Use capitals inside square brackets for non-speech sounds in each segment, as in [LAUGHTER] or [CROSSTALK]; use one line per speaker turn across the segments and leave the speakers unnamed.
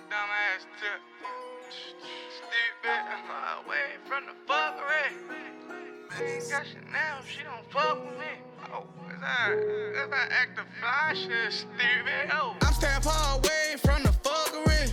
ass tip. Stupid, I'm away from the fuckery. Got Chanel, she don't fuck with me. Oh, is that, is that act of fly shit, stupid? Oh,
I'm staying far away from the fuckery.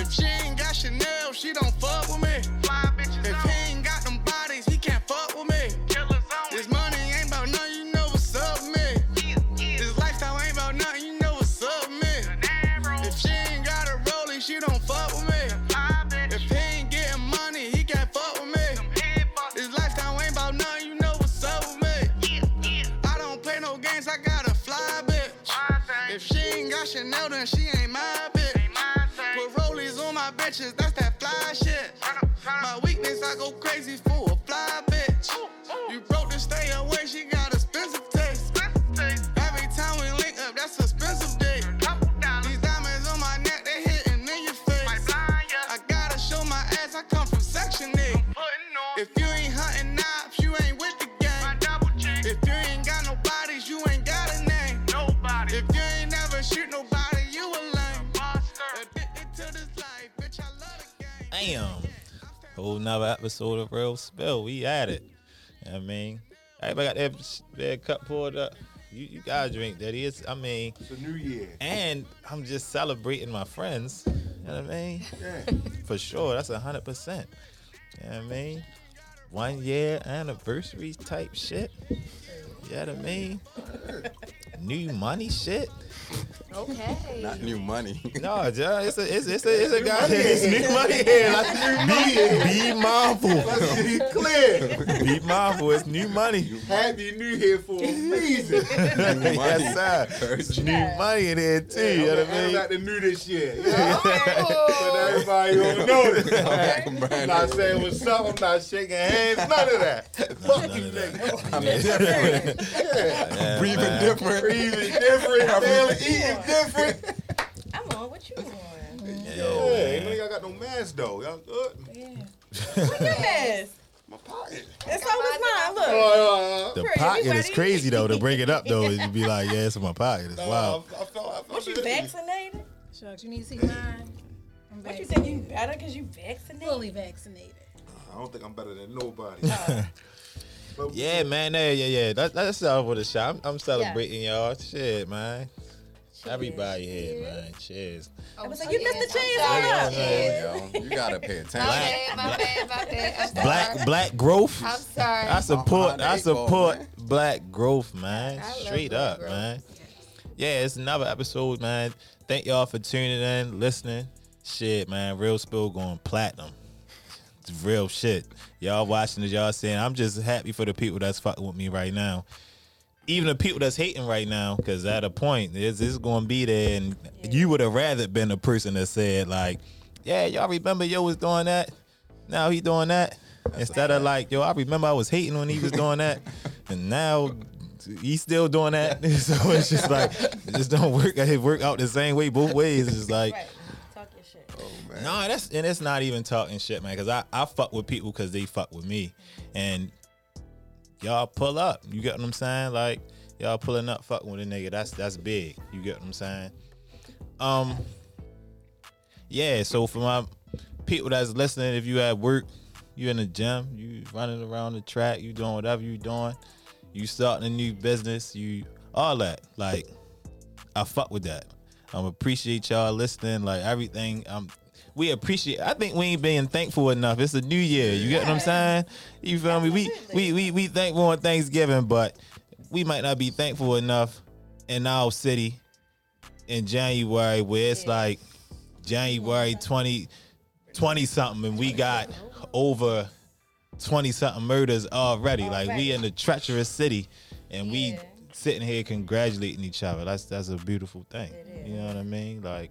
If she ain't got Chanel, she don't fuck with me.
fly bitches
If
on
he ain't got them bodies, he can't fuck with me.
killers on.
This money ain't about nothing, you know what's up with me.
Yeah, yeah,
This lifestyle ain't about nothing, you know what's up with me.
an arrow,
If she ain't got a rollie, she don't fuck with me.
fly
If
bitch,
he ain't getting money, he can't fuck with me.
them head bust.
This lifestyle ain't about nothing, you know what's up with me.
Yeah, yeah,
I don't play no games, I got a fly bitch.
my thing,
If she ain't got Chanel, then she ain't my bitch.
ain't my thing.
Put rollies on my bitches, that's that fly shit.
Turn up, turn
My
up.
weakness, I go crazy for a fly bitch. You broke to stay away, she got expensive taste.
Let's take
Every time we link up, that's expensive date.
a couple dollars,
These diamonds on my neck, they hitting in your
might
face.
blind ya.
I gotta show my ass, I come from section 8.
Putting on
If you ain't hunting ops, you ain't with the
my
game.
double check,
If you ain't got no bodies, you ain't got a name.
nobody.
If you ain't never shoot nobody, you a lame.
Monster.
Addicted to this life, bitch, I love the game.
Damn. Whole nother episode of Real Spill. We at it. I mean, everybody got their, their cup poured up. You, you gotta drink that is. I mean,
It's a new year.
and I'm just celebrating my friends. You know what I mean?
Yeah.
For sure. That's a hundred percent. You know what I mean? One year anniversary type shit. You know what I mean? New money shit.
Not new money.
[LAUGHS] No, John, it's a it's it's a it's a guy. It's new money [LAUGHS] here. Like, be, be mindful.
Let's be clear.
Be mindful. It's new money.
Happy New Year for a reason.
[LAUGHS] yes, sir. It's new money in here too. You know what I
I'm
mean?
not the new this
[LAUGHS]
year. You know? [LAUGHS] But everybody gonna notice.
[LAUGHS] I'm
I'm not saying what's up. I'm not shaking hands. None of that. Fuck
none
you,
of that.
nigga. Yeah.
Yeah,
breathing
man.
different.
[LAUGHS]
Breathing different. Daily eating different.
I'm on what you on.
Yeah, ain't
Yeah,
none of
man.
y'all got no mask though. Y'all good?
Yeah. Yes.
My pocket.
That's so was mine.
Oh,
Look.
oh, oh.
The
Pretty
pocket is
buddy.
crazy though. To bring it up though, you'd be like, yeah, it's in my pocket. It's
Nah,
wild.
I, I felt, I felt
What you
it.
vaccinated?
Shucks, you need to see mine. I'm
What you
vaccinated.
think you better because you vaccinated?
Fully vaccinated.
I don't think I'm better
[LAUGHS]
than nobody. But-
Yeah, man. Yeah, yeah, yeah. That, that's all for the shot. I'm, I'm celebrating y'all. Shit, man. Everybody here, man. Cheers.
Oh,
I was like, you missed the chance.
I'm
Hold up.
sorry. Yeah.
[LAUGHS] You gotta pay
My
attention.
bad, my bad, my
[LAUGHS]
bad. I'm sorry.
Black, black growth.
I'm sorry.
I support.
behind the
I
eight ball,
support
man.
black growth, man.
I love
Straight
black
up,
growth.
man. Yeah, it's another episode, man. Thank y'all for tuning in, listening. Shit, man. Real spill going platinum. It's real shit. Y'all watching this, y'all saying. I'm just happy for the people that's fucking with me right now. Even the people that's hating right now, because at a point, it's, it's going to be there. And you would have rather been the person that said, like, yeah, y'all remember yo was doing that? Now he doing that. Instead of like, yo, I remember I was hating when he was doing that, and now he's still doing that. [LAUGHS] so it's just like, it just don't work. It work out the same way both ways. It's just like,
Right. Talk your shit.
no, that's and it's not even talking shit, man. Because I I fuck with people because they fuck with me, and y'all pull up. You get what I'm saying? Like y'all pulling up, fucking with a nigga. That's that's big. You get what I'm saying? Um, yeah. So for my people that's listening, if you at work, you in the gym, you running around the track, you doing whatever you doing, you starting a new business, you all that. Like I fuck with that. Um, appreciate y'all listening. Like everything, um, we appreciate. I think we ain't being thankful enough. It's a new year. You get what I'm saying? You feel me? We we we we thankful on Thanksgiving, but we might not be thankful enough in our city in January where it's like January 20, 20 something, and we got over twenty something murders already. Like we in the treacherous city, and we sitting here congratulating each other. That's that's a beautiful thing. You know what I mean? Like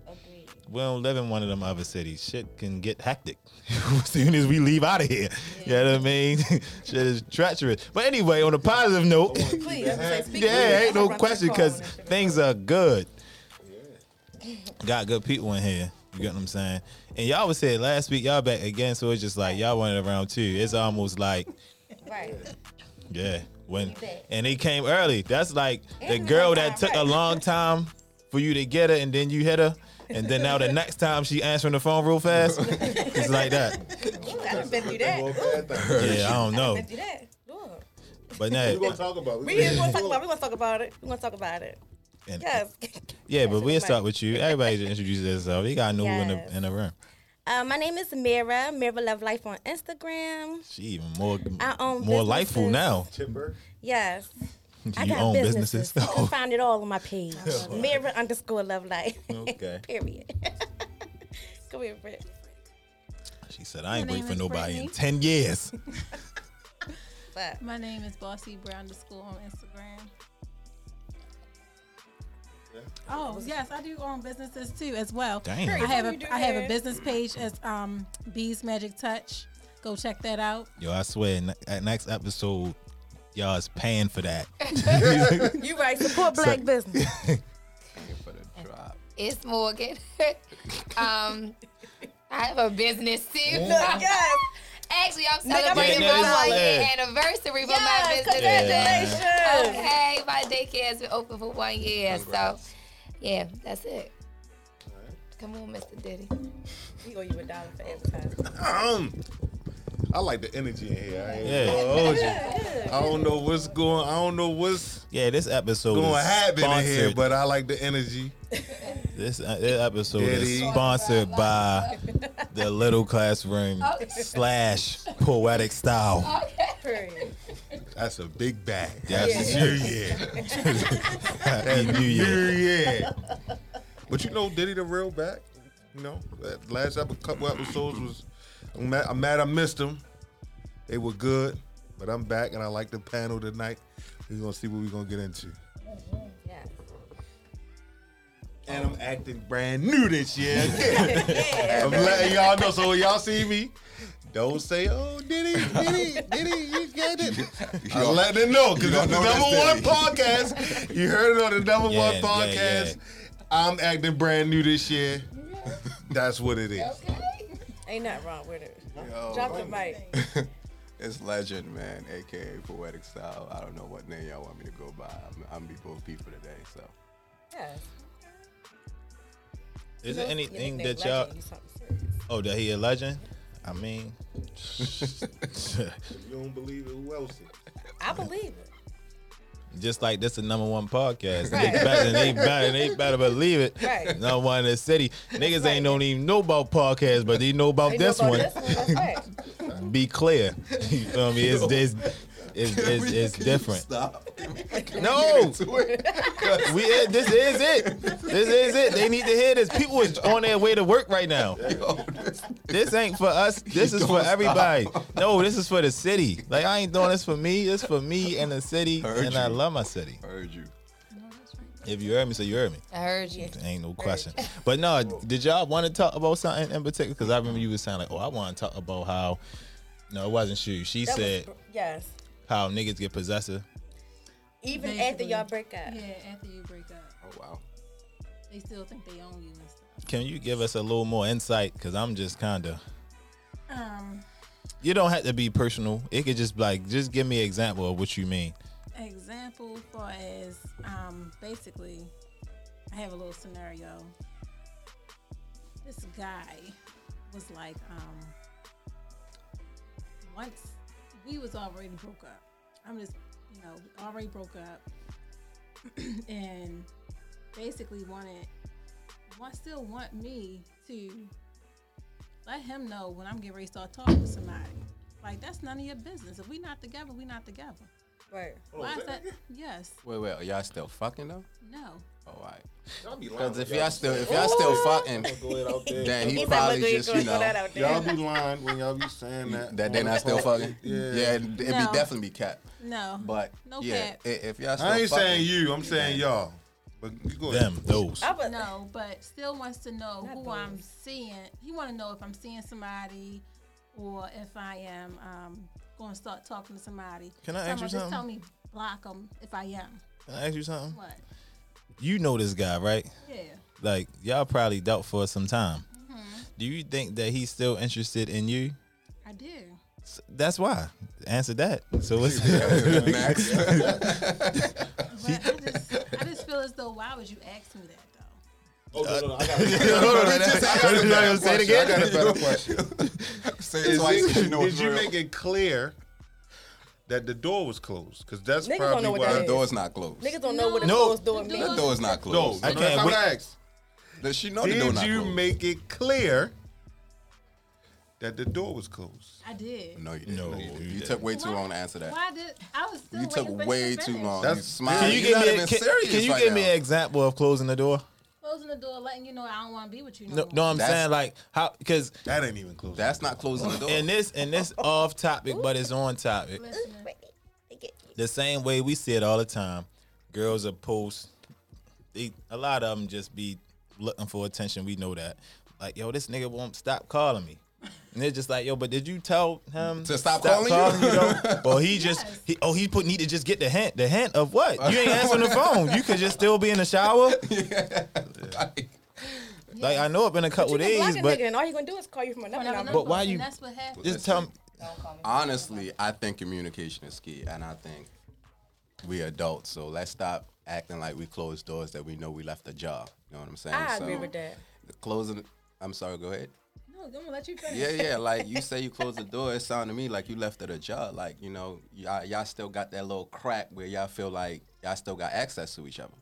we don't live in one of them other cities. Shit can get hectic [LAUGHS] as soon as we leave out of here. You know what I mean? [LAUGHS] Shit is treacherous. But anyway, on a positive note,
Please. I'm saying, speak
yeah,
please.
ain't no
I'm
question
gonna
because
run this phone and
things are good. Got good people in here. You get what I'm saying? And y'all was saying last week, y'all back again, so it's just like y'all wanted around too. It's almost like
shit. Right.
yeah. When
bet.
and they came early. That's like the
And
girl
long
that
time,
took a
right.
long time for you to get her, and then you hit her. and then
[LAUGHS]
now the next time she answering the phone real fast, it's like that.
Ooh, I've been through
Well,
that.
bad thing.
Yeah, I don't know.
Been through that. Lord.
But
We gonna
no,
talk about. it.
We didn't want to talk about. We want to talk about it. We want to talk about it.
and-
Yes.
yeah, but we'll
Yes,
start with you. Everybody just introduce themselves. You gotta know who in
Yes.
the in the room.
[LAUGHS] Uh, my name is Mira. Mira Love Life on Instagram.
She even more
I own
more lifeful
businesses.
now.
Chipper.
Yes. I
you
got
own
businesses.
businesses.
You can find it all on my page. Mira underscore Love Life.
Okay.
[LAUGHS] Period. Go here, Britt.
she said, "I ain't
My
waiting
name
for
is
nobody in
Brittany.
[LAUGHS]
ten years."
But
My name is Bossy Brown to school on Instagram. Oh yes, I do own businesses too as well.
Damn.
I have
You do
a I have a
that.
business page as um Bees Magic Touch. Go check that out.
Yo, I swear, ne- at next episode, y'all is paying for that.
you right. Support black business.
for the drop.
It's Morgan. [LAUGHS] um, I have a business too.
yes.
Actually, I'm
up
celebrating
your
my
mind.
one year
Yeah.
anniversary, but my
Yes.
business is
Congratulations.
okay. My daycare has been open for one year, so yeah, that's it. Come on, Mr. Diddy.
We owe you a dollar for advertising.
Um, I like the energy in here. I ain't
Yeah.
gonna hold you. I don't know what's going. I don't know what's
Yeah, this episode
going to
is
happen in
sponsored.
here, but I like the energy.
this, uh, this episode is
Diddy.
sponsored by the Little Classroom slash Poetic
Oh,
Style.
Period.
That's a big bag.
Yes.
New Year.
[LAUGHS] Happy New Year.
Year. But you know, Diddy the real back. You know, that last epi- couple episodes was. I'm mad, I'm mad I missed them. They were good, but I'm back and I like the panel tonight. We're gonna see what we're gonna get into.
Yes.
And I'm acting brand new this year.
Yeah.
I'm letting y'all know. So when y'all see me, don't say, "Oh, Diddy, Diddy, Diddy, you get it." I'm
all-
letting them know because
you all
it's the
know
number one
that's
podcast. You heard it on the number
Yeah,
one
yeah,
podcast. I'm acting brand new this year. That's what it is.
Ain't nothing wrong with it.
Yo,
Drop the mic.
It's legend, man. AKA poetic style. I don't know what name y'all want me to go by. I'm, I'm gonna be both people today, so
Yes.
Is there anything
Nickname
that y'all?
Legend, you something serious.
Oh, that he a legend? I mean, [LAUGHS]
[LAUGHS] You don't believe it? Who else?
I believe it.
just like this, the number one podcast.
Right.
They better, they better, they better believe it.
Right.
Number one in the city. Niggas ain't don't even know about podcasts, but they know about
They know
this
about
one.
This one. That's
[LAUGHS]
right.
Be clear. [LAUGHS] you feel me? It's it's it's, it's,
[LAUGHS]
it's different.
Stop.
No, we it- this is it. This is it. They need to hear this. People is on their way to work right now. This ain't for us. This is for everybody. No, this is for the city. Like I ain't doing this for me. This for me and the city,
Heard
and I
you.
love my city.
Heard you.
If you heard me, so you heard me.
I heard you.
Ain't no question. But no, did y'all want to talk about something in particular? Because I remember you were saying like, oh, I want to talk about how. No, it wasn't you. She
That was
said
br- yes.
how niggas get possessive.
Even after
Basically.
y'all break up.
Yeah, after you break up,
Oh wow.
they still think they own you and stuff.
Can you give us a little more insight? Because I'm just kind of.
Um,
You don't have to be personal. It could just be like just give me an example of what you mean.
example for as um, basically, I have a little scenario. This guy was like, um, once we was already broke up. I'm just, you know, we already broke up, [CLEARS THROAT] and basically wanted, want still want me to let him know when I'm getting ready to start talking to somebody. Like that's none of your business. If we not together, we not together.
Right.
Why is that? Yes.
Wait, wait. Are y'all still fucking though? Oh,
No.
All right.
Y'all be lying.
Because if y'all still if y'all still [LAUGHS] fucking,
Throw it out there.
then he
He's like,
probably
look,
just you
throw that
know
out there.
Y'all be lying when y'all be saying that.
that they not still fucking.
Yeah.
[LAUGHS] Yeah, it'd be
No.
definitely cap.
No.
But
No
yeah,
cap.
i- if y'all still
I ain't
fucking, [LAUGHS]
saying you. I'm saying y'all. But you go ahead.
Them, those.
Oh.
I was,
no, but still wants to know who
those.
I'm seeing. He want to know if I'm seeing somebody or if I am um, going to start talking to somebody.
Can I
Tell
ask you
me- Just
something?
tell me block them if I am.
Can I ask you something?
What?
You know this guy, right?
Yeah.
Like y'all probably dealt for some time. Do you think that he's still interested in you?
I do.
S- That's why. Answer that. So
[LAUGHS]
it's
Max.
But I just, I just feel as though why would you ask me that though?
Oh, no, no, no. I got it.
[LAUGHS]
You gotta say it
I
again.
got a better question. [LAUGHS] Say it twice
Is
'cause
it-
you know
did
it's
you
real.
make it clear that the door was closed? Because that's
Niggas don't
probably
know what
why.
that
The door's not closed.
Niggas don't know what a
No.
closed door means.
The door's not
No,
closed.
that's
can't
not
wait.
what I asked.
Does she know Oh, the door
Did
not
you
closed?
make it clear that the door was closed?
I did.
No, you didn't.
No,
you,
you
didn't. You
didn't.
took way too
Why-
long to answer that.
Why did I was still
You took
waiting for him
way
to
too
finish.
long. You
That's-
[LAUGHS]
smiled.
Can you
You're
give
not
me
even
a, can,
serious
can you
right
give me
now.
an example of closing the door?
Closing the door, letting you know I don't want to be with you. No,
No,
more.
no, I'm
That's-
saying like how because
That ain't even closed.
That's not closing the door.
in this in this off topic, but it's on topic.
Listen,
The same way we see it all the time. Girls are post. They a lot of them just be looking for attention. We know that. Like yo, this nigga won't stop calling me. And they're just like, yo, but did you tell him
To stop calling you? [LAUGHS]
though? or he just, he, oh, he put need to just get the hint. The hint of what? You ain't answering the phone. You could just still be in the
[LAUGHS]
shower. Like I know it been a couple
You can block
days,
a
but
nigga and all he gonna do is call you from another
whenever
number.
But why
and
you-
That's what happened.
just tell me.
honestly, I think communication is key, and I think we adults, so let's stop acting like we closed doors that we know we left ajar. You know what I'm saying?
I
So,
agree with that.
Closing. I'm sorry. Go ahead.
No, I'm gonna let you finish.
Yeah, yeah. Like you say, you closed the door. It sounded to me like you left it ajar. Like you know, y'all, y'all still got that little crack where y'all feel like y'all still got access to each other.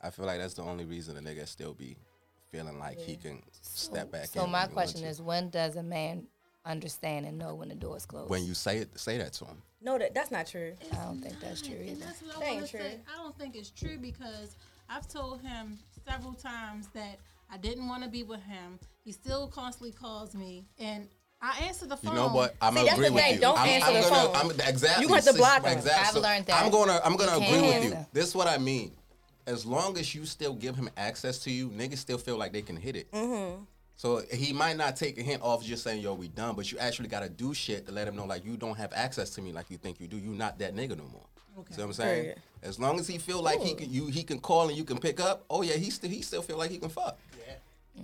I feel like that's the only reason a nigga still be feeling like he can step back.
So
in
my
when he wants
question
to.
is, when does a man understand and know when the door is closed?
when you say it, say that to him.
No, that that's not true.
I don't think that's true
And
either.
that's what
That
I
ain't
want to say.
true.
I don't think it's true because I've told him several times that I didn't want to be with him. He still constantly calls me, and I answer the
You
phone.
know what?
Oh. See,
I'm gonna
that's
agree
the
with
thing.
you.
Don't
I'm,
answer
I'm
the
gonna,
phone.
I'm, exactly.
You have to
sis-
block 'em.
Exactly.
I've
So
learned that.
I'm gonna. I'm gonna
You
agree with
can't
you.
answer.
This is what I mean. As long as you still give him access to you, niggas still feel like they can hit it.
Mm-hmm.
So he might not take a hint off just saying, "Yo, we done," but you actually gotta do shit to let him know, like you don't have access to me like you think you do. You not that nigga no more. See what I'm saying?
Period.
As long as he feel like he can, you he can call and you can pick up. Oh yeah, he still he still feel like he can fuck.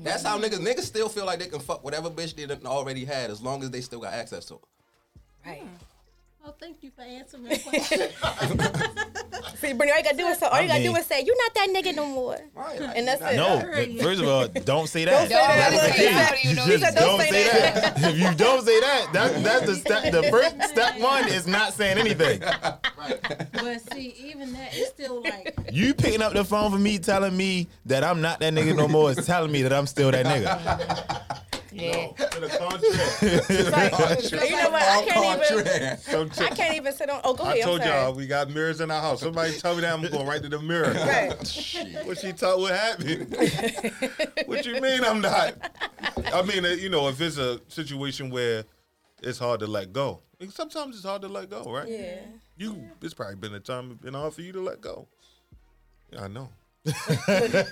That's how niggas niggas still feel like they can fuck whatever bitch they done already had as long as they still got access to. Her.
Right.
Well, Oh, thank you for answering my [LAUGHS] question.
See, Brittany, all you gotta do is so, all you gotta do
mean-
is say, "You're not that nigga no more."
Right.
And that's
[LAUGHS]
it.
No, but first of all, don't say that.
Don't say
That's
that.
the
Don't
key.
say that.
You just don't say that.
Don't say that.
If you don't say that, that that's the step. The first step one is not saying anything.
but see, even that is [LAUGHS] still like
You picking up the phone for me, telling me that I'm not that nigga no more, is telling me that I'm still that nigga.
Yeah.
In a
[LAUGHS]
contract.
It's like- you know what? I can't even.
Some
I
chick-
can't even sit on. Oh, go
I
ahead.
told
I'm sorry.
y'all we got mirrors in our house. Somebody tell me that I'm going right to the mirror.
[LAUGHS] Right.
What she thought would happen? [LAUGHS] what you mean I'm not? I mean, uh, you know, if it's a situation where it's hard to let go, Like, sometimes it's hard to let go, right?
Yeah.
You, it's probably been a time it's been hard for you to let go. Yeah, I know.
I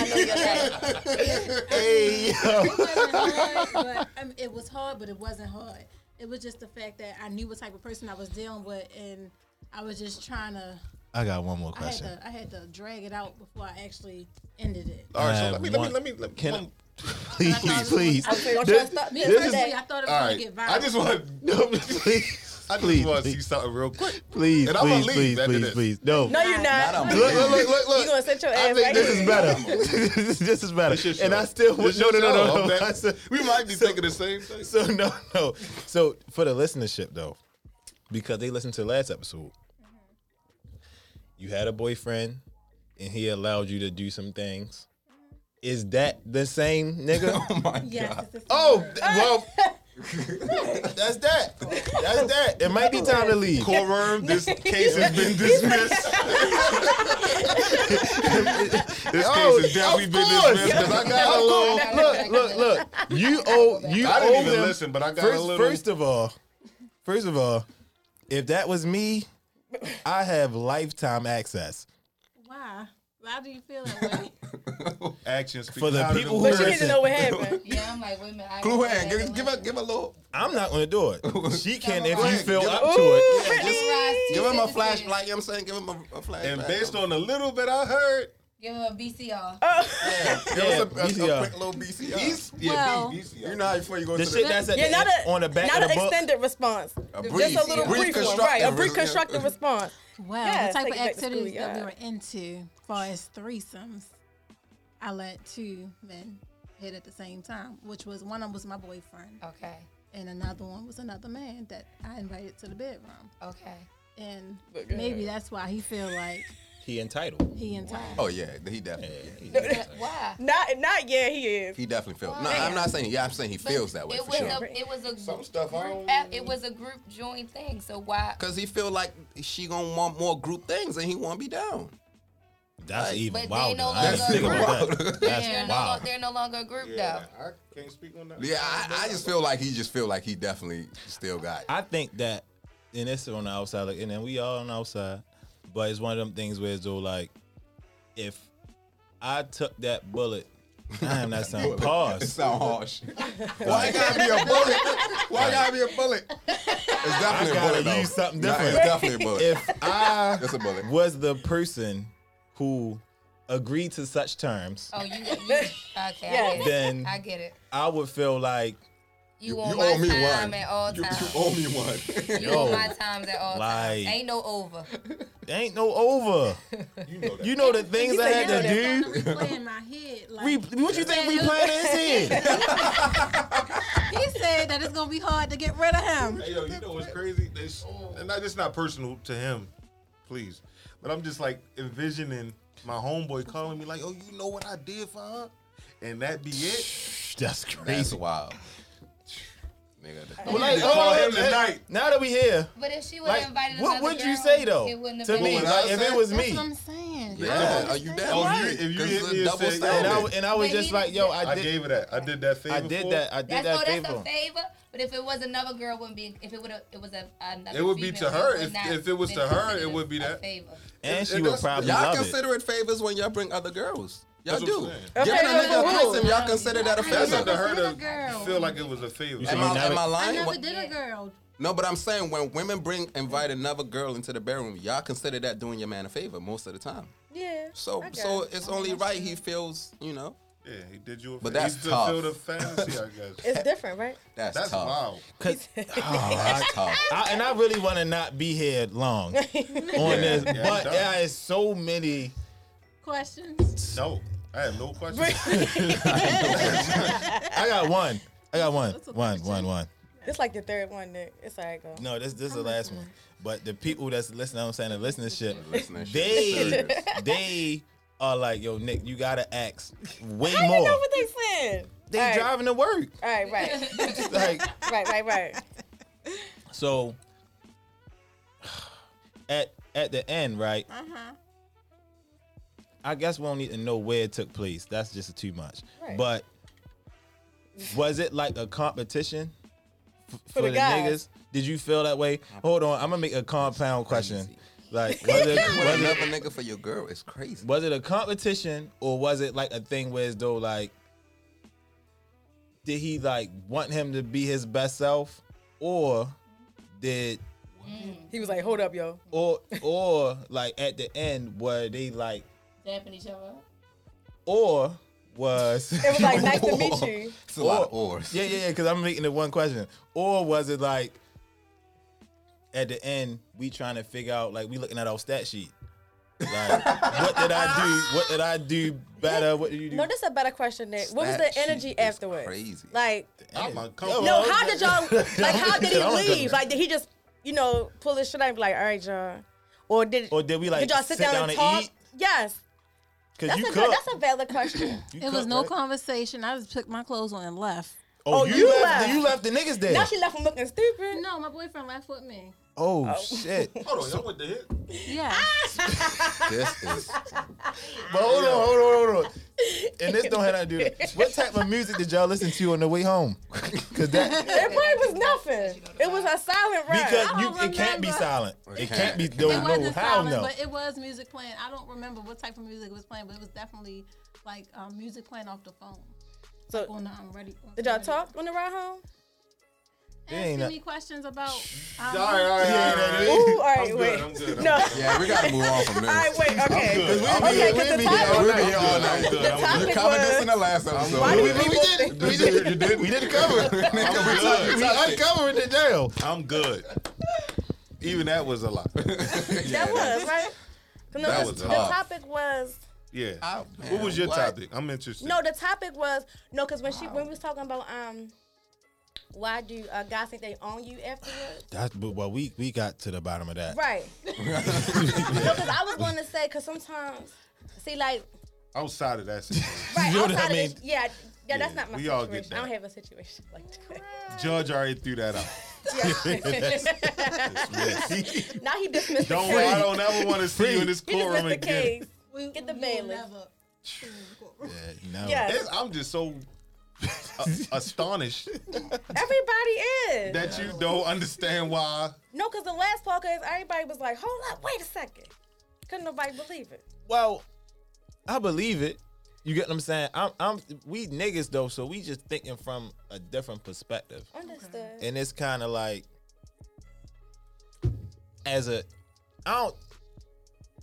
know you're right.
Hey, yo.
it wasn't hard, but I mean, it was hard, but it wasn't hard. It was just the fact that I knew what type of person I was dealing with, and I was just trying to.
I got one more
I had
question.
to. I had to drag it out before I actually ended it.
All right,
I
so let me, let me,
want-
let me, let me.
can I-
one-
Please, please, please.
I'm sorry. Don't try to stop
Me
this
personally,
today.
I thought it was
all
gonna
right.
get violent.
I just want,
No, [LAUGHS] please.
[LAUGHS] I just
Please,
want to
please.
see something real quick.
Please,
And I'ma
please,
leave
please,
after
please,
this.
please. No.
No, you're [LAUGHS] not.
Not
You
Look,
on-
look, look, look, look.
gonna sit your
I
ass
think
right
this is
here.
[LAUGHS]
better. [LAUGHS] this is- this is better.
This your
And
show.
I still would
This
no no
your
no
show.
no. no.
I'm
I
back.
said-
We might be thinking the same
[LAUGHS]
thing.
So no no. So for the listenership though, because they listened to the last episode,
Mm-hmm.
you had a boyfriend, and he allowed you to do some things. Is that the same
[LAUGHS]
nigga?
Yes, it's the same
oh
word.
th- well. That's that. That's that. It might be time to leave.
Quorum, this case has
[LAUGHS]
been dismissed. this
Oh,
case has definitely
of
been
course.
dismissed because I got
Of
a little.
course. Look, look, look. You owe you
I didn't
owe
even
them-
listen, but I got
first,
a little.
first of all, first of all, if that was me, I have lifetime access.
Why? Why do you feel that way?
actions
for the people who
But you need to know what happened.
Yeah, I'm like, wait a minute. I
Glue
gotta
hand. Give,
go back
give
and
a give a little.
I'm not gonna
[LAUGHS]
do it. She can if you
ahead,
feel
give
up
it-
to it.
Yeah, just
Rise to
give him
[LAUGHS]
a
citizen.
flashlight. You know what I'm saying? Give him a, a flashlight.
And based on the little bit I heard,
Give him a BCR.
yeah, give
Yeah,
us a, a, a
BCR.
quick little BCR.
he's yeah,
Well-
he- he's-
you know how before you go
The
to
shit
the
that's at
Yeah,
the
not
end-
a
on the back
not
of the
an
book.
extended response.
A
Just a little
brief
brief one, right? A brief
constructive-
constructive response.
[LAUGHS] Well,
Yes,
the type
take
of
it back to
activities
school,
that we
yeah.
were into, as far as threesomes, I let two men hit at the same time, which was one of them was my boyfriend,
Okay.
and another one was another man that I invited to the bedroom.
Okay.
And maybe that's why he feel like
He
[LAUGHS]
entitled.
he entitled.
Oh yeah, he definitely.
Why?
Not, not yeah, he is.
He definitely feels. No, I'm not saying. Yeah, I'm saying he feels that way
It
for
was
sure.
a it was a
Some
group,
stuff I don't.
app- it was a group joint thing. So why?
Cause he feel like she gonna want more group things and he wanna be down.
That's even
they
wilder.
no
I didn't
longer
think about
agree.
that.
They're
That's
no, lo-
wild.
they're no longer a group
Yeah,
though.
I can't speak on that.
Yeah, I, I just feel like he just feel like he definitely still got.
I think that, and this is on the outside, like, and then we all on the outside, but it's one of them things where it's though, like, if I took that bullet, damn,
[LAUGHS]
that sound
It
[LAUGHS]
[LAUGHS]
pause.
sound harsh.
[LAUGHS]
Why it gotta be a bullet? Why it gotta be a bullet? It's
I
definitely a
gotta
bullet. though.
use something
Nah,
different.
it's definitely a bullet.
If I
That's
[LAUGHS]
a bullet.
was the person who agreed to such terms,
[LAUGHS]
Oh, you, you okay? I get it.
then
I get it.
I would feel like,
You,
You-
on
you
my
owe me
time
one.
at all
You, you
times.
owe me
[LAUGHS]
one.
You,
Yo,
on my times at all times.
like-
Ain't no over.
ain't no over.
you know that.
You know the things I had to do.
It's gonna replay in my head. Like,
We, what you think we playing this in?
[LAUGHS]
[LAUGHS]
he said that it's gonna be hard to get rid of him.
[LAUGHS] Hey, yo, you know what's crazy? This, and not, it's not personal to him, please. But I'm just like envisioning my homeboy calling me like, "Oh, you know what I did for her," and that be it.
That's
That's
crazy.
wild. Nigga, that's-
Well, like,
You
oh,
call him
that-
tonight.
Now that we here,
But if she would have
like,
invited
what
another
would you
girl,
say though
It wouldn't have
to
been
me?
What would
Like,
I
if
say?
it was
That's
me,
what I'm saying.
yeah, are you
Oh,
down?
you, if you
Cause
hit
it's
me and
double
say,
and I
standard.
oh,
w- and I was
But
just
he
like,
didn't
yo,
do
I,
I did,
gave her that. I did that favor.
I did
for
that,
her.
I did
That's,
that
oh, that's
favor.
a favor. But if it was another girl, it wouldn't be. If it would, it was a. Another
It would be to
female,
her.
would
If-
not
if it was
been
to her, it
considered
would be
a
that.
favor.
and she
and
would
that's-
probably
Y'all
love it.
consider it favors when y'all bring other girls. Y'all
That's what
do.
I'm saying.
Giving a
Okay, that's
nigga a
cool.
threesome, y'all consider that a
That's
favor.
up to her
Another
to
girl.
feel like it was a favor.
You
Am
You
I,
never-
am I
I
lying?
never
What-
did a girl.
No, but I'm saying when women bring invite another girl into the bedroom, y'all consider that doing your man a favor most of the time.
Yeah.
So
I got
so
it.
it's only right he feels, you know,
Yeah, he did you a favor.
But that's
he fulfilled
tough.
a fantasy, I guess.
It's
[LAUGHS]
different, right?
that's,
That's
tough.
wild.
'Cause- [LAUGHS] oh, I-
Tough.
[LAUGHS]
I- and I really want to not be here
[LAUGHS]
long on this,
yeah,
but
done.
there is so many.
Questions.
No, I have
[LAUGHS]
no question.
I got one. I got one.
That's a
One,
question.
one, one.
It's like the third one, Nick. It's all right, go.
No, this this is the
Oh
last one. But the people that's listening, I'm saying the listenership,
Listening shit is
[LAUGHS]
they
serious.
they are like, yo, Nick, you gotta ask way
I didn't
more.
know what they said.
they
all right.
driving to
[LAUGHS]
work.
All right, right,
Like
right, right, right.
so at at the end, right?
Uh huh.
Mm-hmm.
I guess we don't need to know where it took place. That's just too much.
Right.
But was it like a competition f- for,
the
the,
guys.
niggas? Did you feel that way? Hold on, I'm gonna make a compound question. Like,
[LAUGHS]
was it,
But
was it
another nigga for your girl is crazy.
was it a competition or was it like a thing where it's though like did he like want him to be his best self or did
He was like, "Hold up, yo."
or or like at the end were they like
Dapping each other. up.
or was
[LAUGHS] It was like, "Nice to meet you."
It's a lot of ors.
yeah yeah yeah because I'm making it one question or was it like at the end we trying to figure out like we looking at our stat sheet like what did I do what did I do better what did you do
No, this is a better question, Nick. What was
That
the energy
shit is
afterwards?
crazy.
Like,
I'm
Yo,
uncomfortable.
no, how
[LAUGHS]
did y'all? Like, how did he
I'm good.
leave? Like, did he just, you know, pull his shit out and be like, "All right, y'all," or did
Or did we, like,
did y'all sit,
sit down
and
and
talk?
eat?
Yes,
because
that's
you
a
cook
good, that's a valid question.
You
It was
cook,
no
right?
conversation. I just took my clothes on and left.
Oh,
Oh,
you,
you
left,
left.
You left the niggas there.
now she left him looking stupid.
No, my boyfriend left with me.
oh, shit. but
Hold on, y'all went to hit.
Um,
Yeah.
This is
hold on, hold
[LAUGHS]
on, hold on. And this don't have nothing to do with it. What type of music did y'all listen to on the way home? Because
[LAUGHS]
that
It probably was nothing. It was a silent ride.
because
I
you
don't
it can't be
remember.
silent. It can't be
It
Oh,
don't know
wasn't
how
silent,
no.
but it was music playing. I don't remember what type of music was playing, but it was definitely like um, music playing off the phone.
so,
On the, um, ready,
did y'all talk on the ride home?
ain't
Asking
a-
me questions about. Um,
All right, all right, all right, all right.
Ooh, all right,
I'm
wait.
good. I'm good. I'm
No.
yeah. We gotta move on from
All right,
this.
wait, okay.
good.
We
Okay,
be-
because
we
the
be
topic,
there- we be here all
I'm
night.
good. I'm good.
You
topic
covered this in
was,
the last episode.
why
we
do people think
We did, we did, we did cover.
[LAUGHS]
it.
we
good.
touched-
We
touched it.
uncovered the jail.
[LAUGHS] I'm good. Even that was a lot. [LAUGHS]
Yeah,
that was, right? 'Cause No,
That
the-
was
the
tough.
topic was
Yeah.
Oh,
what was your
man, what?
topic? I'm interested.
No, the topic was no, because when she when we was talking about um, why do uh, guys think they own you afterwards?
That's but well, we we got to the bottom of that.
[LAUGHS]
Right. no, because I was going to say because sometimes, see, like
Outside of that
[LAUGHS]
situation.
right
You know what I
outside
mean?
of this, yeah, yeah, that's not my
we all
situation.
get
I don't
that.
have a situation like that.
Judge already threw that
[LAUGHS]
out. [LAUGHS]
now he dismissed
Don't
the
worry, I
case.
don't ever want to see you in this
He dismissed
courtroom
the
again.
case.
We,
Get the
we will
bailiff.
never see you in the courtroom.
Yeah, no.
Yes.
It's- I'm just so a- astonished
Everybody is.
that you don't understand why.
no, because the last podcast, everybody was like, hold up, wait a second. Couldn't nobody believe it.
Well, I believe it. You get what I'm saying? I'm, I'm we niggas though, so we just thinking from a different perspective.
Understood.
and it's kind of like as a I don't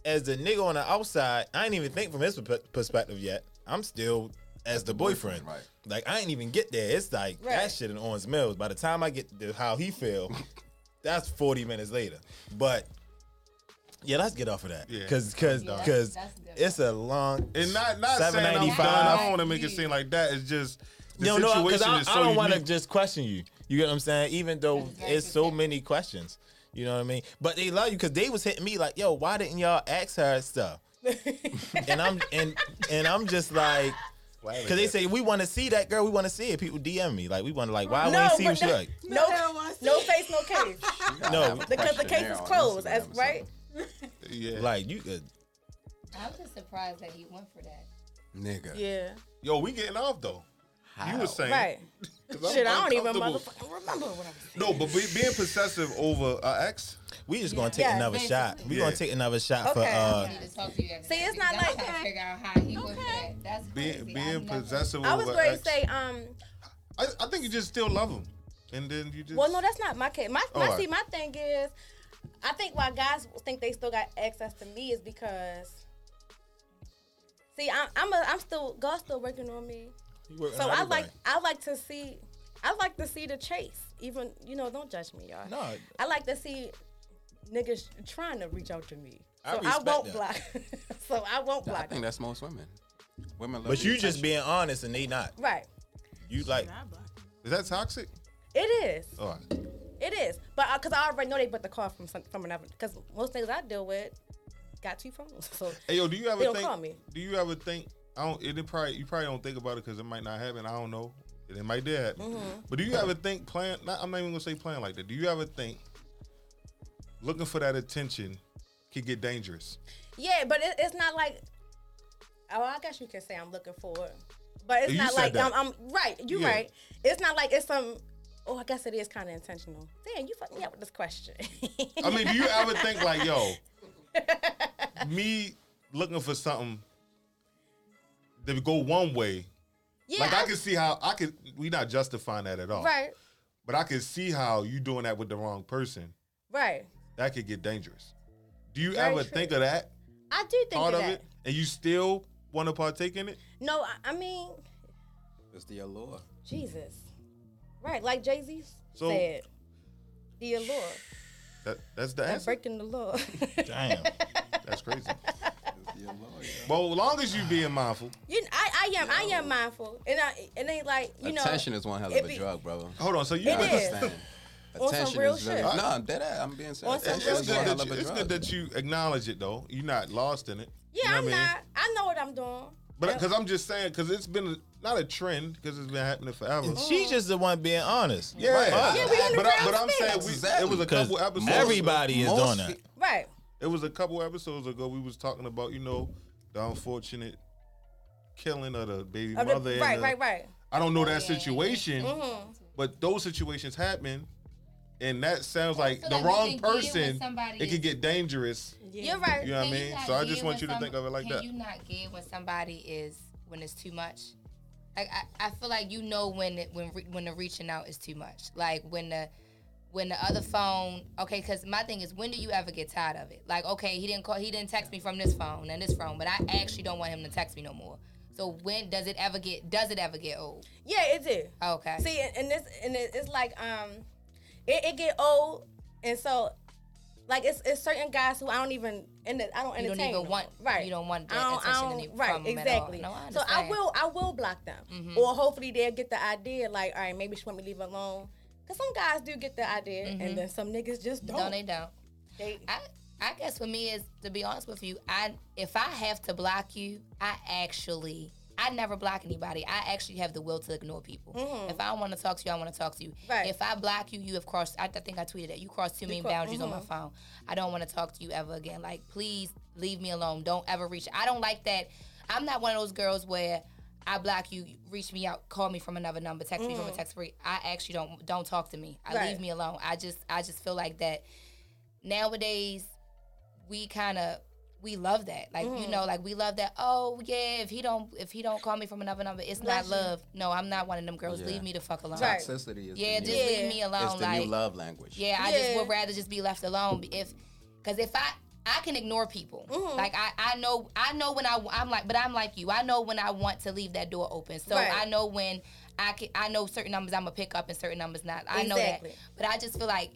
as the nigga on the outside, I ain't even think from his per- perspective yet. I'm still as the boyfriend,
Right.
Like I ain't even get there. It's like
Right.
that shit in Orange Mills. By the time I get to how he [LAUGHS] feel, that's 40 minutes later. But yeah, let's get off of that
Yeah.
because because
Yeah, that's-
because
that's different.
it's a long
And not not saying I'm done.
795.
I don't want to make it seem like that. It's just the
No, no, because
situation
I,
is
I
so
don't want to
unique.
just question you. You get what I'm saying? Even though it's so many questions, you know what I mean. But they love you because they was hitting me like, "Yo, why didn't y'all ask her
[LAUGHS]
stuff?" and I'm and and I'm just like, because they say we want to see that girl, we want to see it. People DM me like, we want to like, why
no,
wouldn't see
but
what she
no- [LAUGHS]
like?
No,
I don't wanna see
no
it.
face, no case.
[LAUGHS]
No,
Because the case is closed, as, right?
[LAUGHS]
Yeah.
like you uh, could.
I'm just surprised that he went for that.
Nigga.
Yeah.
Yo, we getting off though. You were saying
Right.
'cause I'm
Shit, I don't even
uncomfortable.
motherfucking remember what I'm
No,
saying.
but be, being possessive over an ex.
We just gonna take
Yeah,
another shot. We
Yeah.
gonna take another shot for
Okay.
uh.
I need to talk to you after
See,
this,
it's not
because I'm
like-
trying to figure out how he went for
Okay.
that. That's
Being,
crazy.
being
I've never-
possessive
I
over
was going
ex.
to say, um,
I, I think you just still love him, and then you just.
well, no, that's not my case. My, my
Alright.
see, my thing is, I think why guys think they still got access to me is because, see, I'm I'm, a, I'm still God's still working on me.
you working
So
on
I
everybody.
like I like to see I like to see the chase. Even you know, don't judge me, y'all.
No.
I like to see niggas trying to reach out to me.
I
So I,
respect
won't
that.
block. [LAUGHS] so I won't
I
block.
think that's most women. Women love
But
the
you just
attention.
being honest and they not.
Right.
You like
I blocked him.
Is that toxic? Oh,
It is.
All right.
It is. But because I already know they put the call from some, from another. Because most things I deal with got two phones. [LAUGHS] So
Hey, yo, do you ever
They don't
think?
call me.
Do you ever think? I don't. It, it probably you probably don't think about it because it might not happen. I don't know. It, it might did happen.
Mm-hmm.
But do you ever think plan? Not, I'm not even gonna say plan like that. Do you ever think looking for that attention can get dangerous?
yeah, but it, it's not like. Oh, I guess you can say I'm looking for it, but it's
You
not
said
like
that.
I'm, I'm right. You
Yeah.
right. It's not like it's some. Oh, I guess it is kind of intentional. Damn, you fucked me up with this question.
[LAUGHS] I mean, do you ever think like,
[LAUGHS]
yo, me looking for something to go one way?
yeah,
like I
I'm-
can see how I could. We not justifying that at all.
[LAUGHS] Right,
But I can see how you doing that with the wrong person.
right.
That could get dangerous. Do you
Very
ever
true.
think of that?
I do think
part
of
of
that.
it, and you still want to partake in it?
No, I, I mean
It's the allure.
Jesus. Right, like Jay Z
So-
said, the allure,
That, that's the
that
answer.
breaking
[LAUGHS]
the law.
damn.
That's crazy.
It's the allure. yeah.
well, as long as you being mindful.
[LAUGHS] You, I, I am, I am mindful, and I, it ain't like you know.
Attention is one hell
it
of a
be-
drug, brother.
Hold on. So you
It
I
is.
understand.
On some
Attention
real
is really.
shit.
No, I'm dead ass. I'm being serious.
On [LAUGHS] some
It's,
Attention
real
it's
is
good,
one hell
shit.
that
of
you,
a
it's
drug.
good that you acknowledge it though. You're not lost in it.
Yeah,
you know
I'm
what I mean?
not. I know what I'm doing.
But because I'm just saying, because it's been not a trend, because it's been happening forever.
She
Oh.
just the one being honest.
Yeah,
Yeah, we
on the
but, I,
ground
but I'm
space.
saying we, it was a
Because
couple episodes.
everybody is doing that.
fe-
Right.
It was a couple episodes ago. We was talking about you know the unfortunate killing of the baby
Of the-
mother. and
right,
the-
right, right.
I don't know that situation,
Mm-hmm.
but those situations happen, and that sounds like
so
the
that you
wrong
can deal with
person.
somebody
It can
is-
get dangerous.
You're right.
You know what I
Can you
mean?
not
So I
give
just want
when
you to
some-
think of it like [LAUGHS]
can
that.
you not give when somebody is when it's too much? Like I, I feel like you know when it, when re, when the reaching out is too much. Like when the when the other phone. Okay, because my thing is when do you ever get tired of it? Like okay, he didn't call, he didn't text me from this phone and this phone, but I actually don't want him to text me no more. So when does it ever get does it ever get old?
Yeah, it did.
Okay.
See, and, and this, and it, it's like, um, it, it get old, and so, Like it's, it's certain guys who I don't even in the, I don't
You
entertain.
don't even
them.
want-
right.
you don't want that
I don't- I
attention
don't-
any-
right
from 'em at all.
exactly.
No, I
so I
understand.
will I will block them
Mhm.
or hopefully they'll get the idea like all right maybe she want me to leave her alone because some guys do get the idea
Mhm.
and then some niggas just don't.
No, they don't.
They-
I I guess for me is to be honest with you, I if I have to block you, I actually I never block anybody. I actually have the will to ignore people.
Mhm.
If I want to talk to you, I want to talk to you.
Right.
If I block you, you have crossed. I, I think I tweeted that you crossed too many
cro-
boundaries on my
mhm.
phone. I don't want to talk to you ever again. Like, please leave me alone. Don't ever reach. I don't like that. I'm not one of those girls where I block you, reach me out, call me from another number, text me from a
Mhm.
text free. I actually don't don't talk to me. I
Right.
leave me alone. I just I just feel like that nowadays we kind of we love that like you
Mhm.
know like we love that oh yeah if he don't if he don't call me from another number it's
Bless
not
you.
love no i'm not one of them girls
Yeah.
leave me the fuck alone
Right.
Toxicity is
yeah
the
just
new,
leave
Yeah.
me
it's
alone
the
like
new love language.
yeah i just
Yeah.
would rather just be left alone if because if i i can ignore people
Mhm.
like I, I know i know when I, i'm like but i'm like you i know when i want to leave that door open so
Right.
i know when i can i know certain numbers i'm gonna pick up and certain numbers not i know that
Exactly.
but i just feel like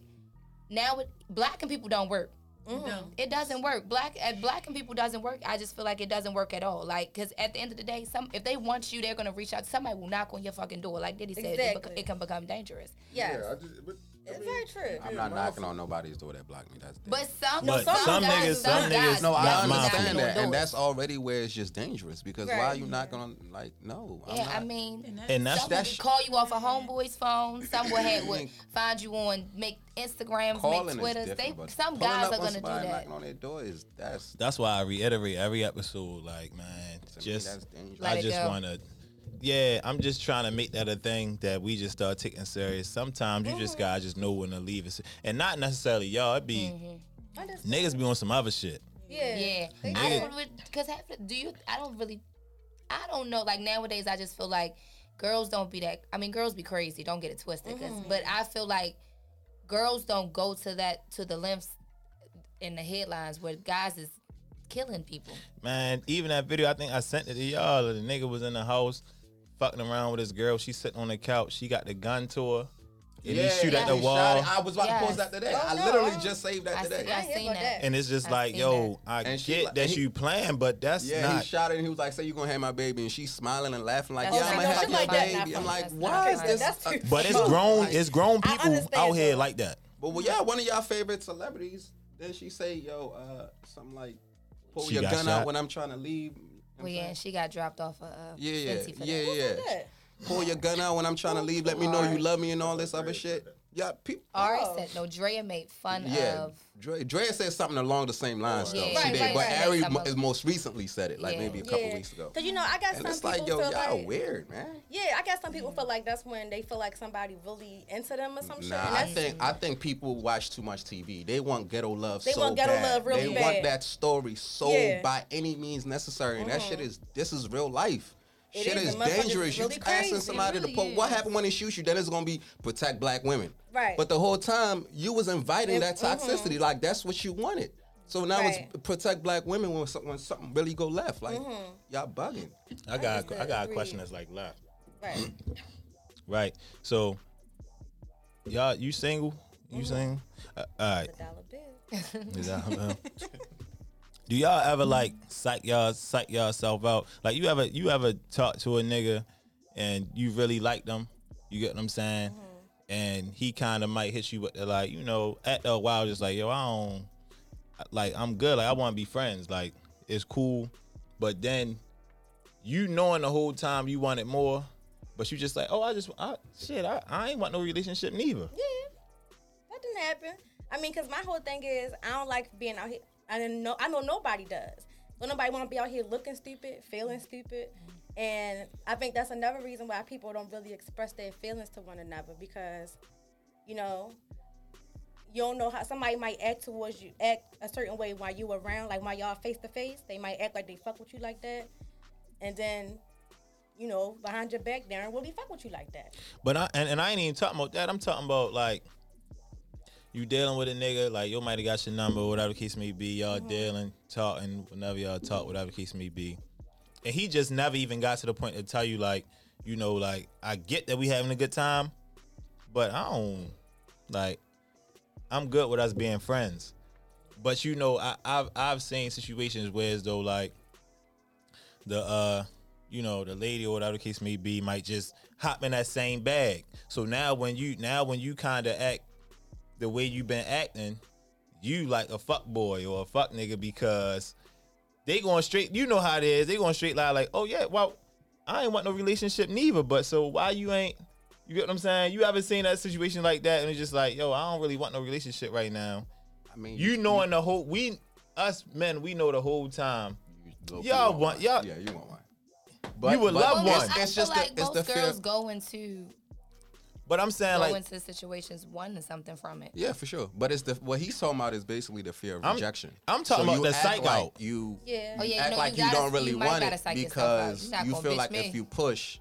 now it, blacking people don't work
Mhm.
No.
it doesn't work. Black at black and people doesn't work. I just feel like it doesn't work at all. Like, cause at the end of the day, some if they want you, they're gonna reach out. Somebody will knock on your fucking door. Like Diddy said, it, bec-
Exactly.
it can become dangerous.
Yes.
Yeah, I just, but, I
It's
mean,
very true.
I'm not knocking on nobody's door that blocked me. That's
But some,
But
some,
some
guys,
niggas-
some
some
guys,
niggas
No, I
Not
understand
mine.
that, and
doors.
that's already where it's just dangerous because why
Right.
are you not gonna like no? I'm
yeah.
not.
I mean,
And that's,
And that's
some will
that's-
call you off a homeboy's phone. Some will have
[LAUGHS]
would
ain't-
find you on make Instagrams,
calling
make
is
Twitters.
different,
They
but
some
pulling
guys
up
are
on
gonna do
somebody and
that.
Knocking on their door is that's
That's why I reiterate every episode, like, man,
to me,
just
that's dangerous.
Let
I
it
just
go.
wanna Yeah, I'm just trying to make that a thing that we just start taking serious. Sometimes you just gotta just know when to leave it. And not necessarily y'all, it be
Mm-hmm.
I just-
niggas be on some other shit.
yeah.
Yeah,
They
I
Yeah.
do.
don't because do you? I don't really. I don't know. Like nowadays, I just feel like girls don't be that. I mean, girls be crazy. Don't get it twisted. 'cause-
Mm-hmm.
but I feel like girls don't go to that to the lengths in the headlines where guys is killing people.
Man, even that video I think I sent it to y'all. The nigga was in the house fucking around with his girl. She sitting on the couch. She got the gun to her. And he shoot at the
he shot
wall.
it. I was about to
Yes.
post that today.
Oh,
I
no,
literally
I-
just saved that
I
today.
see- I seen
about
that.
that.
And it's just
I
like,
seen
yo, I
And she
get
like-
that
he-
you playing, but that's
Yeah,
not
he shot it and he was like, "Say you gonna have my baby," and she's smiling and laughing like,
That's
"Yeah, I'm
not
gonna
good.
have
Shit
your
like that not
baby." I'm
funny.
like,
That's
"Why
not
is this?"
That's
a-
too
But it's grown. It's grown
I
people
understand,
out here
though.
like that.
But well, yeah, one of y'all favorite celebrities. Then she say, "Yo, uh, something like pull
She
your
got
gun
shot.
out when I'm trying to leave." You know what
Well,
I'm
yeah,
saying?
and she got dropped off a uh,
Yeah, yeah,
Fenty for
yeah,
that.
yeah.
that?
Pull your gun out when I'm trying to leave. Let me know you love me and all this other shit. Yeah, people.
Ari said no. Drea made fun
Yeah,
of.
Dre, Dre said something along the same lines though.
Yeah.
she
Right,
did,
right,
but
right.
Ari
Some
mo-
of-
is most recently said it, like
Yeah.
maybe a couple weeks ago.
Cause you know, I got
And
some
it's like,
people
yo, y'all
feel like
weird, man.
yeah, I got some people feel like that's when they feel like somebody really into them or some shit.
Nah,
and
I
that's-
think I think people watch too much TV. They want ghetto love
They
so
want ghetto
bad.
love really
they
bad.
want that story so
Yeah. Mm-hmm.
by any means necessary, and that shit is this is real life.
It
shit
is,
is,
and motherfuckers is
dangerous.
really
you
crazy.
asking
It
somebody
really
to pull. What
is.
happened when they shoot you? Then it's gonna be protect black women.
Right.
But the whole time you was inviting
It-
that toxicity. Like that's what you wanted. So now it's
Right.
protect black women when, some- when something really go left. Like
Mm-hmm.
y'all bugging.
I got
just
I got a
agree.
question that's like left.
right.
Right. So, y'all, you single? You single? Uh, all right.
The dollar bill.
Is that- uh, Do y'all ever like psych y'all psych yourself out? Like you ever you ever talk to a nigga and you really like them? You get what I'm saying? And he kind of might hit you with the like you know at a while just like yo I don't like I'm good like I want to be friends like it's cool, but then you knowing the whole time you wanted more, but you just like oh I just I, shit I, I ain't want no relationship neither.
Yeah, that didn't happen. I mean, cause my whole thing is I don't like being out here. I didn't know. I know nobody does. So nobody want to be out here looking stupid, feeling stupid, and I think that's another reason why people don't really express their feelings to one another because, you know, you don't know how somebody might act towards you, act a certain way while you around, like while y'all face to face, they might act like they fuck with you like that, and then, you know, behind your back, they don't really fuck with you like that.
But I and, and I ain't even talking about that. I'm talking about like you dealing with a nigga, like you might have got your number, whatever the case may be. Y'all dealing, talking, whenever y'all talk, whatever the case may be. And he just never even got to the point to tell you like, you know, like I get that we having a good time, but I don't like I'm good with us being friends. But you know, I, I've I've seen situations where as though like the uh you know the lady or whatever the case may be might just hop in that same bag. So now when you now when you kind of act the way you've been acting, you like a fuck boy or a fuck nigga because they going straight. You know how it is. They going straight lie like, oh yeah, well, I ain't want no relationship neither. But so why you ain't? You get what I'm saying? You haven't seen that situation like that, and it's just like, yo, I don't really want no relationship right now.
I mean,
You knowing the whole we us men, we know the whole time.
you- you-
y'all
you
want- y'all-
Yeah, you want one. But
You would love
Well,
one.
I
It's
feel
just
like
the, it's the
most
fear.
girls go into
But I'm saying
go
like,
into situations wanting something from it.
Yeah, for sure. But it's the what he's talking about is basically the fear of
I'm-
rejection.
I'm talking
So
about
you
the
act
psych
like
out.
You
Yeah.
Oh yeah,
act
you know,
like
you,
you,
gotta,
don't really
you might
want
gotta
it
psych
because
yourself out. You're
you
not
feel
gonna
like
bitch me.
if you push,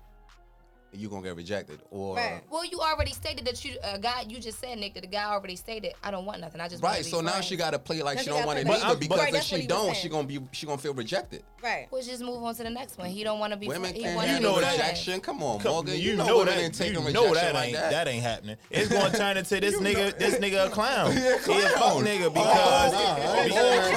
you're gonna get rejected. Or
Right.
Well, you already stated that you a guy. You just said Nick that the guy already stated I don't want nothing. I just wanna
Right,
be
so now
friends."
she gotta play like
Now
she
she
don't
gotta
want it
play
like-
neither
But-
because
Right,
if
that's what
she
he was
don't,
saying.
she gonna be she gonna feel rejected.
Right.
We'll just move on to the next one. He don't want to be.
Women
he
can't
wanna
you
You
be
know
know
that.
friends.
rejection. Come on,
Come-
Morgan.
you,
You, know,
know
women
that
ain't taking
you
rejection
know that
like
ain't
that.
that. ain't happening. It's going
[LAUGHS]
to turn into this nigga this nigga a clown. He a fuck
clown.
nigga
Nah,
because
I ain't saying that, I ain't saying that,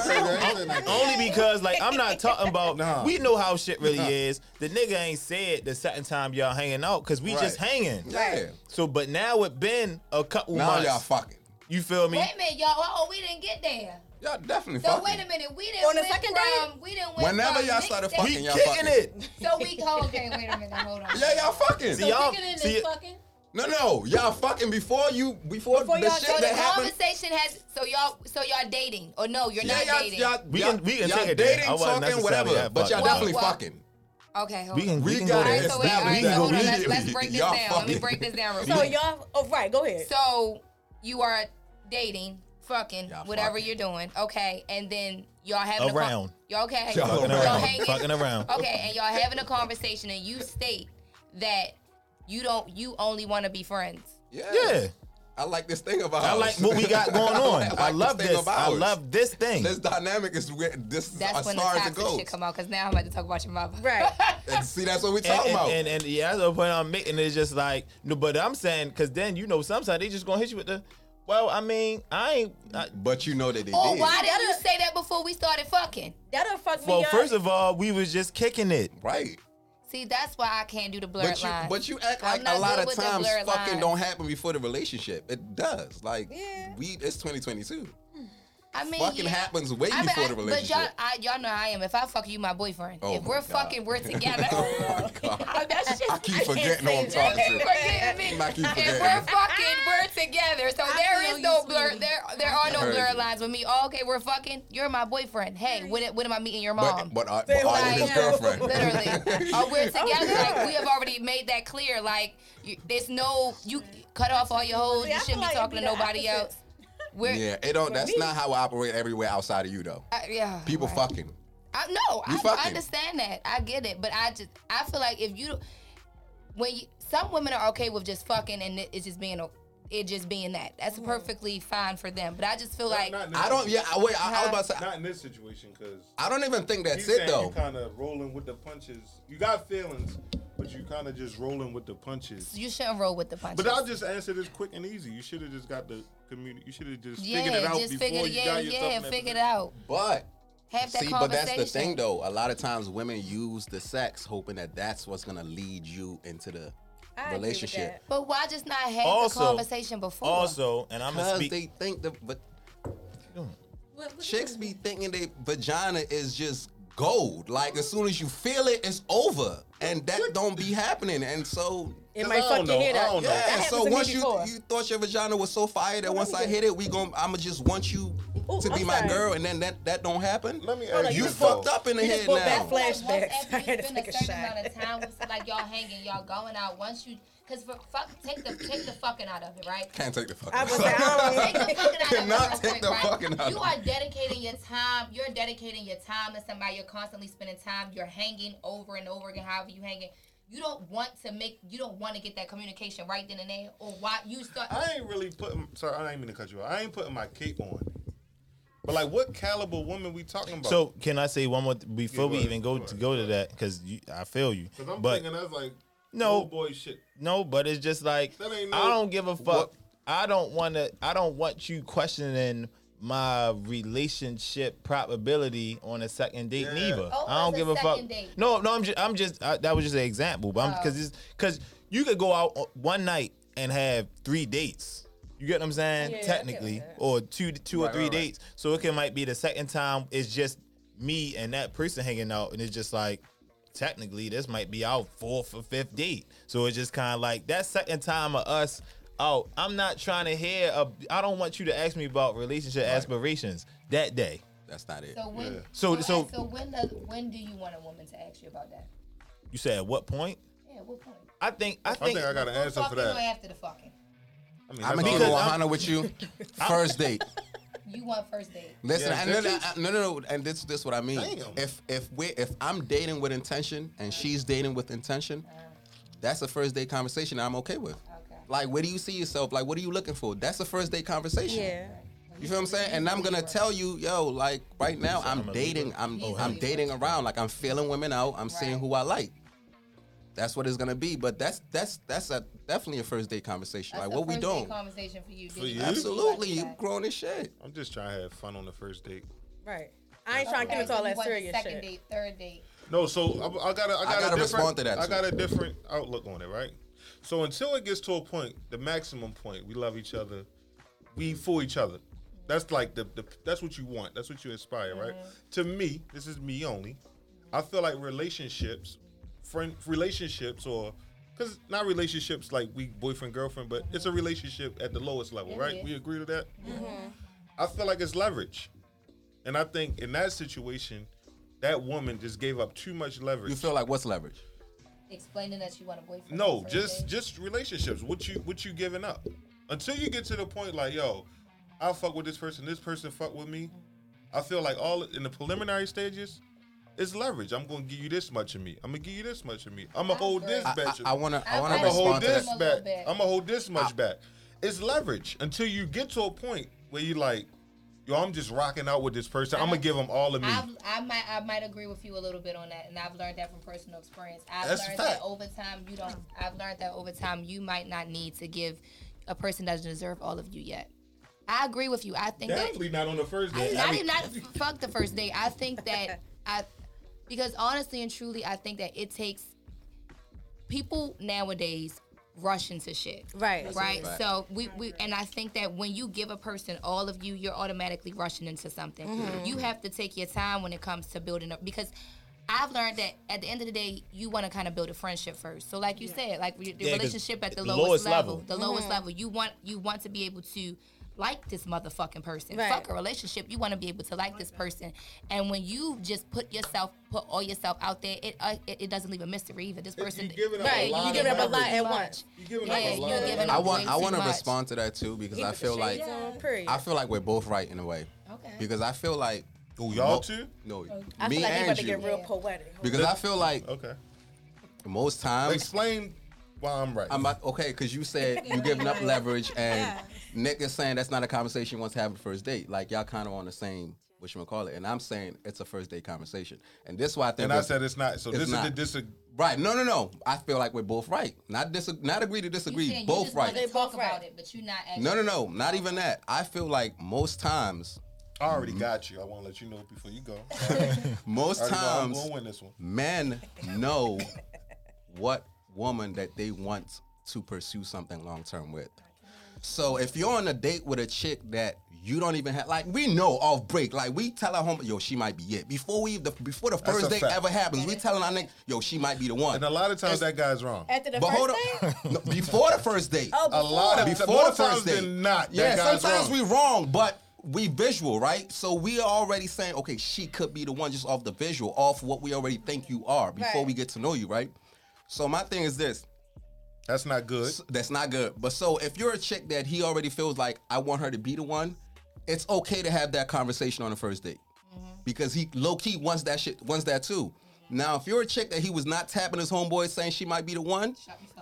I ain't saying that.
Only because, like, I'm not talking about.
Nah.
We know how shit really is. The nigga ain't said the second time y'all hanging out because we just
Right.
hanging.
Yeah.
So, but now it been a couple
Now
months.
y'all fucking.
you feel me?
Wait a minute, y'all. Oh, we didn't get there.
Y'all definitely
So
fucking.
wait a minute, we didn't.
On the
went
second
from, we didn't. Went
Whenever
from
y'all
Nick
started
that-
fucking,
We
y'all
kicking
fucking.
it.
So we okay. Wait a minute, hold on.
[LAUGHS] Yeah, y'all fucking.
See, y'all-
Kicking in
see
and
it-
fucking.
No, no, y'all fucking before you before,
Before
the
y'all
shit
So the
that happened.
conversation has. So y'all. So y'all dating or no? You're not
y'all,
dating.
y'all,
We
y'all,
can- we can
y'all
take it there.
dating,
I wasn't
talking,
necessarily
whatever,
that
but
fucked
y'all
up.
definitely
Well, well,
fucking.
okay, hold
We
on.
can,
We
we can
got
go
it.
there.
All right,
It's
so wait, all
valid.
right,
We
so
can
hold
go
on. Let's, let's
immediately.
break this
Y'all
down. Let me
fucking.
break this down. real
So
[LAUGHS]
quick.
y'all, oh right, go ahead.
So you are dating, fucking,
Y'all
whatever
fucking.
you're doing, okay, and then y'all having
Around.
A con- y'all okay?
Y'all
Fucking
Y'all
around.
hanging.
Fucking around.
Okay, and y'all having a conversation, and you state that you don't, you only want to be friends.
Yeah.
I like this thing about.
I like what we got
[LAUGHS]
going on. I, love this. I love this thing.
this dynamic. Is where this is
That's
as
when the
far as it
toxic
goes.
shit come out. Because now I'm about to talk about your mother.
Right.
And see, that's what we
and,
talking
and-
about.
and- and, yeah, that's the point I'm making. It's just like, no, but I'm saying, because then you know, sometimes they just gonna hit you with the, well, I mean, I ain't. I,
but you know that they
Or
did.
Oh, why did you say that before we started fucking?
That'll fuck me
well,
up.
first of all, we was just kicking it.
Right.
See, that's why I can't do the blurred
But you,
lines.
but you act
I'm
like a
not
lot
good
of
with the
times
blurred
fucking
lines.
don't happen before the relationship. It does. Like
Yeah.
we, it's 2022.
I mean,
fucking
yeah.
happens way
I mean,
before
I-
the
But
relationship.
y'all, I, y'all know how I am. If I fuck you, my boyfriend.
Oh
if
my
we're
God. [LAUGHS]
fucking, we're together. [LAUGHS]
Oh my God.
That's just
I keep forgetting who I'm
Thank
talking
you
to.
for getting [LAUGHS] me.
I keep
If
forgetting. [LAUGHS]
we're fucking, we're together. So
I
there
feel
is
you,
no blur.
sweetie.
There, there are no
heard
blur
you.
lines with me. Oh, okay, we're fucking. You're my boyfriend. Hey, when, when am I meeting your mom?
But [LAUGHS] but I, but I am his
Like,
girlfriend. [LAUGHS]
[LAUGHS] Literally, or we're together. Like we have already made that clear. Like you, there's no you cut off all your hoes.
See, I
You
feel
shouldn't
like
be
it'd
talking
be
to
the
nobody else.
opposites.
We're yeah.
Yeah, it don't. That's not how I operate everywhere outside of you, though.
yeah
People
right.
fucking.
I no,
You
I
fucking.
understand that. I get it, but I just I feel like if you when you, some women are okay with just fucking and it- it's just being a it just being that. That's perfectly fine for them. But I just feel
Mm-hmm.
like
Not in this
I don't. Yeah, I, wait. I, I was about to say.
Not in this situation, cause
I don't even think that's
you
it
saying
though.
you kind of rolling with the punches. You got feelings, but you kind of just rolling with the punches.
you shouldn't roll with the punches.
But I'll just answer this quick and easy. You should have just got the community. You should have just figured it
yeah,
out
just
before
figure it.
you
Yeah,
got yourself
yeah,
in that
figure it
position.
out.
But
Have that
see, but
conversation.
that's the thing though. A lot of times women use the sex hoping that that's what's gonna lead you into the
I agree with
relationship.
But why just not have
Also-
the conversation before?
Also, and I'm gonna
Because
speak.
they think the but
What- what-
chicks be thinking they vagina is just gold. Like as soon as you feel it, it's over, and that don't be happening. And so.
It
'Cause
might
I
fuck
don't
your
know,
head
I
up.
don't know.
That
Yeah,
happens
so
to me
once you
before.
you thought your vagina was so fire that once I hit it, we gon' I'ma just want you to
Ooh,
be
I'm
my
sorry.
girl, and then that that don't happen.
Let me
Hold
ask
on,
you
you.
just
fucked
though.
up in the
you just
head
pulled
now.
back flash.
Like, once
Flashbacks.
after
I had
you
to
spend
take
a
a
certain
shot.
amount of time with like y'all hanging, y'all going out. Once you, cause for fuck, take the take the fucking out of it, right?
Can't take the fucking.
I was like, I don't
[LAUGHS]
Take the fucking out
Cannot
of it real
take
quick,
the
right?
fucking out
You
of
are dedicating your time. You're dedicating your time to somebody. You're constantly spending time. You're hanging over and over again. However you hanging. You don't want to make. You don't want to get that communication right then and there, or why you start.
I ain't really putting. Sorry, I ain't mean to cut you off. I ain't putting my cape on. But like, what caliber woman we talking about?
So can I say one more th- before
Yeah, go
we
ahead,
even go
go
to
ahead,
go to that? Because I feel you,
because I'm
but
thinking that's like
No.
old boy shit.
no, but it's just like
That ain't
I
no-
don't give a fuck.
What-
I don't want to. I don't want you questioning my relationship probability on a second date neither.
Oh,
I don't
as a
give a fuck.
second date.
No, no, I'm just, I'm just I, that was just an example, but I'm
Oh.
because because you could go out o- one night and have three dates. You get what I'm saying?
Yeah, I get
Technically,
that.
or two two or
Right,
three
right, right.
dates. So it can might be the second time it's just me and that person hanging out, and it's just like technically this might be our fourth or fifth date. So it's just kind of like that second time of us out. I'm not trying to hear. A, I don't want you to ask me about relationship aspirations that day.
That's not it.
So when
So- so-
so, when does when do you want a woman to ask you about that?
You said at what point?
Yeah, what point?
I think I
I
think,
think I got an answer for
Fucking or
that.
after the fucking?
I mean,
I'm
that's
gonna keep
all-
it
Because I'm-
100 with you. First date.
You want first date?
Listen,
Yeah,
and no, no,
that's-
no, no, no, and this, this what I mean.
Damn.
If if we if I'm dating with intention and she's dating with intention, that's a first date conversation I'm okay with.
Okay.
Like, where do you see yourself? Like, what are you looking for? That's a first date conversation.
Yeah.
You feel what I'm saying? And I'm gonna tell you, yo, like right now
said I'm
I'm
a
dating,
Libra.
I'm
Oh,
I'm
hey.
dating around, like I'm feeling women out, I'm seeing
Right.
who I like. That's what it's gonna be. But that's that's that's a definitely a first date conversation.
That's
Like
a
what we
first date
doing?
Conversation for you.
For
Did
you?
you
Absolutely,
You
you grown as shit.
I'm just trying to have fun on the first date.
Right. I ain't trying to get into all that serious
Second
shit.
date, third date.
No, so I, I got a, I got
gotta
a different,
respond to that,
I
too.
got a different outlook on it, right? So until it gets to a point, the maximum point, we love each other, we for each other. That's like the, the that's what you want. That's what you inspire, right?
Mm-hmm.
To me, this is me only. I feel like relationships, friend relationships, or because not relationships like we boyfriend girlfriend, but it's a relationship at the lowest level, right?
yeah. Mm-hmm.
We agree to that. I feel like it's leverage, and I think in that situation, that woman just gave up too much leverage.
You feel like what's leverage?
Explaining that you want a boyfriend.
No,
first
just
date.
just relationships. What you what you giving up? Until you get to the point like, yo, I fuck with this person, this person fuck with me. I feel like all in the preliminary stages, it's leverage. I'm gonna give you this much of me. I'm gonna give you this much of me. I'm gonna hold this
I,
batch.
I, I wanna I
I
wanna
like
I'm gonna hold
respond to
this
that.
A little
back.
bit.
I'm gonna hold this much back. It's leverage until you get to a point where you like, yo, I'm just rocking out with this person. I'm gonna give them all of me.
I've, I might I might agree with you a little bit on that, and I've learned that from personal experience. I've
That's a
learned
fact.
that over time you don't. I've learned that over time you might not need to give a person that doesn't deserve all of you yet. I agree with you. I think that
Definitely not on the first
I,
date.
I did not f- [LAUGHS] fuck the first date. I think that I, because honestly and truly, I think that it takes people nowadays rush into shit.
Right.
Right.
Right.
So we, we and I think that when you give a person all of you, you're automatically rushing into something. You have to take your time when it comes to building up because I've learned that at the end of the day, you want to kind of build a friendship first. So like you said, like the
Yeah, 'cause
relationship at the
the
lowest,
lowest
level,
level.
the lowest level, you want you want to be able to like this motherfucking person.
Right.
Fuck a relationship, you want to be able to like this person. And when you just put yourself, put all yourself out there, it uh, it, it doesn't leave a mystery either. This
If
person,
you giving up
Right,
a
you
lot
giving
of
up a lot
leverage.
at once.
You giving
yeah,
up a lot.
you're
of
giving
leverage.
up
I want
way
I
too
want to
much.
respond to that too because I feel like
Period.
I feel like we're both right in a way.
Okay.
Because I feel like
Who, y'all two?
No,
I
me
feel like they
and
about to
you.
get real poetic.
Because I feel like
Okay.
most times
Explain why I'm right.
I'm not, okay because you said you giving up leverage and Nick is saying that's not a conversation you want to have on the first date. Like y'all kind of on the same what you call it, and I'm saying it's a first date conversation, and this is why I think.
and I
we're-
said it's not. So
It's
this
not.
is the dis.
right. No, no, no. I feel like we're both right. Not dis- not agree to
You
disagree.
saying you
both
just wanna
right.
Talk
both right.
about it, but you're not. Actually
No, no, no. Not even that. I feel like most times,
I already
Mm-hmm.
got you. I want to let you know before
[LAUGHS]
you go. I
most
already know I'm
times, Mm.
gonna win this one.
men know what woman that they want to pursue something long term with. So if you're on a date with a chick that you don't even have, like we know off break, like we tell our home, yo, she might be it. Before we the, before the
a
first date
fact.
ever happens, we telling our nigga, yo, she might be the one.
And a lot of times that guy's wrong.
After the
but
first
hold
thing,
on, No, before the first date,
oh,
A lot of
before.
before
more
the
times
first date.
than not, that
yeah,
guy's
sometimes
wrong.
we wrong, but we visual, right? So we are already saying, okay, she could be the one just off the visual, off what we already think you are before
Right.
we get to know you, right? So my thing is this.
That's not good.
S- That's not good. But so if you're a chick that he already feels like I want her to be the one, it's okay to have that conversation on the first date.
Mm-hmm.
Because he low key wants that shit, wants that too. Now, if you're a chick that he was not tapping his homeboy saying she might be the one,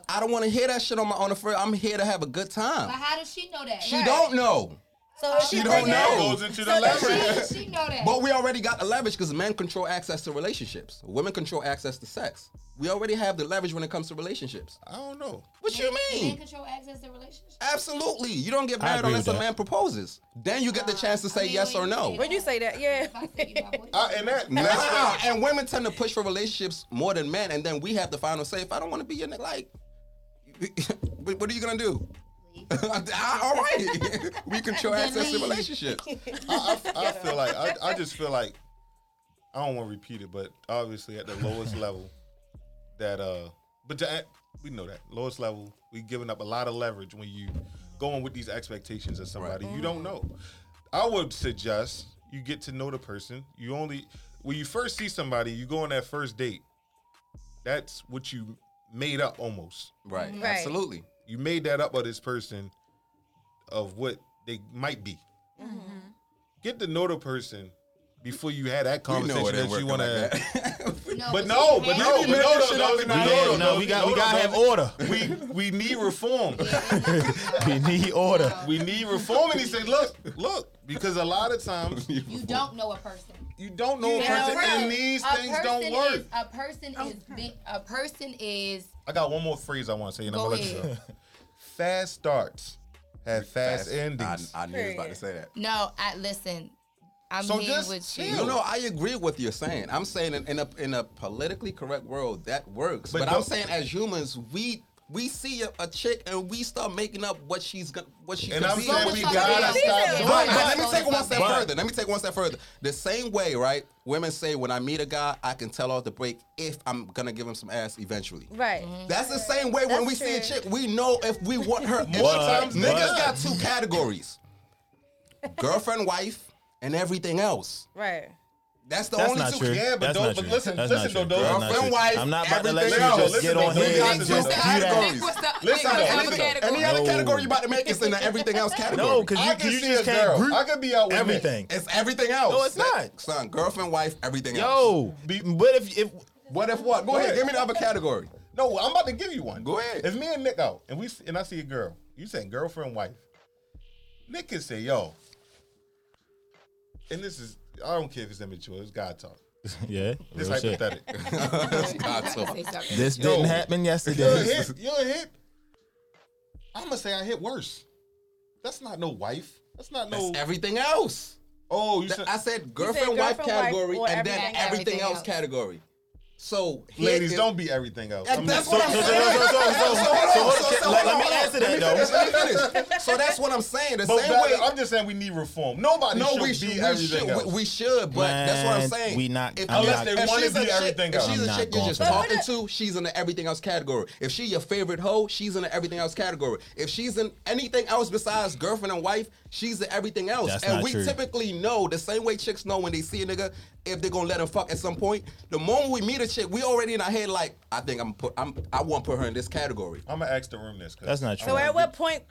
I don't want to hear that shit on my on the first. I'm here to have a good time.
But how does she know that?
She don't know.
So
She
she
don't
bring
know.
it up.
Goes into the
So does
leverage.
She, she know that.
But we already got the leverage because men control access to relationships. Women control access to sex. We already have the leverage when it comes to relationships.
I don't know.
What you
Men
mean?
control access to relationships.
Absolutely. You don't get married
agree
unless
with
a
that.
man proposes. Then you get the chance to
I
say
mean,
yes
when
or
you
no.
say
When you say that, yeah.
If I say you, I would.
I, and that and that's
Nah,
why-
and women tend to push for relationships more than men, and then we have the final say. If I don't want to be your nigga, like, [LAUGHS] what what are you gonna do? [LAUGHS] Ah, All right,
[LAUGHS]
[LAUGHS] we control
Then
access to
leave.
relationships.
I, I, I feel like I, I just feel like I don't want to repeat it, but obviously at the lowest level, that uh, but that we know that lowest level, we giving up a lot of leverage when you going with these expectations of somebody you don't know. I would suggest you get to know the person. You only when you first see somebody, you go on that first date. That's what you made up almost.
Right,
Right.
absolutely.
You made that up of this person of what they might be. Get to know the person before you had that
You know
conversation
it ain't
that you
working
want
like
to.
that.
[LAUGHS] But no, but no, but
you can't-
no,
making
no,
shit
no,
up
no,
tonight.
no,
Yeah, no, we got- we gotta have order. [LAUGHS]
We we need reform.
We need order.
we need reform, and he said, "Look, look," because a lot of [LAUGHS] times
You don't know a person.
you don't know a person, and these
A
things don't
person
work.
is- a person is be- a person is
I got one more phrase I want to say, and I'm
Go
gonna let you go. [LAUGHS]
ahead.
Fast starts have fast, endings.
I, I knew you was about to say that.
no. I listen. I'm
So
here
just
with
chill.
you.
No, no, I agree with what you're saying. I'm saying in, in a in a politically correct world that works,
But
but, I'm
don't-
saying as humans we. We see a, a chick and we start making up what she's gonna, what she
And
could
I'm
be
saying
what
we
she could
gotta
be.
stop
But-
doing
but
that.
let me take it one step
But-
further. Let me take one step further. The same way, right? Women say when I meet a guy, I can tell off the break if I'm gonna give him some ass eventually.
Right.
That's the same way when
That's
we see a
true.
chick, we know if we want her. If
[LAUGHS] What?
times
What?
niggas got two categories: girlfriend, wife, and everything else.
Right.
That's the
That's
only
not
two.
true.
Yeah, but
That's
don't-
not
but
true.
listen-
That's
listen
not
though,
true.
though.
That's not
Girlfriend,
true.
wife,
I'm not about to let you
everything
else.
just
Listen
get
though,
on
we
here
got
and
two
just do
categories.
that.
Nick,
what's up? Nick,
Listen, though,
what's the other
listen.
category?
Any other
No.
category you about to make is in the everything else category.
[LAUGHS] No, because
I
you,
can
'cause you
see
just
a
can't
girl.
group
I could be out with Nick.
everything.
it's everything else.
No, it's
That-
not.
Son, girlfriend, wife, everything else.
Yo, be- but if [LAUGHS] if
What if what? Go ahead,
ahead.
give me the other
[LAUGHS]
category. [LAUGHS]
No, I'm about to give you one.
Go ahead.
If me and Nick out and we and I see a girl, you saying girlfriend, wife. Nick can say, "Yo," and this is I don't care if it's immature. It's God talk.
yeah,
This
real shit.
hypothetical.
[LAUGHS] God, so-
This
Yo.
didn't happen
you're a
yesterday.
hit. You're a hit. I'm gonna say I hit worse. That's not no wife. That's not no.
That's everything else.
oh, you
Th-
said,
I said girlfriend, wife
girlfriend, wife,
category,
or
and then
everything-
everything,
everything
else,
else.
category. So here
ladies,
is-
don't be everything else.
That-
I'm
that's
not-
what I'm
So- so-
saying.
so- so- so-
So hold on,
so-
so- so
let- let
hold
me
on,
answer that,
let me
though.
finish, let me finish. [LAUGHS] So that's what I'm saying. The
But
same
that-
way
I'm just saying we need reform. Nobody
No,
should
we
be
should. We
everything
should.
else.
We, we should. But that's what I'm
Man,
saying.
we not-
If,
I'm
unless
not-
they
if
want
she's
to
a
be
chick-
everything
if
else, if
she's
she's
a
a
chick
chick
you're
you're just
just
talking to, she's in the everything else category. If she your favorite hoe, she's in the everything else category. If she's in anything else besides girlfriend and wife, she's the everything else.
That's
and
not
we
true.
typically know the same way chicks know when they see a nigga if they're gonna let him fuck at some point. The moment we meet a chick, we already in our head like, I think I'm put, I'm I want to put her in this category.
I'm gonna ask the room this.
[LAUGHS]
'cause-
That's not
So
true.
at what point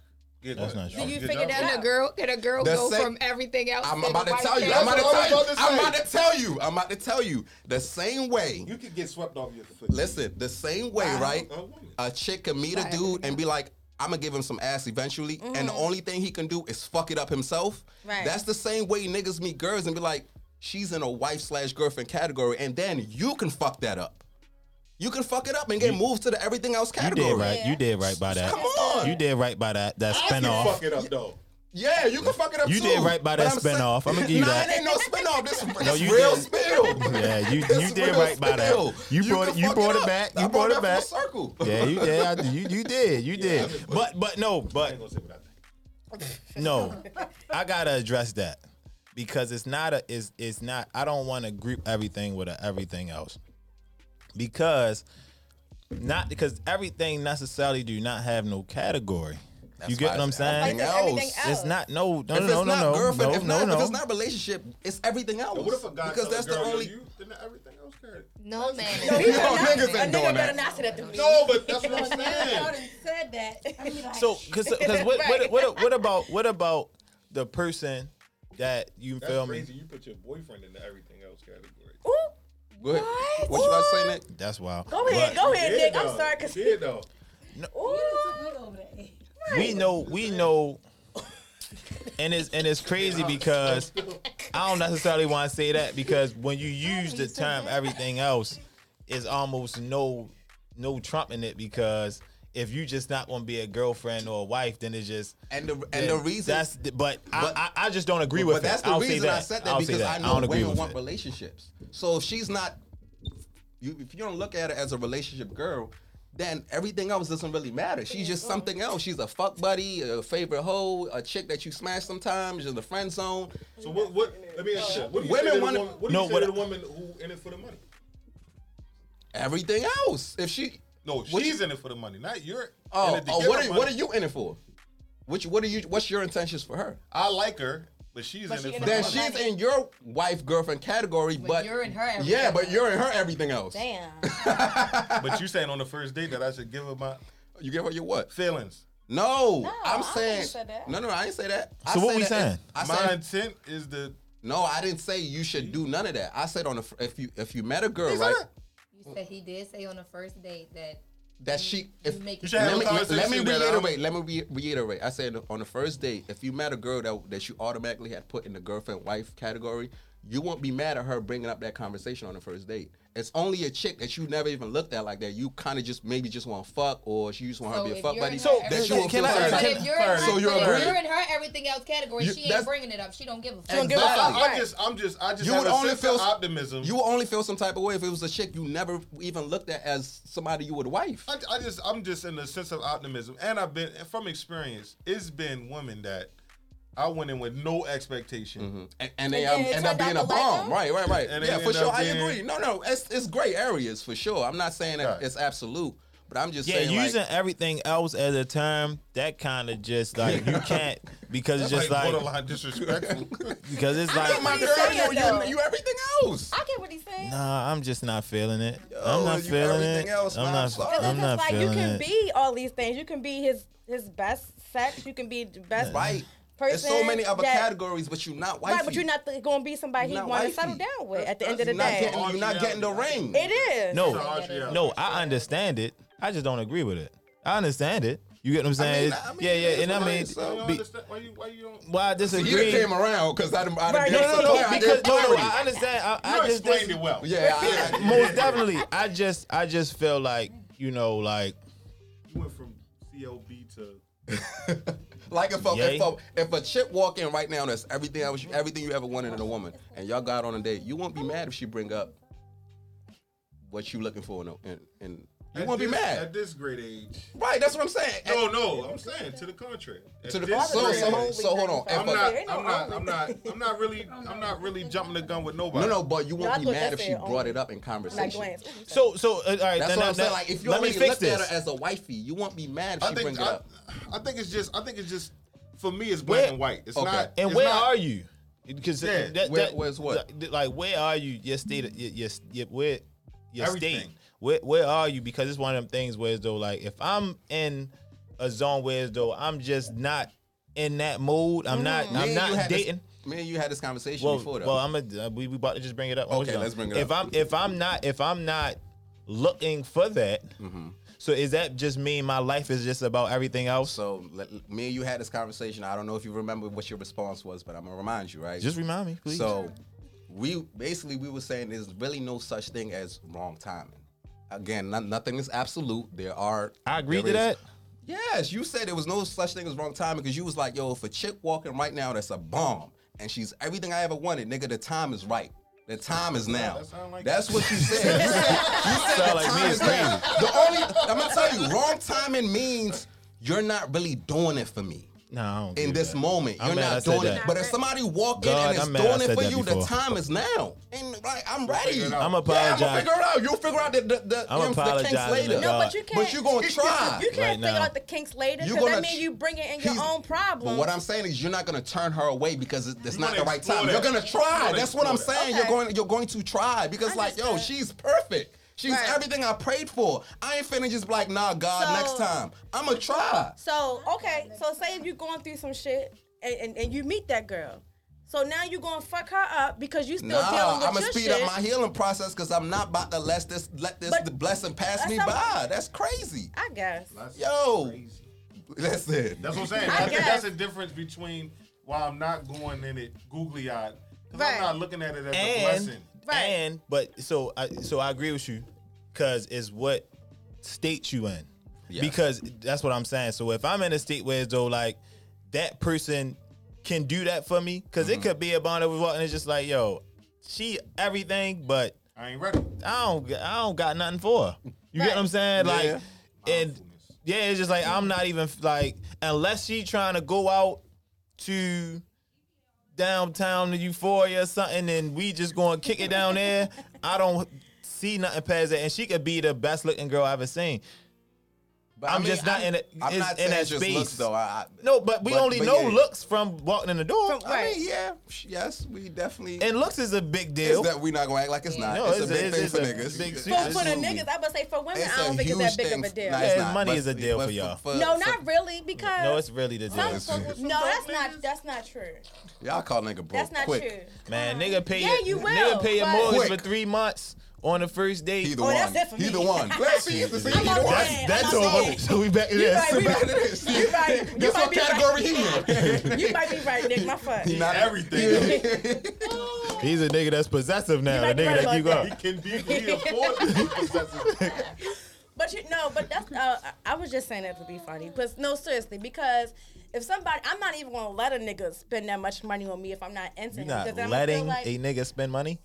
Yeah,
That's
go
not
ahead.
true.
I'm
You
good,
figured
y'all.
that
Can a girl can a girl
The
go
same-
from everything else?
I'm
to
about
the
to
white
tell you.
thing?
I'm about to
That's
tell
what I was
you.
about to
I'm
say.
about to tell you. I'm about to tell you. The same way.
You could get swept off your foot.
Listen, the same way, right?
A woman.
A chick can meet a dude and be like, I'm gonna give him some ass eventually, and the only thing he can do is fuck it up himself.
Right.
That's the same way niggas meet girls and be like, she's in a wife slash girlfriend category, and then you can fuck that up. You can fuck it up and get moved to the everything else
You
category.
did right. You did right by that.
Come on.
You did right by that. That
I can
spinoff.
fuck it up though.
Yeah, you can fuck it up
You
too.
did right by
But
that
I'm saying-
spinoff. I'ma give you
nah,
that.
it ain't no spinoff.
[LAUGHS]
This, this
you
real
did. [LAUGHS]
spill.
Yeah, you
This
you did
real
right by that.
spill.
You brought it
can
you
fuck
brought it
up.
back.
I
You brought it back.
Full circle.
Yeah, you yeah, I- you you did. You did. But but no,
I
but
ain't gonna say what I think.
[LAUGHS]
no, I gotta address that because it's not a it's it's not. I don't want to group everything with a everything else because not because everything necessarily do not have no category. you get
why
what I'm
it's everything
saying?
else.
everything else?
It's not no no
If
no
it's
no
not
no
girlfriend,
no
if,
no
not, if it's
no.
not relationship, it's everything else.
What if a guy
because that's the only.
you, then everything else carried.
no man.
Yo, niggas ain't
better
doing that.
not say that to me?
No, but that's what I'm
I
saying.
done said that. I'd be like,
So, cause, 'cause what, what, what, what about, what about the person that you
That's
feel
crazy.
me?
You put your boyfriend in the everything else category.
Go ahead. What, you about to say, Nick?
That's wild.
Go ahead, go ahead,
Yeah,
Nick. I'm
though.
sorry, cause
yeah, though.
you took me over the edge.
We know, we know. and it's and it's crazy because I don't necessarily want to say that because when you use the term everything else, it's almost no no Trump in it because if you just not gonna be a girlfriend or a wife, then it's just
And the and the
Yeah,
reason
That's the- but,
but-
I, I I just don't agree
But
with
that's
it.
the
I'll
reason
say that.
I said that
I'll
because
say that.
I know
don't agree
women
with
want
it.
relationships. So if she's not, you, if you don't look at her as a relationship girl, then everything else doesn't really matter. She's just something else. She's a fuck buddy, a favorite hoe, a chick that you smash sometimes, in the friend zone.
So what? What? Let me ask you. What do you
Women
women say to
wanna-
the woman? What do
No,
you say
what-
to the woman who in it for the money?
Everything else. If she,
No,
What
she's
you-
in it for the money, not you're. in
oh,
it to
oh,
get
what
her
are,
money.
what are you in it for? What you, what are you? What's your intentions for her?
I like her, but she's
But
in
she
it
in
for
it
the
Then
for
money.
the
she's in your wife girlfriend category,
But
but,
you're in her everything
Yeah, but
else.
you're in her everything else.
Damn.
But you saying on the first date that I should give her my
You give her your what?
feelings.
No,
I
I'm
don't
saying
think you said that.
no, no, I ain't say that. I
So what
said
we
that
saying?
if- I
my
said
intent is the
no. I didn't say you should do none of that. I said on the fir- if you if you met a girl
He said
right
that.
You said he did say on the first date that
that she if
you make
You
it.
should have
let
a
me, let- let me
conversation that I'm-
reiterate. Let me re- reiterate. I said on the first date if you met a girl that that you automatically had put in the girlfriend wife category, you won't be mad at her bringing up that conversation on the first date. It's only a chick that you never even looked at like that. You kind of just maybe just want to fuck or she just want
So
to be a
if
fuck
you're
buddy.
in her
that you
everything-
will
Can
feel
I-
some
But
type
can-
if
of-
you're in her,
So you're
but if
agreeing?
you're in her everything else category,
You-
she ain't
that's-
bringing it up. She don't give a fuck.
don't give a
I,
fuck.
I
Right.
just I'm just I just
You
have
would
a
only
sense
feel
of optimism.
You would only feel some type of way if it was a chick you never even looked at as somebody you would wife.
I, I just I'm just in a sense of optimism, and I've been and from experience. It's been women that I went in with no expectation.
And, and they
And
um,
then it
end up
turned
being
out
a
to like
bomb.
them?
Right, right, right.
And they
yeah, for
end
sure.
up
I
being-
agree. No, no. It's, it's gray areas for sure. I'm not saying that
Right.
it's absolute, but I'm just
Yeah,
saying. like,
using
[LAUGHS]
everything else as a term that kind of just like
[LAUGHS]
you can't because it's just like
borderline disrespectful.
because it's
I got
[LAUGHS]
my
like
you
girl,
saying,
you, you,
though.
you everything else.
I get what he's saying.
nah, I'm just not feeling it. I'm
Yo,
not
you
feeling it.
everything else,
I'm
man, I'm
not.
sorry.
Because
I'm
it's
not
like you
feeling
can
it.
be all these things. You can be his his best sex. You can be the best
Right.
person.
There's so many other
that-
categories, but you're not wifey.
Right, but you're not going to be somebody he
Not
want to
wifey.
settle down with at the end of
You're
the
not
day.
getting, you're not getting the ring.
It is.
No,
Archie,
No, I understand it. I just don't agree with it. I understand it. You get what I'm saying?
I mean,
yeah, yeah, and I
it's
mean,
fine, so-
I don't
be-
understand why you why you don't.
why I
You done
disagree?
came around because I didn't. I done
Right,
gave
no, no,
some
no,
clarity.
because no, no,
Clarity.
I understand. I, I
You
just
explained it well.
Yeah, I- I-
most definitely. I just, I just feel like you know, like
You went from CLB to
[LAUGHS] Like if a,
Yay.
if a if a chick walk in right now that's everything I was everything you ever wanted in a woman, and y'all got on a date, you won't be mad if she bring up what you looking for, in a- and and you
at
won't be
this-
mad.
at this great age.
Right, that's what I'm saying.
No, no, I'm saying to the contrary. At
To the-
this
so-
grade,
so- so hold on.
I'm
But-
not,
There ain't no
I'm not,
only.
I'm not, I'm not really, I'm not really jumping the gun with nobody.
no, no, but you
I
won't be
thought
mad
that
if she
said oh,
brought
only.
it up in
Like
conversation.
glance.
so, so. Uh, all right, then,
that's what
I-
I'm saying.
then-
Like if you
let me
already
fix
looked
this.
at her as a wifey, you won't be mad if
I
she bring
think,
it
I,
up.
I think it's just, I think it's just, for me, it's black
Where-
and white. It's
okay.
not.
and
it's
where
not-
are you? Because
Yeah,
that, that,
where- where's what?
th- Like, where are you? Your state. Your, your, your where? Your state.
Everything.
Where Where are you? Because it's one of them things where as though like if I'm in a zone where as though I'm just not in that mood. I'm not.
Me and
I'm
Mm-hmm. you
not
had this-
dating.
Me and you had this conversation
Well,
before, though.
well, I'm a, uh, we we about to just bring it up.
Okay,
Hold on.
let's bring it
if
up.
I'm if I'm not if I'm not looking for that,
Mm-hmm.
so is that just mean my life is just about everything else?
so let, me and you had this conversation. I don't know if you remember what your response was, but I'm gonna remind you, right?
just remind me, please.
So we basically we were saying there's really no such thing as wrong timing. Again, not, nothing is absolute. There are.
I agree
there
to that.
is- Yes, you said there was no such thing as wrong timing because you was like, yo, if a chick walking right now that's a bomb and she's everything I ever wanted, nigga, the time is right. The time is now.
that sound like-
That's what you said. You said, you
[LAUGHS]
said
Sound
the
like me
time
is
is now. The only I'm gonna tell you, wrong timing means you're not really doing it for me
no, I don't
in
do
this
that.
moment.
I'm
You're
mad I
not
said
doing it.
that.
But if somebody walk
God,
in
I'm
and
mad
is
I
doing
said
it for
that
you,
before.
the time is now. And like I'm ready.
figure it out.
I'm
Yeah, I'm gonna
apologizing.
figure it out. You'll figure out the the, the,
I'm
the kinks
apologizing to
later.
God.
No, but [LAUGHS] you can't.
But you gonna try.
You can't
Right
figure
now.
out the kinks later
You
because
gonna
that
ch-
means you bring in
He's-
your own
But
problems.
what I'm saying is, you're not gonna turn her away because it- it's
You
not the
wanna
right
explore
time.
that.
You're gonna
You
try.
wanna
That's what I'm
explore
saying.
that.
You're going. You're going to try because, like, yo,
Understood.
she's perfect. She's
Right.
everything I prayed for. I ain't finna just be like, nah, God,
So-
next time. I'ma try.
so okay, so say if you're going through some shit and, and, and you meet that girl, so now you're gonna fuck her up because you still dealing
Nah,
with
I'ma
your
speed
shit.
up my healing process because I'm not about to let this let this
But-
the blessing pass
That's
me
not-
by. That's crazy.
I guess.
That's
Yo.
crazy.
Listen.
That's what I'm saying.
I
I, think
guess.
that's the difference between why I'm not going in it googly eyed.
Right.
I'm not looking at it as a
and
blessing.
Right.
and but so I so I agree with you because it's what state you in
Yeah.
because that's what I'm saying. So if I'm in a state where though like that person can do that for me because
Mm-hmm.
it could be a bond that was walking. It's just like yo, she everything, but
I ain't ready.
I don't g- I don't got nothing for her. You get what I'm saying? Like
Yeah.
and yeah, it's just like I'm not even like unless she trying to go out to downtown to Euphoria or something, and we just going to kick it down there. I don't see nothing past that, and she could be the best looking girl I ever seen.
But
I'm just not in a-
I'm
it's
not
in
saying
that
just
space.
looks though. I, I,
No, but we
But-
only
but
know
yeah.
looks from walking in the door,
I mean, yeah, sh- yes, we definitely.
and looks is a big
is
deal.
that we not gonna act like it's not?
No,
it's,
it's
a
a-
big
it's-
thing
it's
for
a
niggas.
big secret.
It's-
But for the
absolutely.
niggas, I would say for women,
It's
I
a
don't think it's
huge
that big
thing
of a
f-
deal.
nah, it's
Yeah,
not,
money
but-
is a deal
but
for y'all.
no,
for-
not really, because
no, it's really the deal,
it's-
some, no, that's not that's not true.
Y'all call nigga bro
That's not
quick. [LAUGHS]
true.
man. Nigga pay
Yeah,
your,
you will,
nigga pay your
but-
mortgage for
Quick.
three months on the first date.
He the
Oh,
one.
that's it for
He
me.
the one. Let's be the same.
I'm
He the
okay.
one.
That's- that's I'm over. okay.
So we back in
right,
That's
we-
about it is.
you right. You
That's
might
what
be right.
category he in.
You might be right,
[LAUGHS]
Nick. My fuck.
He
You
not everything.
He's a nigga that's possessive now.
might
The
be
nigga
right
that
about
keep
that.
up.
[LAUGHS] Can be reinforced.
But you no, but that's uh, I I was just saying that to be funny. But no, seriously, because if somebody, I'm not even gonna let a nigga spend that much money on me if I'm not into
You
him.
not
because then I'ma
letting
feel like,
a nigga spend money?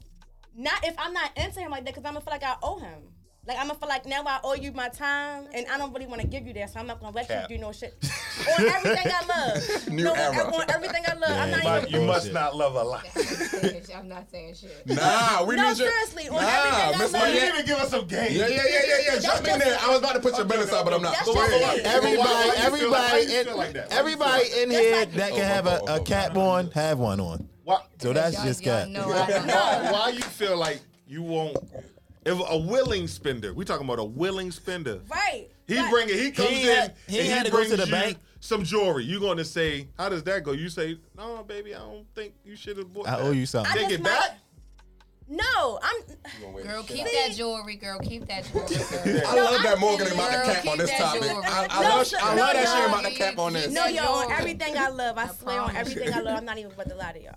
not if I'm not into him like that, because I'm gonna feel like I owe him. Like I'm gonna feel like now I owe you my time, and I don't really want to give you that, so I'm not gonna let
Cap.
you do no shit on everything I
[LAUGHS]
love.
New
no, on-
era.
on everything I love, I'm
Yeah.
not even.
you must
Bullshit.
not love a lot.
[LAUGHS] I'm not saying shit.
Nah, we
No,
need your.
seriously, on
Nah,
everything I
Miss
love.
You
Money.
didn't even give us some game.
Yeah, yeah, yeah, yeah, yeah. Jump in there. I was about to put your business out, but I'm not.
That's
Go
just
ahead.
it.
Everybody, everybody,
Why you feel
in-
like that? Why you feel
everybody
like
in
That's
here
like-
that
Oh,
can have a,
oh, oh,
a
oh,
cap
oh.
on, have one on.
Why,
So that's
Y'all-
just
y'all
cap.
know I
[LAUGHS]
don't.
why, why you feel like you won't? If a willing spender, we talking about a willing spender.
Right.
He
right.
bring it. He comes
ain't
in.
had- he
and
ain't had to go to
brings
the
you
bank.
Some jewelry. You going to say, how does that go? You say, no, baby, I don't think you should have bought.
I
that."
owe you something.
Take
just
it
might-
back.
No, I'm.
Girl, keep that jewelry, girl. Keep that jewelry. Girl.
I love that Morgan and
Girl,
Mata cap on
keep
this
that
topic.
jewelry.
I, I
No,
love, I
no,
love that
no.
shit about the cap on this.
No, y'all, on
Jewelry.
everything I love, I, swear on
promise.
everything I love, I'm not even about to lie to y'all.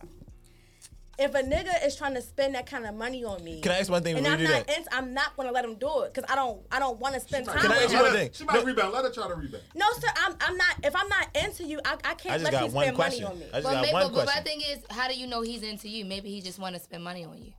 If a nigga is trying to spend that kind of money on me,
Can I ask one thing
and
before
I'm
you do
not,
that?
into, I'm not gonna let him do it because I don't, I don't want to spend time.
Can I
with
ask
him.
you one thing?
She might rebound. Let her try to rebound.
No, sir, I'm, I'm not. If I'm not into you, I, I
I
can't
just
let
got
you spend
one
money
question.
on me.
I just
But,
got
maybe,
one
but, but my
question.
thing is, how do you know he's into you? Maybe he just want to spend money on you.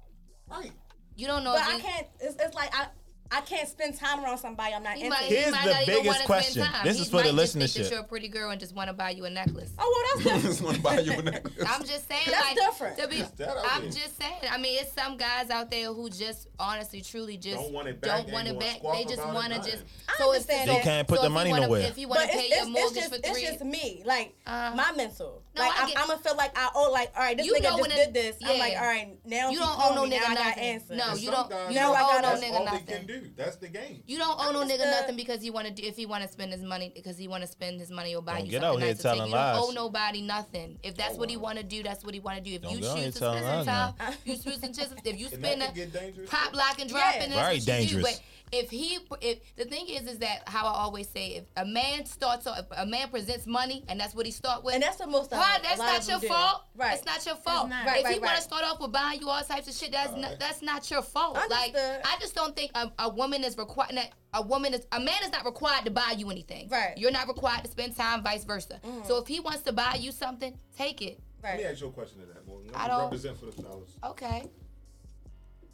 Right.
You don't know.
But
if
I
you-
can't. It's, it's like I, I can't spend time around somebody I'm not
He
into.
might, he
Here's
might
the
not even
biggest
wanna spend
question.
time.
This
He
is for the
might just think
listenership.
That you're a pretty girl and just want to buy you a necklace.
oh
[LAUGHS]
well,
[LAUGHS]
that's
just want to buy you a necklace.
I'm just saying,
That's
like,
different.
To be,
that out
I'm
there.
just saying. I mean, it's some guys out there who just honestly, truly just
Don't want it back,
don't
they
want
ain't
it
gonna
back.
squawk
They just
about it,
want to
nothing.
just.
I
So it's
understand
just-
They
can't put
so
the
if you
money
wanna-
nowhere.
If you want
but
to pay
it's,
your
it's, it's
mortgage
just,
for
it's
three,
just me. Like
Uh-huh.
my mental.
No,
like
I
I am
get-
I'm gonna feel like I owe. Like all right, this
You know
nigga
when
just did
it-
this. I'm like
yeah.
all right, now
you
he
don't
owe
owe no
me, now
nigga
I got
nothing.
answers.
No,
And
you don't.
sometimes
You
No,
don't
I
owe
got
no
that's
nigga
They can
nothing.
do. That's the game.
You don't owe no nigga
Understood.
nothing because he want to do if he want to spend his money because he want to spend his money or buy
Don't
you
get out
something
here
nice to take.
telling
You don't owe
lies.
nobody nothing. If that's what he want to do, that's what he want to do. If
Don't
you
get out here
choose to
telling
spend some
lies now.
time, you choose to just if you
And that
spend
can
a
get dangerous.
pop lock and drop
Yeah.
and that's
Very
what you do.
dangerous.
But if he if the thing is is that how I always say if a man starts off if a man presents money and that's what he start with.
And that's the most. of
Why?
it. A
That's
lot of
not
them
your
do.
fault.
Right.
That's not your fault.
not.
Right,
if
right,
you want
right.
to start off with buying you all types of shit, that's not, that's not your fault.
Understood.
Like I just don't think a, a woman is required. A woman is a man is not required to buy you anything.
Right.
You're not required to spend time, vice versa. So if he wants to buy you something, take it.
Right.
Let me ask you a question to that. Morgan.
I don't-
represent for the fellas.
Okay.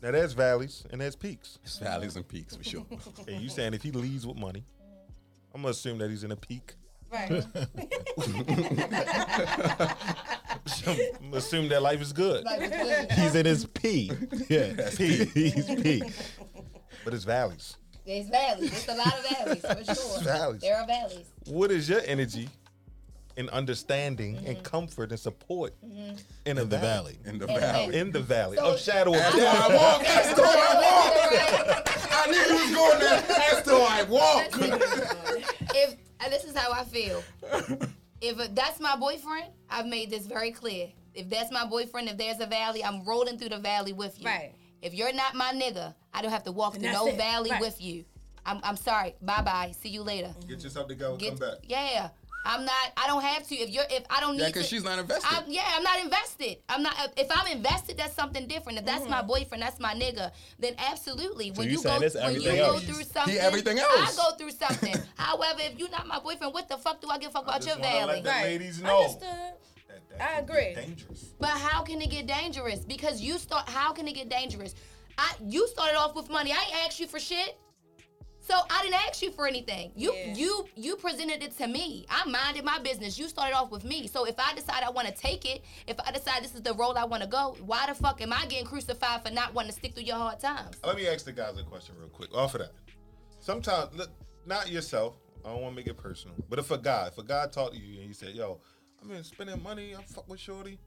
Now there's valleys and there's peaks.
Valleys and peaks for sure.
And you saying if he leads with money, I'm gonna assume that he's in a peak. [LAUGHS]
Right.
I'm assume that life is good.
He's in his pee. Yeah, pee. He's pee.
But it's valleys.
There's valleys. There's a lot of valleys for sure.
Valleys.
There are valleys.
[LAUGHS] What is your energy and understanding and comfort and support in, a
In the
valley?
valley.
In the valley.
In the valley of shadow of
After I walk, after I walk. I knew you was going there. After I [LAUGHS] walk.
if and this is how I feel, if that's my boyfriend, I've made this very clear. If that's my boyfriend, if there's a valley, I'm rolling through the valley with you.
Right.
If you're not my nigga, I don't have to walk through
that's
no
it.
valley
Right. Mm-hmm.
with you. I'm, I'm sorry. Bye bye. See you later.
Get yourself together.
Get- Yeah. I'm not. I don't have to. If you're, if I don't need
Yeah,
to,
because she's not invested.
I'm, yeah, I'm not invested. I'm not. If I'm invested, that's something different. If that's
Mm-hmm.
my boyfriend, that's my nigga. Then absolutely.
you saying this
when you
everything
go
else.
through something,
everything
I
else.
go
[LAUGHS]
through something. However, if you're not my boyfriend, what the fuck do I give a fuck about your value?
the
Right.
ladies know.
Understood. I agree.
Dangerous.
But how can it get dangerous? Because you start. How can it get dangerous? I you started off with money. I ain't asked you for shit. So I didn't ask you for anything. You
Yeah.
you you presented it to me. I minded my business. You started off with me. So if I decide I want to take it, if I decide this is the role I want to go, why the fuck am I getting crucified for not wanting to stick through your hard times?
Let me ask the guys a question real quick. Off of that. Sometimes, look, not yourself. I don't want to make it personal. But if a guy, if a guy talked to you and he said, "Yo, I've been spending money. I fuck with shorty,"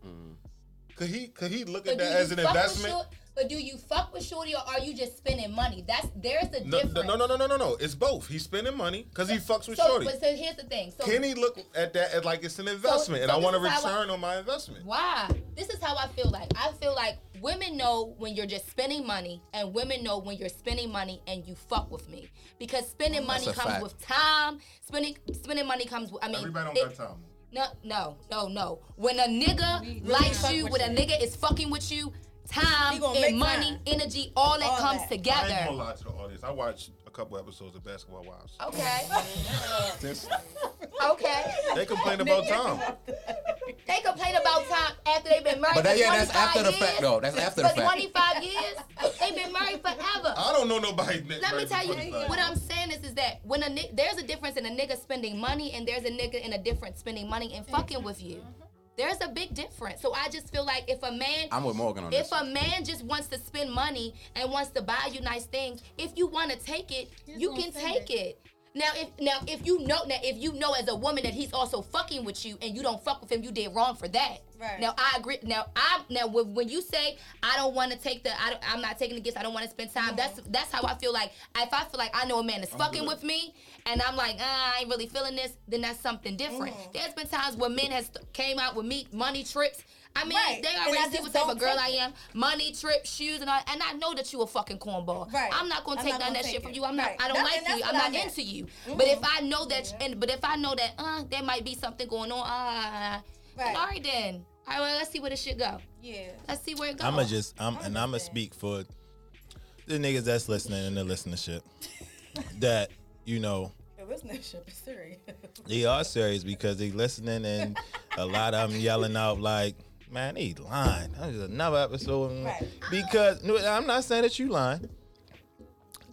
could he could he look at
But do
that
you
as an
fuck with
investment?
Short- but do you fuck with shorty or are you just spending money? That's there's the
No,
difference.
no, no, no, no, no, no. It's both. He's spending money because he fucks with
so,
shorty.
But so here's the thing. So
Can he look at that as like it's an investment, and
so
I want a
this is how I-
return on my investment?
Why? This is how I feel like. I feel like women know when you're just spending money, and women know when you're spending money and you fuck with me. Because spending money
That's a
comes
fact.
with time. Spending spending money comes with. I mean,
Everybody
it-
don't got time.
No, no, no, no. When a nigga likes you, when a nigga is fucking with you,
He
time
gonna
and
make
money,
time.
energy, all that
All
comes
that.
I ain't gonna
together.
lie to the audience. I watched a couple episodes of Basketball Wives.
Okay,
Since
okay.
they complain
[LAUGHS]
about time.
They complain about time after they've been married.
But that-
for
yeah, that's
25
after the
years.
fact, though. That's after the
For
fact.
25 years, they've been married forever.
I don't know nobody.
Let me tell you what I'm saying is is that when a ni- there's a difference in a nigga spending money and there's a nigga in a different spending money and fucking with you. There's a big difference. So I just feel like if a man
I'm with Morgan on this.
if a man just wants to spend money and wants to buy you nice things, if you want to take it, you
gonna
can
spend
take it. Now if now if you know now if you know as a woman that he's also fucking with you and you don't fuck with him, you did wrong for that.
Right.
Now I agree. Now I now when, when you say I don't want to take the I don't, I'm not taking the gifts. I don't want to spend time. That's that's how I feel like if I feel like I know a man is fucking with me and I'm like ah, I ain't really feeling this, then that's something different. There's been times where men has came out with me money trips. I mean,
Right.
they
And
already
I
see
just
what type of
don't
girl
take
I
it.
am. Money, trip, shoes, and all. And I know that you a fucking cornball.
Right.
I'm not gonna
I'm
take
not
none of
gonna
that shit
take
from
it.
you. I'm not.
Right.
I don't
That- and
like
that's
you.
what
I'm
I
not
meant. Mm-hmm.
into you. But if I know that, and but if I know that, uh, there might be something going on. Uh,
Right.
all right then. All right, well, let's see where this shit go.
Yeah.
Let's see where it goes.
I'ma just I'm and I'ma speak for the niggas that's listening in the
[LAUGHS]
listenership. that, you know,
It was no ship. It's serious.
they are serious because they listening and a lot of them yelling out like, "Man, he lying." That was another episode
Right.
because no, I'm not saying that you lying.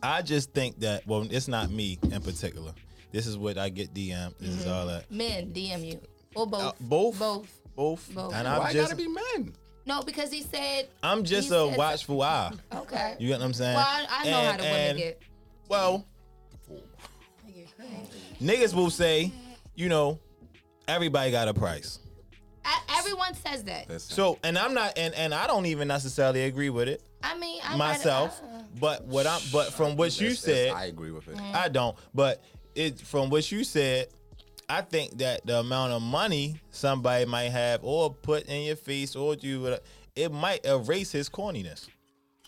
I just think that well, it's not me in particular. This is what I get DM. This is all that.
Men DM you or Mm-hmm. both.
Uh, both,
Both.
both,
Both.
and
Why
I'm
it
just,
gotta be men?
No, because he said.
I'm just
he
a
said-
watchful eye.
Okay.
You get what I'm saying?
well, I, I know how
And-
the women
and-
get.
Well, niggas will say, you know, everybody got a price.
I, E, everyone says that.
So, and I'm not, and and I don't even necessarily agree with it
I mean, I
myself.
Gotta,
But what I'm, but from what you
That's- that's-
said,
I agree with it.
I don't. But it from what you said, I think that the amount of money somebody might have or put in your face or you, it might erase his corniness.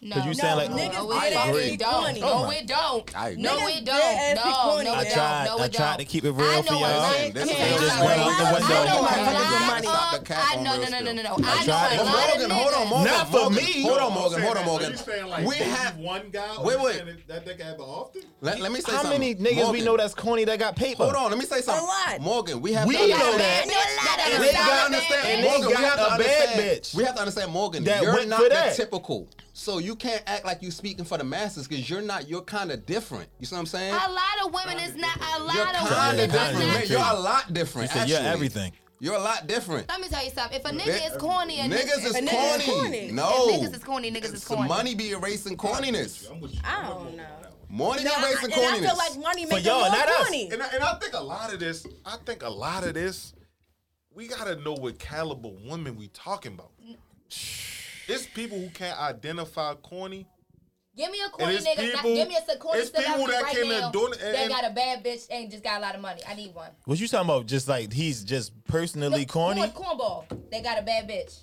no,
'Cause you
no,
sound like-
no,
Niggas
no,
dead
it
ass
don't.
be
don't.
corny.
No,
my-
it don't.
I agree.
No,
Niggas dead
it don't.
ass be
No,
corny.
no,
I
it
Yeah.
tried,
don't. No,
I
it
tried
don't.
to keep it
I
real for
know a
y'all.
lie.
Listen,
Let me
this
tell you
man
just
something.
went out the window.
Come on, niggas,
I know a lot
gotta
of
stop the cap
I
on
know,
real
no, no, no,
still.
no, no. I
tried to-
know a lot of
Morgan, hold on,
niggas.
Morgan.
Not for
Morgan,
me.
Hold on, Morgan. Hold on,
You
Morgan.
saying like
We
this
have.
one guy? or
Wait,
you
wait.
saying that- That that guy happen often?
Let, let me say
How
something.
many niggas we
Morgan,
know that's corny that got paper?
Hold on, let me say something.
lot.
Morgan, we have
We
to
know that.
understand. We
Niggas
have
that
to
are
understand.
and
bad.
they
Morgan, we
got
have to
a bad
understand-
bitch.
We have to understand, Morgan.
That
you're
went
not
for
the
that.
typical, so you can't act like you speaking for the masses because you're not. You're kind of different. You see what I'm saying?
A lot of women is not. A
You're
lot of
kind
women
of
is
different. man.
not.
You're a lot different.
You said you're
actually.
everything.
You're a lot different.
Let me tell you something. If a nigga is corny, a
Niggas is
nigga is
corny.
corny.
No.
If niggas is corny, niggas is
It's
corny.
Money be erasing corniness.
I'm with you.
I don't know.
Money be
No, I,
erasing
and
corniness.
I feel like money
For
makes
y'all,
y'all,
not us.
corny.
And I, and I think a lot of this, I think a lot of this, we gotta know what caliber women we talking about. It's people who can't identify corny.
Give me a corny
it's
nigga.
people-
not, give me a corny
it's people
celebrity
that
right
can
now
adorn- and-
that
and-
got a bad bitch and just got a lot of money. I need one.
What you talking about? Just like he's just personally
Look,
corny.
you want cornball. They got a bad bitch.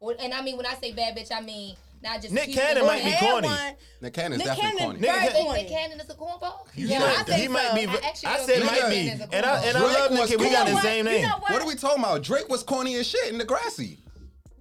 Or- And I mean, when I say bad bitch, I mean Not just
Nick
keep it
Cannon might be
going.
Had
corny.
one.
Nick Cannon's
Nick
definitely
Cannon,
corny.
Nick
very
Cannon-
Think
corny.
Nick Cannon is a cornball?
You
yeah,
might-
I think
he might
so.
be.
I, actually
I said
don't think
might be,
Nick Cannon is a
and I and I
cornball.
love Nick.
was
Cannon. We got
cool.
the same
You
name.
know what?
What are we talking about? Drake was corny as shit in Degrassi.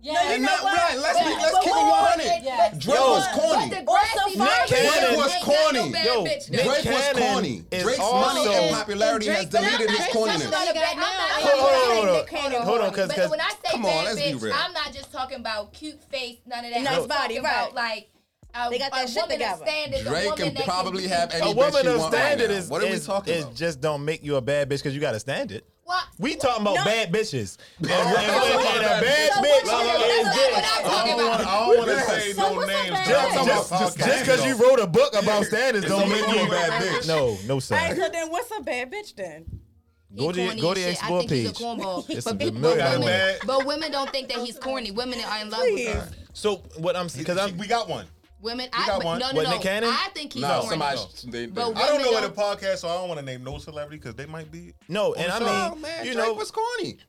No, you
And
know
not
what?
right. Let's be
But-
let's
but
keep it
wait, wait, wait,
100.
wait, wait, wait.
Drake
Yo.
was corny.
But the
Also,
grassy
Nick
version
Cannon
ain't
was
got
corny.
No bad
Yo,
bitch, though.
Nick
Drake was
Cannon
corny.
is
Drake's
also-
money and popularity has
Drake-
deleted his
Drake-
corniness.
Drake-
Hold on,
Hold on, hold on,
hold
hold
on,
on. Hold on, 'cause-
But
'cause-
when I say
Come on,
bad
let's be
bitch,
real.
I'm not just talking about cute face, none of that.
Nice
I'm
body,
talking
right.
about like a,
They got that
a
shit
woman
together.
of standards. a
Drake
woman
can
that
probably
be-
have any
A
bitch
woman
you
of
want right
standard
now.
is,
What are we
is-
talking
is
about?
just don't make you a bad bitch because you got a standard.
Well,
We talking about
No.
bad [LAUGHS] bitches. And, and-
that's
and
what I'm
a bad
talking
bitch
about.
is
That's
this.
what I'm
I
talking
don't
about.
want. I don't want to
Yes.
say
So
no
what's up,
names.
man?
John.
Just-
Just
Podcast.
because you wrote a book about standards don't
Don't
make you a [LAUGHS] bad
bad
bitch.
bitch.
No, no, sir.
All right, so then what's a bad bitch then?
he
Go to your,
corny
go
as
to your
shit. I
explore
think he's a
page.
cornball.
It's a
But people-
familiar
Got a
women-
bad-
But women don't think that he's corny. Women are in love with
Please.
him.
So what I'm because I'm
we got one.
Women,
You
I
got
but-
one?
no, no,
What,
no.
Nick Cannon?
I think he's
No,
corny.
somebody. they- they-
But
I don't
Women
know in the
don't-
podcast, so I don't want to name no celebrity because they might be.
no, and I
Oh,
Oh,
mean,
man,
you
Drake
know,
was corny.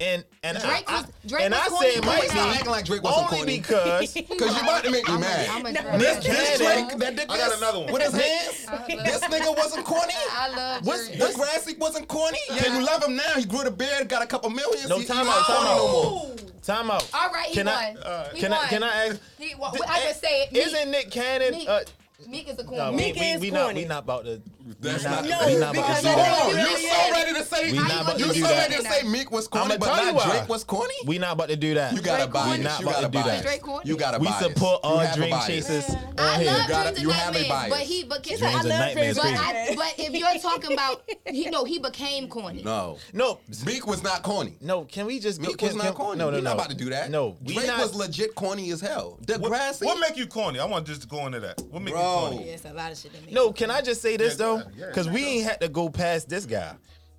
and and
Drake
I,
was- Drake
and
was
I
corny.
say it
Why
Why you
might
not?
acting
be
like Drake wasn't
only
corny?
[LAUGHS]
because
Because you about to make me
I'm a- I'm
mad.
a
This-
Drake.
This
Cannon-
Drake, that dick
I got
ass
another one.
With his hands,
I love-
this nigga wasn't corny.
I love
What's,
Drake.
this Grassy wasn't corny. Yeah, you love him now. He grew the beard, got a couple millions.
No,
He-
time
he
out,
not
time
corny
out.
no more.
time out.
All right, he
can
won.
I uh,
He
can I
won.
can I ask?
He won. Well, I just say it. Meek-
Isn't Nick Cannon?
Meek,
uh,
Meek is a corny.
no, we,
Meek
we,
is
we not we
corny.
not about to.
That's
not-
not.
No, we not because
because
about to do that.
you
that.
so ready to say
We
you
not about to
so
do that.
ready to say Meek was corny,
I'ma
but
tell you
not
why.
Drake was corny.
We not about to do that.
You got a bias.
We not
you
about
got
to
a
do
bias.
that.
Drake corny?
You got a
We
bias.
support uh,
You
all
have a
dream
bias.
chasers on
I
here.
love
gotta-
Dreams
you
and
have a
Nightmares,
bias.
but he but
She said, I
Dreams and
love
nightmares,
but,
Drake.
crazy.
I, but if you're talking [LAUGHS] about he no he became corny.
No,
No,
Meek was not corny.
no. Can we just?
Meek
can,
was
can-
not corny.
No, no,
We're
no.
not about to do that.
No, we
Drake
not.
was legit corny as hell. Degrassi.
What make you corny? I want to just go into that. What make
Bro.
you corny?
There's a lot of shit that makes.
no, can I just say this
Yeah,
though?
yeah,
Because we
yeah.
ain't had to go past this guy,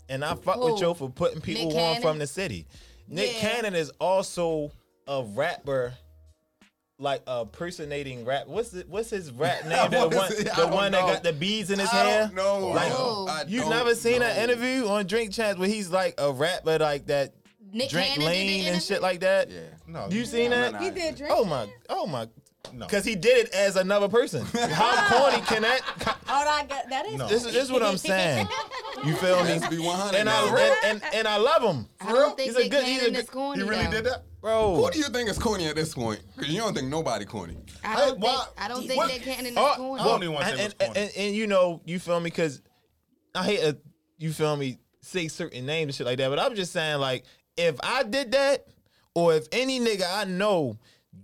and I fuck with
Who?
Joe for putting people
Nick
on
Cannon?
from the city. Nick
Yeah.
Cannon is also a rapper. Like a personating rap. What's the, what's his
[LAUGHS]
rap name? the
What is
one,
it?
the
I don't
one that
know.
got the beads in his
I
hair.
don't know.
Like,
Wow.
I
You
don't
never seen
know.
an interview on Drink Chats where he's like a rapper like that
Nick
drink
Cannon did the
lane and
interview?
shit like that.
Yeah.
No,
You seen
No, no,
that?
no.
He did drink.
Oh my, oh my,
No.
because he did it as another
[LAUGHS]
person. How corny can that?
All I got Oh, that is
No.
This is, this is what
[LAUGHS]
I'm saying. You feel me?
Let's be 100.
And I
now.
and, and, and I love him,
I don't think
He's a
Nick
good- he's a
Cannon
good-
is corny.
He really
though.
did that.
bro.
Who do you think is corny at this point? Because you don't think nobody corny.
I don't
Hey,
think,
why-
I don't think
what-
Nick Cannon is
Oh,
corny.
I don't even want to
and,
say what's
and,
corny.
and- and, you know, you feel me? Because I hate a, you feel me say certain names and shit like that. But I'm just saying, like, if I did that, or if any nigga I know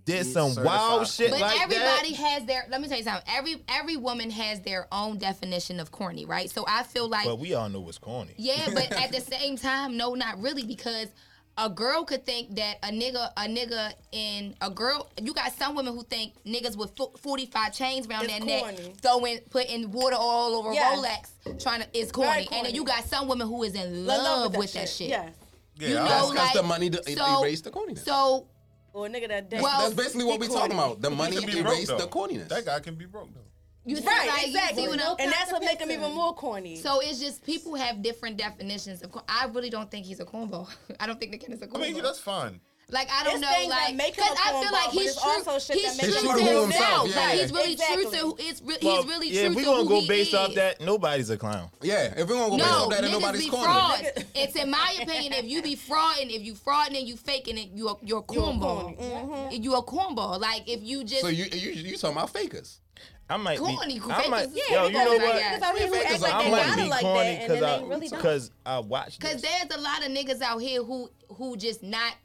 did some wild
certified
shit
But
like
everybody
that,
has their. Let me tell you something. Every every woman has their own definition of corny, right? So I feel like
but we all know what's corny.
[LAUGHS] Yeah, but at the same time, no, not really, because a girl could think that a nigga, a nigga, and a girl. You got some women who think niggas with fo- forty-five chains around
It's
their
corny.
neck, throwing, putting water all over
Yeah.
Rolex, trying to
Very
is corny.
corny.
And then you got some women who is in
I
love, with, that shit.
Yeah.
Yeah, I-
You know,
That's because
like
the money to
so-
erase the corniness.
So
Or a nigga that
Well,
Oh,
That's basically what
he
we're
corny.
talking about. The
He
money
He can be broke,
erased
though.
the corniness.
That guy can be broke though.
you see,
Right,
like,
exactly.
you see what I'm-
and that's what make him
Pizza.
even more corny.
so it's just people have different definitions of. Corn. I really don't think he's a cornball. [LAUGHS] I don't think the kid is a cornball.
I mean, that's fine.
Like I don't
It's
know,
things that
like
make him
because
a
I feel like
cornball, but
he's
it's
true.
also shit
he's
that
him
makes
true
a
to
cornball.
himself.
Yeah,
Like
yeah.
he's really true
Exactly.
to who. It's re-
Well,
he's really
yeah,
true
if we
to
gonna
who
go
he
based
is.
off that, nobody's a clown.
yeah, if we're going to go based
No,
off that,
niggas
nobody's
be
corny.
frauds. it's in my opinion, if you be frauding, if you frauding and you faking it, you a, you're a
corny.
cornball.
Mhm.
You a cornball. Like if you just
So you, you you talking about fakers?
I might
Corny,
be. I might,
fakers.
yo,
Yeah,
you know
because I
what?
guess-
Because I mean, who
Yeah,
act
because
like
I'm
they
like
got
be
it like that, and then they really
I
don't.
because I watched.
Cause
this.
there's a lot of niggas out here who who just not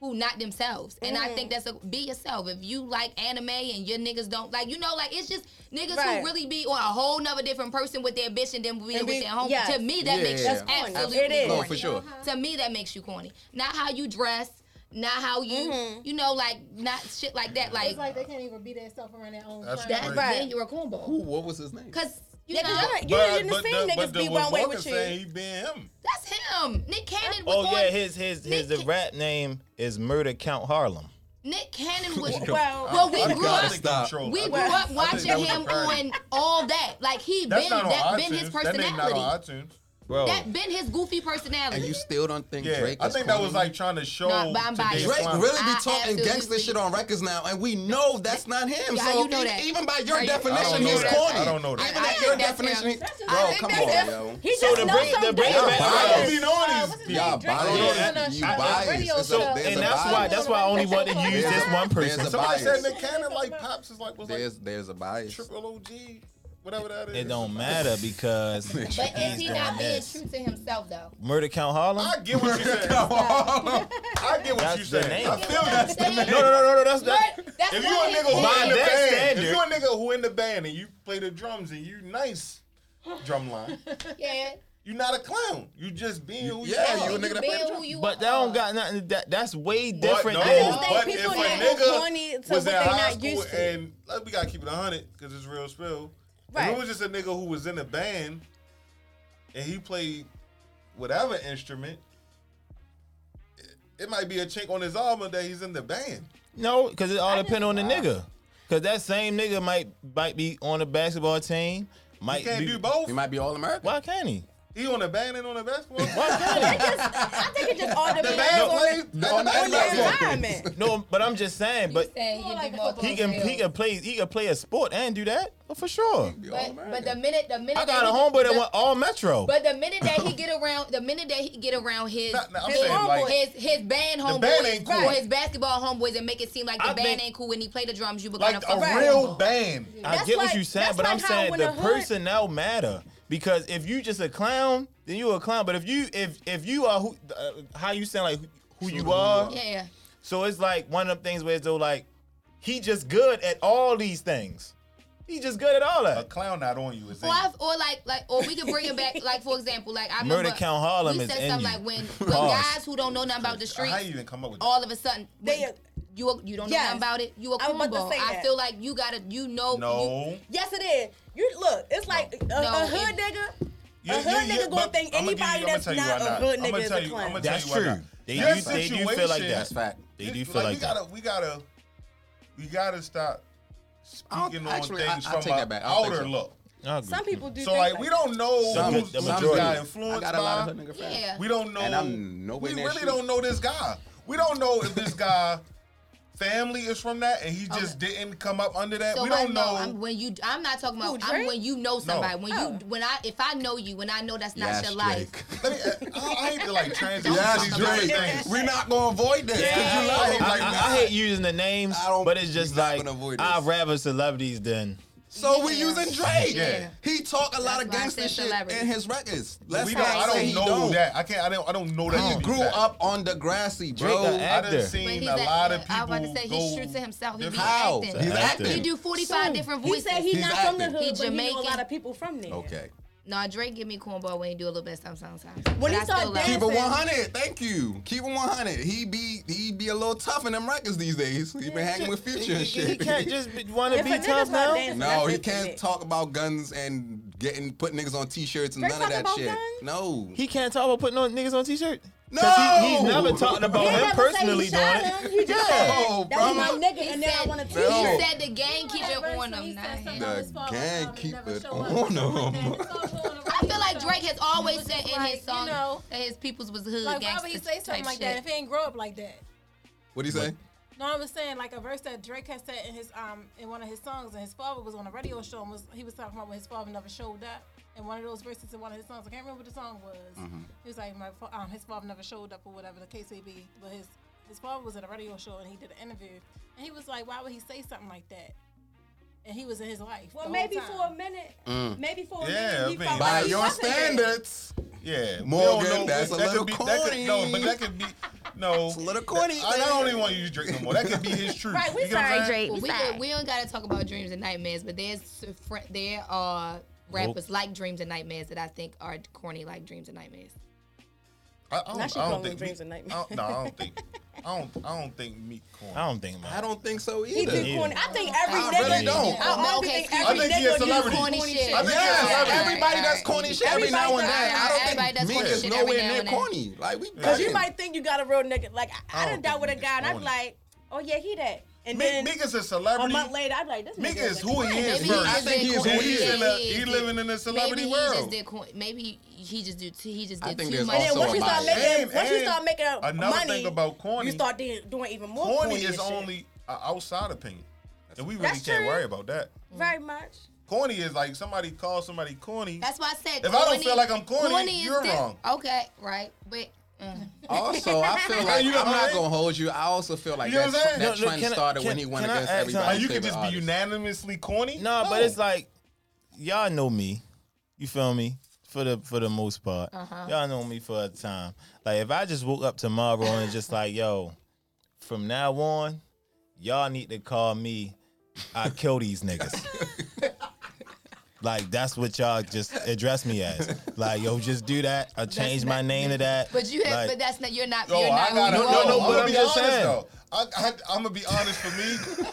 who not themselves, and I think
Mm-hmm.
that's a be yourself. If you like anime and your niggas don't like, you know, like it's just niggas
Right.
who really be on a whole nother different person with their bitch and then be with
be-
their home.
yes.
To me, that
Yeah,
makes
yeah,
you
yeah.
Corny.
absolutely
It is.
corny. Uh-huh.
No, for sure.
To me, that makes you corny. Not how you dress. Not how you,
Mm-hmm.
you know, like not shit like that. Like,
It's like they can't even be themselves around their own.
That's
circle.
that,
Right.
then you're a cornball.
Who? What was his name?
Cause you
Yeah,
know,
because you didn't seen
the-
niggas
the-
be
what
one way
Walker
with
saying,
you.
He being him.
that's him. Nick Cannon was
Oh
on.
yeah, his his his the
Nick-
rap name is Murder Count Harlem.
Nick Cannon was.
Well,
well, we
I
grew
gotta
up.
think
stop.
control. I
We
think-
grew
I
up
think
watching
that was a
him
parody.
on all that. Like he
That's
been
not on
that
iTunes.
been his
That name not
personality.
on iTunes. Bro.
That been his goofy personality.
And you still don't think
Yeah,
Drake?
I
is
think that was
corny?
like trying to show.
Nah, but I'm
today's
biased.
Drake
climate.
really be
I
talking
absolutely-
gangster shit on records now, and we know that's not him.
Yeah,
so
you know that.
even by your
Right.
I
definition,
don't know
he's
that.
corny.
I don't know that.
Even
I- I
at your
think that's
definition,
him.
he-
I
bro,
think
come
that's
on,
him.
yo.
He
So
just
to
knows
bring- to
some
bring it
things.
back-
I don't be knowing
What's
these
his
people.
Y'all
name? Drake
biased.
was on a-
You
on a
biased.
radio
It's a-
show.
there's
and
a
that's why
bias.
that's why I only want to use this one
There's
person.
a
Somebody said
bias.
Nick Cannon like pops is like was like
There's there's a bias.
triple OG, whatever that is.
It don't matter because he's
But is he
doing
not being
this.
true to himself though?
Murder Count Harlem?
I get what you said.
[LAUGHS] [LAUGHS] Come on.
I get what
That's
you
the
said.
name.
I feel that's the
That's
no,
name.
the
no, no, no, no. That's that.
What? That's
If you
not
a
his
nigga who
By
in the
that
band,
standard.
if you a nigga who in the band and you play the drums and you nice drum line,
Yeah.
you not a clown. You just being who you
Yeah,
are.
you a nigga that
being
played
who you
But that
are.
don't got nothing. That that's way
But
different.
no,
than-
just think
but
people
if
that
a
go
nigga
corny to
was
what
in
they
high
not
school
used to.
and like, we gotta keep it hundred because it's real spill. If
Right.
it was just a nigga who was in a band and he played whatever instrument, it- it might be a chink on his armor that he's in the band.
No, because it all depends on the
wow.
nigga. Because that same nigga might might be on the basketball team. Might
He can't
be,
do both.
He might be all American.
Why can't he?
He on the band and on the basketball.
Why
[LAUGHS]
can't he?
[LAUGHS] I think it just all
The
depends
band
on
plays.
No,
on
no,
your
no.
environment.
no, but I'm just saying. But
saying he,
like
can
a
be more
football
he can he can play he can play a sport and do that well, for sure.
Be all
But, but the
American.
minute the minute
I
that
got a
he-
homeboy that
the-
went all metro.
But the minute that he get around, the minute that he get around his
Nah, nah, I'm
his,
saying, like-
his his band homeboys,
band ain't cool.
or his basketball homeboys, and make it seem like the
I
band
think-
ain't cool. When he play the drums, you become
Like
a
a
fucking
real
homeboy.
band.
I
That's
get what
like-
you're saying,
that's
but I'm
like how
saying
when
the
the hood-
personnel matter because if you just a clown, then you a clown. But if you if if you are who uh, how you sound like who, who
Who
you
you
are,
are.
Yeah, yeah.
so it's like one of them things where it's though like he just good at all these things. He just good at all
A
that.
clown not on you is
Or, I've, or like like or we could bring it back. Like for example, like I
Murder
remember
Count Harlem
we
is
said
in
something
you.
[LAUGHS]
like when when
Pause.
guys who don't know nothing about the
How you
streets,
even come up with that?
all of a sudden
They-
you a- you don't know
Yes.
nothing about it. You a
I was about to
cornball.
say
I
that.
feel like you gotta you know. you-
No.
Yes, it is. You look. It's like a,
No,
a
it-
hood nigga.
Yeah,
a hood
yeah, yeah,
nigga gonna
but
think
I'ma give
anybody
you- I'ma
that's
tell you
not
why
a good
I'ma
nigga is
tell
a
you-
clown.
I'ma tell
That's
you why
true.
not.
They
Your
do, they do feel like
situation-
that.
That's fact.
They do
It's
feel like,
we
that.
gotta, we gotta, we gotta stop
I
speaking
don't-
on
actually, I-
things
I
from
take
an
that back. I don't think
outer
so.
look.
I agree.
Some people do.
So
think
like, we don't know
Some-
who's
the
this
majority.
guy
I
influenced
got a lot
by.
of hood nigga fans.
Yeah.
We don't know.
And I'm nowhere
we
near
really
shoe.
don't know this guy. We don't know if this guy family is from that, and he just didn't come up under that.
So
we
I
don't know.
I'm, when you, I'm not talking about.
Who,
I'm
Drake?
when you know somebody. When
Oh.
you, when I, if I know you, when I know that's not
Yes,
your
Drake.
life. [LAUGHS]
Let me, I, I hate to
[LAUGHS]
like transition to
Yes,
these
Drake.
different
[LAUGHS]
things.
We're not gonna avoid this. 'cause you love
I,
him
I-
like
I- I hate using the names,
I don't-
but it's just
we're not
like
gonna avoid this.
I'd rather celebrities
[LAUGHS]
than
So we
Yeah.
using Drake.
Yeah.
He talk a lot
That's
of
why I
gangster
said
shit
celebrity.
in his records. Let's
We
not
don't, I
say
don't
he
know
don't.
that. I can't. I don't. I don't know that. to
He
be
grew
fact.
up on the grassy,
Drake
bro.
a
I
actor.
done seen a
act-
lot of people.
I was about to say he's
go
true to himself. He be
different-
How?
acting.
He's
An actor.
He
acting.
do 45 different
He
voices.
said he
He's
not from the
acting.
hood,
He
but he knew a
Jamaican.
lot of people from there.
Okay.
Nah, Drake give me cornball when he do a little bit sometimes.
When he
But I
start
still love
Keep
him.
it
Listen.
100. Thank you. Keep it 100. He be he be a little tough in them records these days. He been hanging with Future
he,
and
he
shit.
can't just want to
If a
be
nigga's
tough
not
now.
[LAUGHS]
dancing,
No,
that's
he
it for me.
can't talk about guns and getting put niggas on t-shirts and
Drake
none of
talk
that
about
shit.
guns?
No.
He can't talk about putting on niggas on t-shirt. 'Cause
No!
he, he's never talking about
He
him
never say
personally
he
doing
shot
it.
[LAUGHS]
him. He just
No,
said, that was my
bro.
nigga,
He
and now I
said-
want a
he
No.
t-shirt.
said the gang keep it
Whatever,
on
so he said
him, not him.
something
The
always fall
gang
out,
keep
never
it
show up,
on
stuff like
'em.
that.
[LAUGHS]
It's all going around.
I feel like Drake has always
It was
said
just
in
like,
his song
you know,
that his peoples was hood
like why
gangster
would he say something
type
like that
shit.
if he ain't grow up like that?
What'd he say?
No, I was saying like a verse that Drake has said in his um in one of his songs, and his father was on a radio show and was he was talking about when his father never showed up. And one of those verses in one of his songs, I can't remember what the song was.
Mm-hmm.
He was like, my fa- um, his father never showed up or whatever the case may be. But his his father was at a radio show and he did an interview, and he was like, why would he say something like that? And he was in his life.
Well,
the
maybe
whole time.
for a minute, maybe for a
Mm. Yeah,
minute, he
I mean,
felt
By
like he
your
wasn't there.
standards.
Yeah, we
Morgan,
don't know.
that's a
That
little
could be, that could- no, but
corny.
that could be no.
It's a little corny,
I, I don't
man.
even want you to drink no more. That could be his truth.
Right, we
You get what I'm
sorry,
saying?
Drake.
Well,
We
we,
sorry.
could, we don't gotta talk about dreams and nightmares, but there's fr- there are rappers like dreams and nightmares that I think are corny like dreams and nightmares.
I, I don't,
Now she
I don't
calling
think
dreams
me-
a nightmare.
I don't- No, I don't think. I don't. I don't think meat corn.
I don't think. Man.
I don't think so
He
either.
do corny. I think every
I
nigga.
really don't.
I
No,
honestly
okay,
think
excuse
every
me. I think he
nigga
a
do
celebrity.
corny
Corny
shit.
shit.
I think
Yes,
he's a celebrity.
everybody
Alright,
that's
alright.
corny shit every now and then. I don't
Everybody
think
does
me
corny
is
shit every
nowhere
now
near
and then.
corny. Like we,
Because
bugging.
you might think you got a real nigga. Like, I, I
I
done
don't
dealt
think
with a
he's
guy, and I'm
Oh, corny.
like, oh, yeah, he that. And
Meek,
then
Meek is a
a
celebrity.
month later, I'd be like, this
Meek
nigga
is who he
a-
is.
Maybe
first.
he
I
just
think
did
he's
coin-
he's
yeah,
in a,
he
he
did-
living in a celebrity
maybe
world.
He just did coin- maybe he just do too, he just
I
did
think
too
there's
much.
And then
also
once
a
you start
bias.
making,
And-
once you
and
start making up
another
money,
thing about corny-
you start de- doing even more.
corny is
shit.
only an outside opinion, and we really
That's
can't
true.
worry about that.
very much.
Corny is like somebody calls somebody corny.
That's why I said
If I don't feel like I'm corny,
is
you're
this-
wrong.
Okay, right, but mm.
Also, I feel like
you know what
I'm
I'm
not
saying?
gonna hold you. I also feel like
You know
that,
what I'm saying?
that
No, no,
trend
can I-
started
can-
when he went
can I
against
ask
Now
everybody.
something?
you can just be unanimously corny.
No, but
Oh.
it's like y'all know me. You feel me? For the for the most part,
Uh-huh.
y'all know me for a time. Like if I just woke up tomorrow and just like, yo, from now on, y'all need to call me. I kill these
[LAUGHS]
niggas. like that's what y'all just address me as. Like yo, just do that. I change my name to that.
but you have,
Like,
but that's not you're not
Yo,
you're not
I gotta
who you
no,
are.
no,
but
no, I'm gonna
I'm
be
just
honest
saying.
though. I, I, I'm gonna be honest for
[LAUGHS]
me.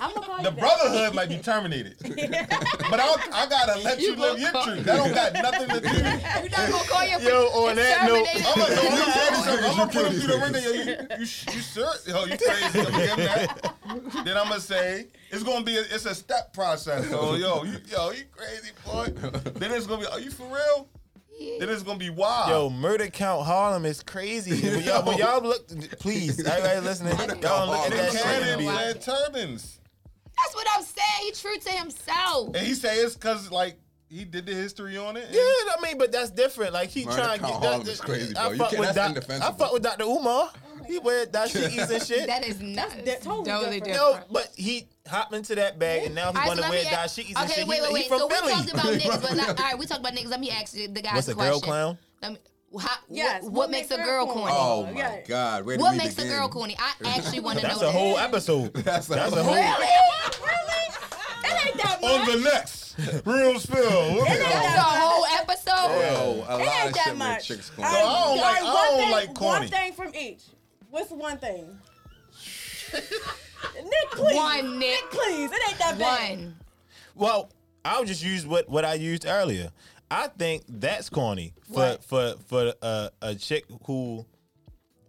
I'm gonna call
The
you
brotherhood might be terminated, but I, I gotta let you,
You
live
will
your
call-
truth. That don't got nothing to do.
You're not gonna call your
Yo, on that note-
I'm gonna throw my
Exterminated.
ass I'm gonna put him through the ring. Yo, you, you, sh- you sure? Yo, you crazy? I'm gonna give him that. Then I'm gonna say it's gonna be a, it's a step process. So yo, you, yo, you crazy boy. Then it's gonna be are you for real? Then it's gonna be wild.
Yo, murder count Harlem is crazy. But y'all, but y'all look, please, everybody listening, y'all
Murder
look
Count
at
they
that
Harlem.
shit.
cannon
Wow.
wear turbans,
That's what I'm saying. He true to himself.
and he say it's cause like he did the history on it. and-
Yeah, I mean, but that's different. Like he
Murder
trying to
Count
get
Harlem
that.
is crazy,
I
bro. You
fuck
can't-
with
that's
Doc- I
indefensible.
fuck with Dr. Umar. he wear
[LAUGHS]
dashikis and shit.
That is not
that's totally
totally
different.
different.
no, but he hopped into that bag and now
All
he
right,
want
so
to
let
wear
me ask-
dashikis and
okay,
shit.
wait,
he,
wait,
he
wait.
from
so
Philly.
we talked
[LAUGHS]
about niggas, but like, all right, we talked about niggas. Let me ask you the guys.
What's a
a
girl clown?
Let me, how,
Yes,
what, what makes a girl corny?
Oh my
Yeah.
God! Where did
What
we
makes a
begin?
girl corny? I
[LAUGHS]
actually want to know.
That's a whole episode.
[LAUGHS] That's a
That's a whole.
whole-
Really? Really? That ain't that
On
much.
the next real spill. Look at
That's
that.
a whole episode.
Yo, a
It
lot
ain't
of
that
shit make
much.
chicks
All
corny.
right,
I don't
all
like-
right,
I
one
don't
thing-
like corny.
One thing from each. What's one
[LAUGHS]
thing? Nick, please.
One, Nick.
Please, it ain't that bad.
One.
Well, I'll just use what what I used earlier. I think that's corny for
What?
for for a, a chick who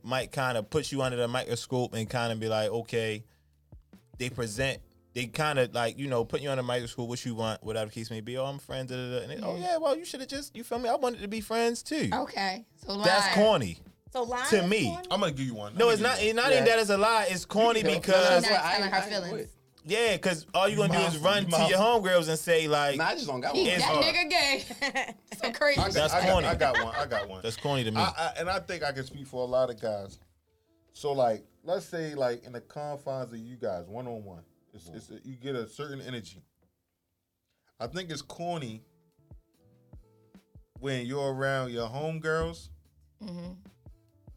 might kind of put you under the microscope and kind of be like, okay, they present. They kind of like you know put you under the microscope, what you want, whatever the case may be. Oh, I'm friends. Da, da, da. And they, oh yeah, well you should have just you feel me. I wanted to be friends too.
Okay, so lying.
That's corny
So lying
to
is
me.
corny?
I'm gonna give you one.
No,
I'm
it's
gonna
not.
give you
It's not even that it's a lie. It's corny
[LAUGHS]
She's
because
not telling her feelings.
yeah, because all you're gonna do is
Mouth-
run to
mouth.
your homegirls and say like,
Nah, I just don't got one.
He,
It's
that
hard.
nigga gay. [LAUGHS] so crazy.
one. I got-
That's
I got-
corny.
I got one. I got one.
that's corny to me.
I, I, and I think I can speak for a lot of guys. So like, let's say like in the confines of you guys, one on one, it's it's you get a certain energy. I think it's corny when you're around your homegirls, Mm-hmm.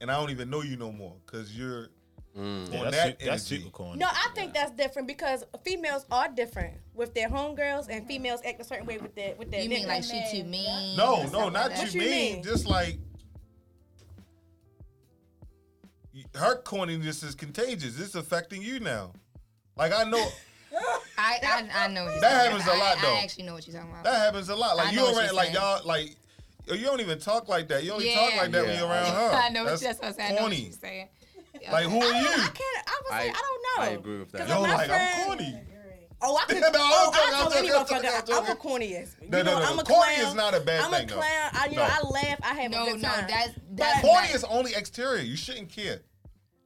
and I don't even know you no more because you're
Yeah,
on
that's,
that
su- that's
energy.
super corny.
No, I think that's different because females are different with their homegirls, and females act a certain way with their with their.
You mean
niggas.
like she too mean?
No,
or
no,
something
Mm, not
like
What
you
you
mean.
mean?
Just like y- her corniness is contagious. It's affecting you now. Like I know
I, I, I know. what you're
That
talking
happens
about.
a lot,
I,
though.
I actually know what you're talking about.
that happens a lot. Like
I
you
know what
already
you're
like
saying.
y'all like yo, you don't even talk like that. You only talk
Yeah.
like that when
Yeah.
you're
[LAUGHS]
around her.
I know what that's what I'm saying. I know what
uh-huh. corny.
you're saying.
Like who
I
are
don't know.
you?
I can't. I was like,
I-
I don't know.
I agree with that.
'Cause
Yo,
my
like I'm
friend-
corny.
Oh,
[LAUGHS]
I can.
No, I'm
oh,
joking, I'm
I told any
joking, I'm joking, I'm
motherfucker I'm,
joking.
a corny ass. You
No, no,
know,
no,
I'm
no.
a
Corny
clown.
is not a bad
I'm
thing,
a
though.
clown. I,
No.
you know, I laugh. I have
No,
a
no,
good time.
that's
But-
that's
Corny
not-
is only exterior. You shouldn't care.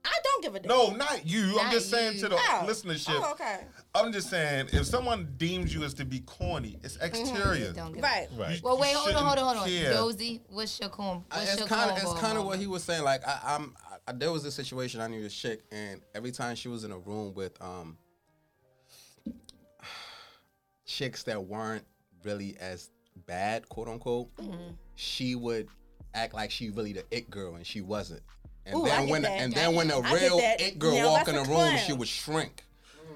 I don't give a damn.
No, not you. I'm
Not
just saying
you.
to the
Oh.
listenership.
Oh, okay.
I'm just saying if someone deems you as to be corny, it's exterior.
Mm-hmm. Don't give a-
Right.
You-
right.
Well,
you
wait, hold on, hold on, hold on.
shouldn't care.
Josie, what's your corn?
I-
What's
Uh, it's
your
kind of
cornball
it's kind of what
moment?
he was saying. Like I, I'm, I, I- there was a situation I knew this chick, and every time she was in a room with um [SIGHS] chicks that weren't really as bad, quote unquote,
Mm-hmm.
she would act like she really the it girl, and she wasn't. And
Ooh, I
then
get
when
that.
and then when the
I get
real
that.
it girl
Now
walk
that's
in the
a
room,
clown.
she would shrink.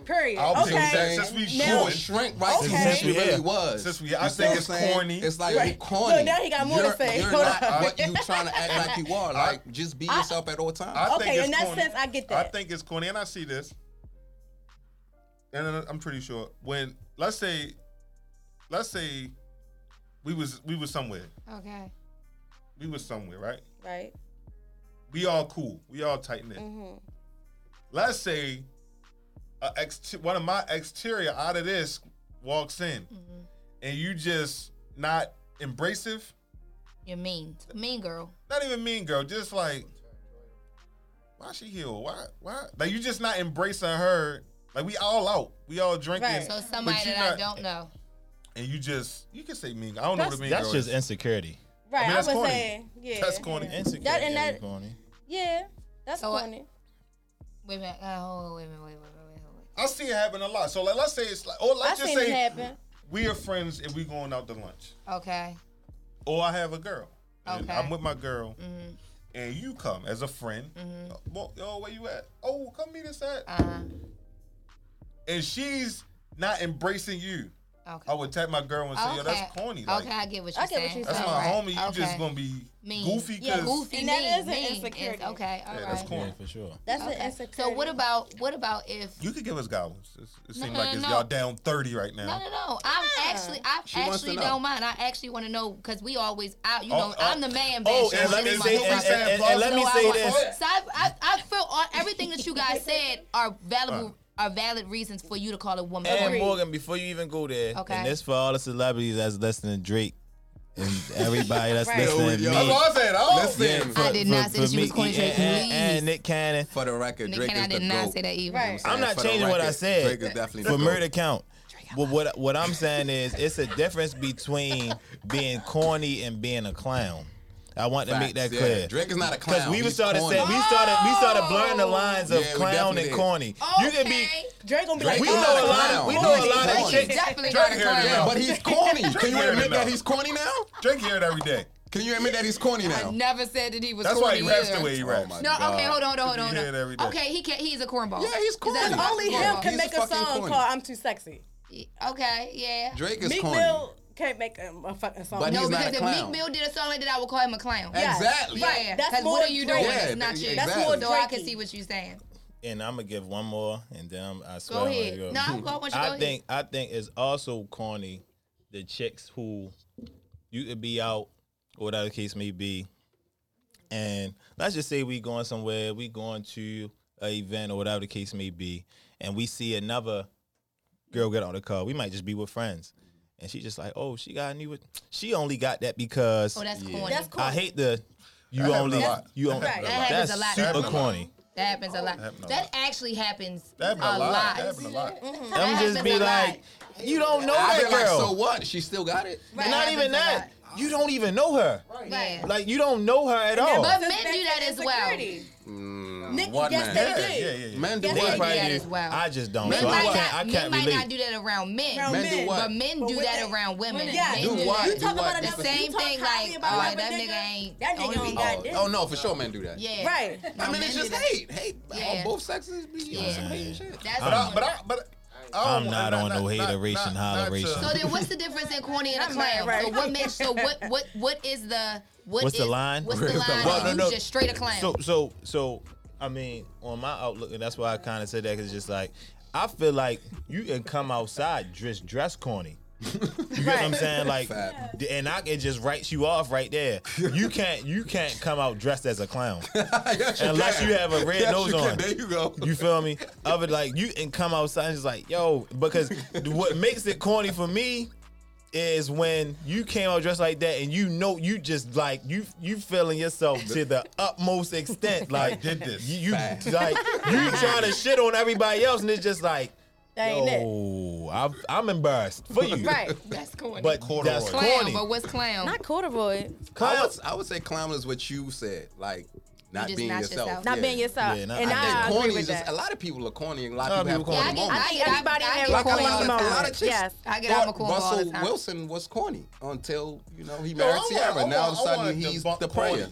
Period.
I'll be
okay.
saying, since we
She
Now-
short,
would shrink right to who
Okay.
she really
Yeah.
was.
Since we,
You
I
see what
think
I'm
it's
saying?
corny.
It's like
Right.
you corny.
Look, now he got more to
You're-
say.
You're
Hold
not
on.
what you trying to act like you are. Like just be yourself at all
I
times.
think
Okay,
it's
in that
corny.
sense, I get
I
that.
think it's corny, and I see this, and I- I'm pretty sure when let's say, let's say, we was we was somewhere,
Okay.
we was somewhere, right?
Right. Mm-hmm.
We all cool, we all tight knit. Let's say a ex- one of my exterior out of this walks in,
Mm-hmm.
and you just not embracive,
You're mean, mean girl.
not even mean girl, just like why she here? Why? Why? Like you just not embracing her. Like we all out, we all drinking.
Right.
So
but
somebody
you
that I
not-
don't know.
and you just you can say mean. I don't know what a mean
That's
girl
just
is.
insecurity.
Right, I,
mean, that's
would
corny.
say, yeah,
[LAUGHS] That's corny.
Insecurity.
That and
is
that-
corny.
yeah, that's
So uh, what-
corny.
Wait a minute. Uh, hold on, wait a minute. Wait, wait, wait, wait, wait.
I see it happen a lot. So like, let's say it's like, or
I
let's just
seen it
say
happen.
we are friends if we going out to lunch,
wait. Okay.
or I have a girl. And
Okay. Mm-hmm.
I'm with my girl, and you come as a friend. Uh, Well, Yo, where you at? Oh, come meet us at.
Uh
and she's not embracing you.
huh.
I
Okay.
would tag my girl and say,
okay.
yo, Oh, that's corny. Like,
okay, I get what you're
I get what
saying.
you're
that's
saying.
my
Alright,
homie. You just
okay.
gonna be
Mean.
goofy
Yeah,
because
goofy.
And that
mean,
is an
mean. It's-
insecurity.
Okay. All right.
that's
Yeah,
cool. Corny.
for sure.
That's an
Okay.
insecurity.
So what about what about if
you could give us gobbles. It's- It seems
no,
like
no,
it's
no.
y'all down thirty right now.
No, no, no. I'm actually, I
She wants
actually
to know.
don't mind. I actually want to know because we always, I, you
Oh,
know,
oh.
I'm the man.
Oh,
basher.
and let
Every
me
motherfucker.
say, and, and- and- and let me
No, I
say
want-
this.
So I, I, I feel all, everything that you guys said are valuable, are valid reasons for you to call a woman.
And
corny.
Morgan, before you even go there,
Okay.
and this for all the celebrities that's listening to Drake
[LAUGHS]
and everybody that's
Right.
listening
Yo,
to
yo.
That's
me.
what I said. Oh,
Listen,
for-
I did
for-
not say that
for
she was
me,
corny, Drake,
And,
please.
and Nick Cannon.
for the record,
Nick
Drake
and I
is the
did not
goat.
say that either.
Right.
And
I'm not
for the
changing what I
record,
said.
Drake is definitely
for
the
murder
goat.
count. Well, what what I'm saying
[LAUGHS]
is, it's a difference between being corny and being a clown. I want to make that
Facts, yeah.
clear.
Drake is not a
Because
clown.
we
He's
started
corny.
saying we started we started blurring the lines of
Yeah, we
clown
definitely
and
did.
corny. You can be.
Okay.
Drake gonna be
Drake
like,
We
is
oh,
not
know a lot of- we
clown.
know a
He's
lot of
corny.
chicks-
Definitely
Drake
not a
here now.
clown.
But he's corny. Can you
Drake
admit
now.
that he's corny now?
Drake hear it every day.
Can you admit that he's corny now?
Never said that he was
That's why
corny.
he raps
either.
the way he raps.
my
No, okay, hold on, hold on, hold
You
on.
hear it every day.
Okay, he can, he's a cornball.
Yeah, he's corny.
That's
Only
only
He's
him
a
can make a
fucking
song
corny.
called "I'm Too Sexy."
Okay, yeah.
Drake is
Meek
corny.
Mill can't make a, a fucking song.
But
no,
he's not
because
a
if
clown.
Meek Mill did a song like that, I would call him a clown.
Yeah.
Exactly.
Right.
Yeah,
That's
because
more
what are you doing?
Drake.
it's not
Yeah,
you.
That's more
So I can
Drakey.
see what you're saying.
And I'm gonna give one more, and then I'm, I swear.
Go
I'm gonna
ahead. No, I want you to go
I
ahead.
think I think it's also corny the chicks who you could be out or whatever the case may be, and let's just say we going somewhere, we going to an event or whatever the case may be, and we see another girl get on the car. We might just be with friends, and she just like, oh, she got a new. She only got that because
Oh, that's
Yeah.
corny.
That's cool.
I hate the you
That happens
only
a lot.
you only
Right. That
happens
that's
a lot. That
super
happens a lot.
corny.
that happens a lot.
happened a
that
lot.
actually happens
That happened
a lot.
That happened a lot.
That
I'm just
happens
be
a lot.
like, you don't know
I'd
that
be like,
girl.
so what? She still got it.
Right,
Not
happens
even
a
that. You don't even know her.
Right.
Like you don't know her at all.
But men do that as well.
Nick,
What
yes,
man?
they
Yeah,
do.
yeah, yeah, yeah.
Men do
That's
what?
it. do that as well.
I just don't.
Men
so I
might
can't. I
not.
can't
Men might
relate.
not do that around men.
Around
Men do
men.
what?
But men
But
do
when
that
they-
around women.
Yeah.
Men
Do
do
what?
that.
You talk
Do what?
about another,
The same
you talk
thing,
highly
like,
about
oh,
another
that
nigga,
nigga ain't-
That nigga
only-
ain't
Oh,
got this.
oh, no, for sure men do that.
Yeah.
Right.
I mean, it's just
men do that.
hate. Hate.
Yeah.
On both sexes. be
Yeah.
some hate and shit.
That's
But I,
corny.
but I, but I
I'm
don't-
not on no hateration,
not- not to-
holleration.
So then, what's the difference in corny and a clown?
right.
So what makes? So what? What? What is the? what
What's the
is-
line?
What's the line?
Well, no,
that you
no.
just straight a clown.
So so so I mean, on my outlook, and that's why I kind of said that because just like I feel like you can come outside just dress corny. You get what I'm saying? Like,
Fat.
and I can just write you off right there. You can't, you can't come out dressed as a clown
Yes,
unless
can.
you have a red
Yes,
nose
you can.
on.
There you go.
You feel me? Other like you can come outside and just like, yo, because what makes it corny for me is when you came out dressed like that and you know you just like you you feeling yourself to the utmost
[LAUGHS]
extent. Like
did this.
You, you
Fact.
like you try to shit on everybody else and it's just like,
That ain't it.
oh, I'm, I'm embarrassed for you.
Right.
that's corny.
But
Corduroy.
that's
clown.
corny.
But what's clown?
Not corduroy.
I
Clown-
would, I would say clown is what you said, like not
just
being
not
yourself.
yourself.
Not
Yeah.
being yourself.
Yeah,
and
nah,
I think
I,
corny
agree
is
with
just
that
a lot of people are corny and a lot
Some
of people have
people
yeah,
corny
I get,
moments.
I get,
Everybody
I, I
has
get
a
like
corny
corny
a lot
all
of,
the
moment.
a
time.
lot of chicks
Yes.
I get out my
thought
cornball all the
Russell
time.
Wilson was corny until you know he married Sierra.
Oh,
now all of a sudden he's the player.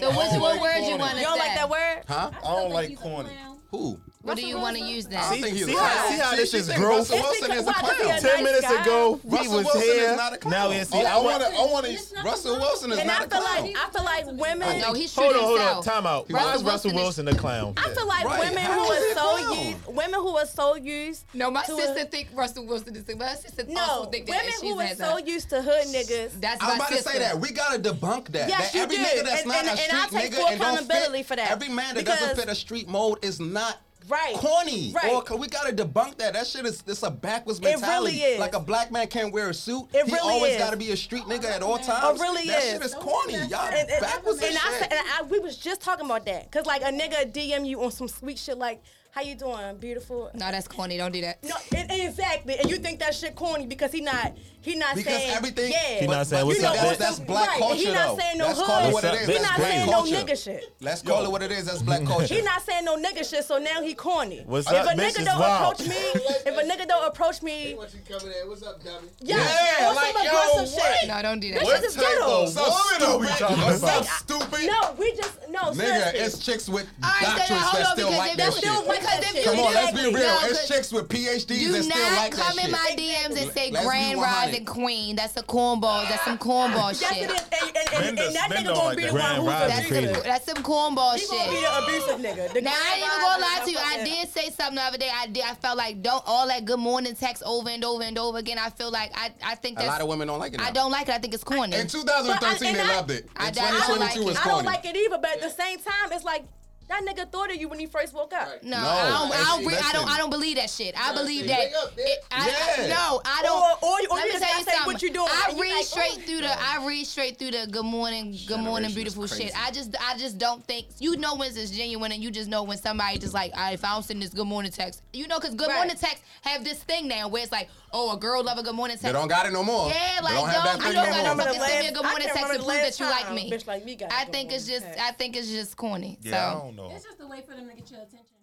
So what's- what word you
You
wanna-
don't like that word?
Huh?
I don't like
he's a
corny.
clown.
Who?
What do you want to use
I
that?
don't think he's
see
a
how-
clown.
see how this
she
is
thinks
gross?
Russell
It's
Wilson is a
because- why, 'cause he
clown.
a-
10 minutes
Nice
ago, we
Russell
was
Wilson is
here.
not a clown.
Now it's
Oh, I
I want
wanna- I wanna-
It's not
Russell
a
Wilson is
And I
not a
feel like
clown.
I feel like women.
No, he's
Hold
true
on, hold on.
himself.
Time out. Why is
Russell
Russell
Wilson
Wilson a clown?
I feel like
Right.
women
How
who
is
are
it
so
wrong?
used, women who are so used.
No, my
to
sister
a-
think Russell Wilson is. My sister also
No,
think that
women
she's
who are
has
so
a.
used to hood niggas.
That's
I
my
was about to
sister.
say that. We gotta debunk that.
Yes,
that
you
every
do.
nigga that's
And-
not
and-
a
and
street
I'll take
nigga
full
and don't
accountability
fit
for that.
every man that
Because-
doesn't fit a street mold is not
Right.
corny.
Right.
Or, 'cause we gotta debunk that. That shit is it's a backwards
really
mentality.
is.
Like a black man can't wear a suit.
It
he
really
always
is.
gotta be a street nigga at all times.
really
that
is.
shit is corny. Y'all
And, and,
backwards as
and I
shit.
said, and I, we was just talking about that, cause like a nigga DM you on some sweet shit, like how you doing, beautiful.
No, that's corny. Don't do that.
No, and, and exactly. And you think that shit corny because he not, he not
because
saying
everything,
Yeah,
He
but-
not saying,
but
"What's
you know
up,
that's,
bitch?"
that's black
right.
culture
He not
though.
saying no
Let's
hood.
call it what it is.
He
That's
not
black
saying
culture.
no nigga shit.
Let's call it what it is. That's black culture.
He not saying no nigga shit, so now he corny.
What's
if
up,
a
bitch?
nigga
It's
don't
wild.
approach me, if a nigga don't approach me,
What you coming in? What's up, dummy?
yeah,
Yeah,
on
like,
some
yo,
aggressive
what?
shit.
No, don't do that.
This shit is ghetto.
So
Woman are we
stupid.
talking
So
about?
stupid.
No, we just no.
Nigga,
seriously.
it's chicks with
All right,
doctorates
so now,
that
hold
still
on,
like
because
that
if
shit.
you
still like that shit.
because if you
Come on,
do
let's
that,
be
Exactly.
real.
No,
it's
'cause
chicks with PhDs
Do
that still
not
like that
come
shit.
in my DMs and say
Let's be
grand
100.
rising queen. That's a cornball. That's some cornball
Yes,
shit.
it is. And, and, and, and
Men
that
don't- men
nigga
don't
gonna
like
be the
that.
one
Grand
who's
Rising
That's some,
Crazy.
that's some cornball
He
shit.
gonna be the abusive nigga. The
Now I ain't even gonna lie to you. I did say something the other day. I did. I felt like don't all that good morning text over and over and over again. I feel like I I think
A
that's
lot of women don't like it.
I
now.
don't like it. I think it's corny.
In 2013,
But I-
they
and I-
loved it.
I
In
don't- I don't like
2022,
it.
it's
I don't
corny.
like it either, but at the same time, it's like that nigga thought of you when he first woke up.
no,
No,
I don't. I don't,
listen,
re- I don't.
listen.
I don't believe that shit. I believe
see,
that.
wake up, bitch.
it- I, I-
Yeah.
no, I don't.
Or- or you- or
let
you
me
just
tell
gotta
you
say what
something.
you doing,
I
and you
read
like, oh,
straight
ooh.
through the. I read straight through the good morning, good
Generation
morning,
is
beautiful shit.
crazy.
I just, I just don't think you know when it's genuine, and you just know when somebody just like, I, if I don't send this good morning text, you know, because good
Right.
morning texts have this thing now where it's like, oh, a girl love a good morning text.
They don't got it no more.
Yeah,
They
like,
don't have that
don't, you
thing
don't
no more.
got no fucking send me a
I
good
can
morning text
remember
to
the
prove that
last
you like
time
me.
bitch like me got a
I
good
think it's
morning
just,
text.
I think it's just corny.
Yeah, I
so,
don't know.
It's just a way for them to get your attention.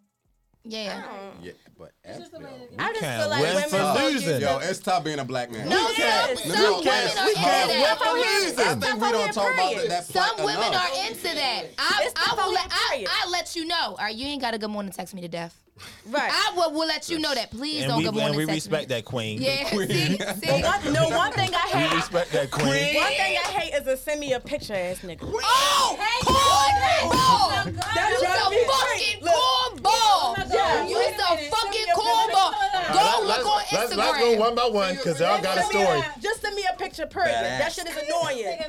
yeah.
Yeah, but
It's just a way to get
I just
Can't
feel like
win
women
for
don't
losing.
use
Yo,
the-
it's tough being a black man.
No,
We can't.
some,
We
some women
can't.
are
We
into
can't.
that.
We're
I think we don't talk about that. that
Some
part
women
enough.
are into that. I,
It's the
I will
fucking
let I,
period.
I let you know. All right, you ain't got a good morning text me to death.
Right.
I will, will let you know that. Please
And
don't
we,
good
and
morning
we
text
respect
me.
that queen. [LAUGHS]
Yeah, see, see.
One- no, one thing I
We [LAUGHS]
hate.
respect that queen.
One thing I hate is a send me a picture ass nigga.
Oh, cornball!
That
You
drives me crazy.
a fucking
Look,
cornball!
Yeah.
You a fucking cornball!
Let's-
Go look on
let's, let's, let's go
Instagram.
one by one because y'all got a
Send me
story.
Just send me a picture, period. That shit is annoying.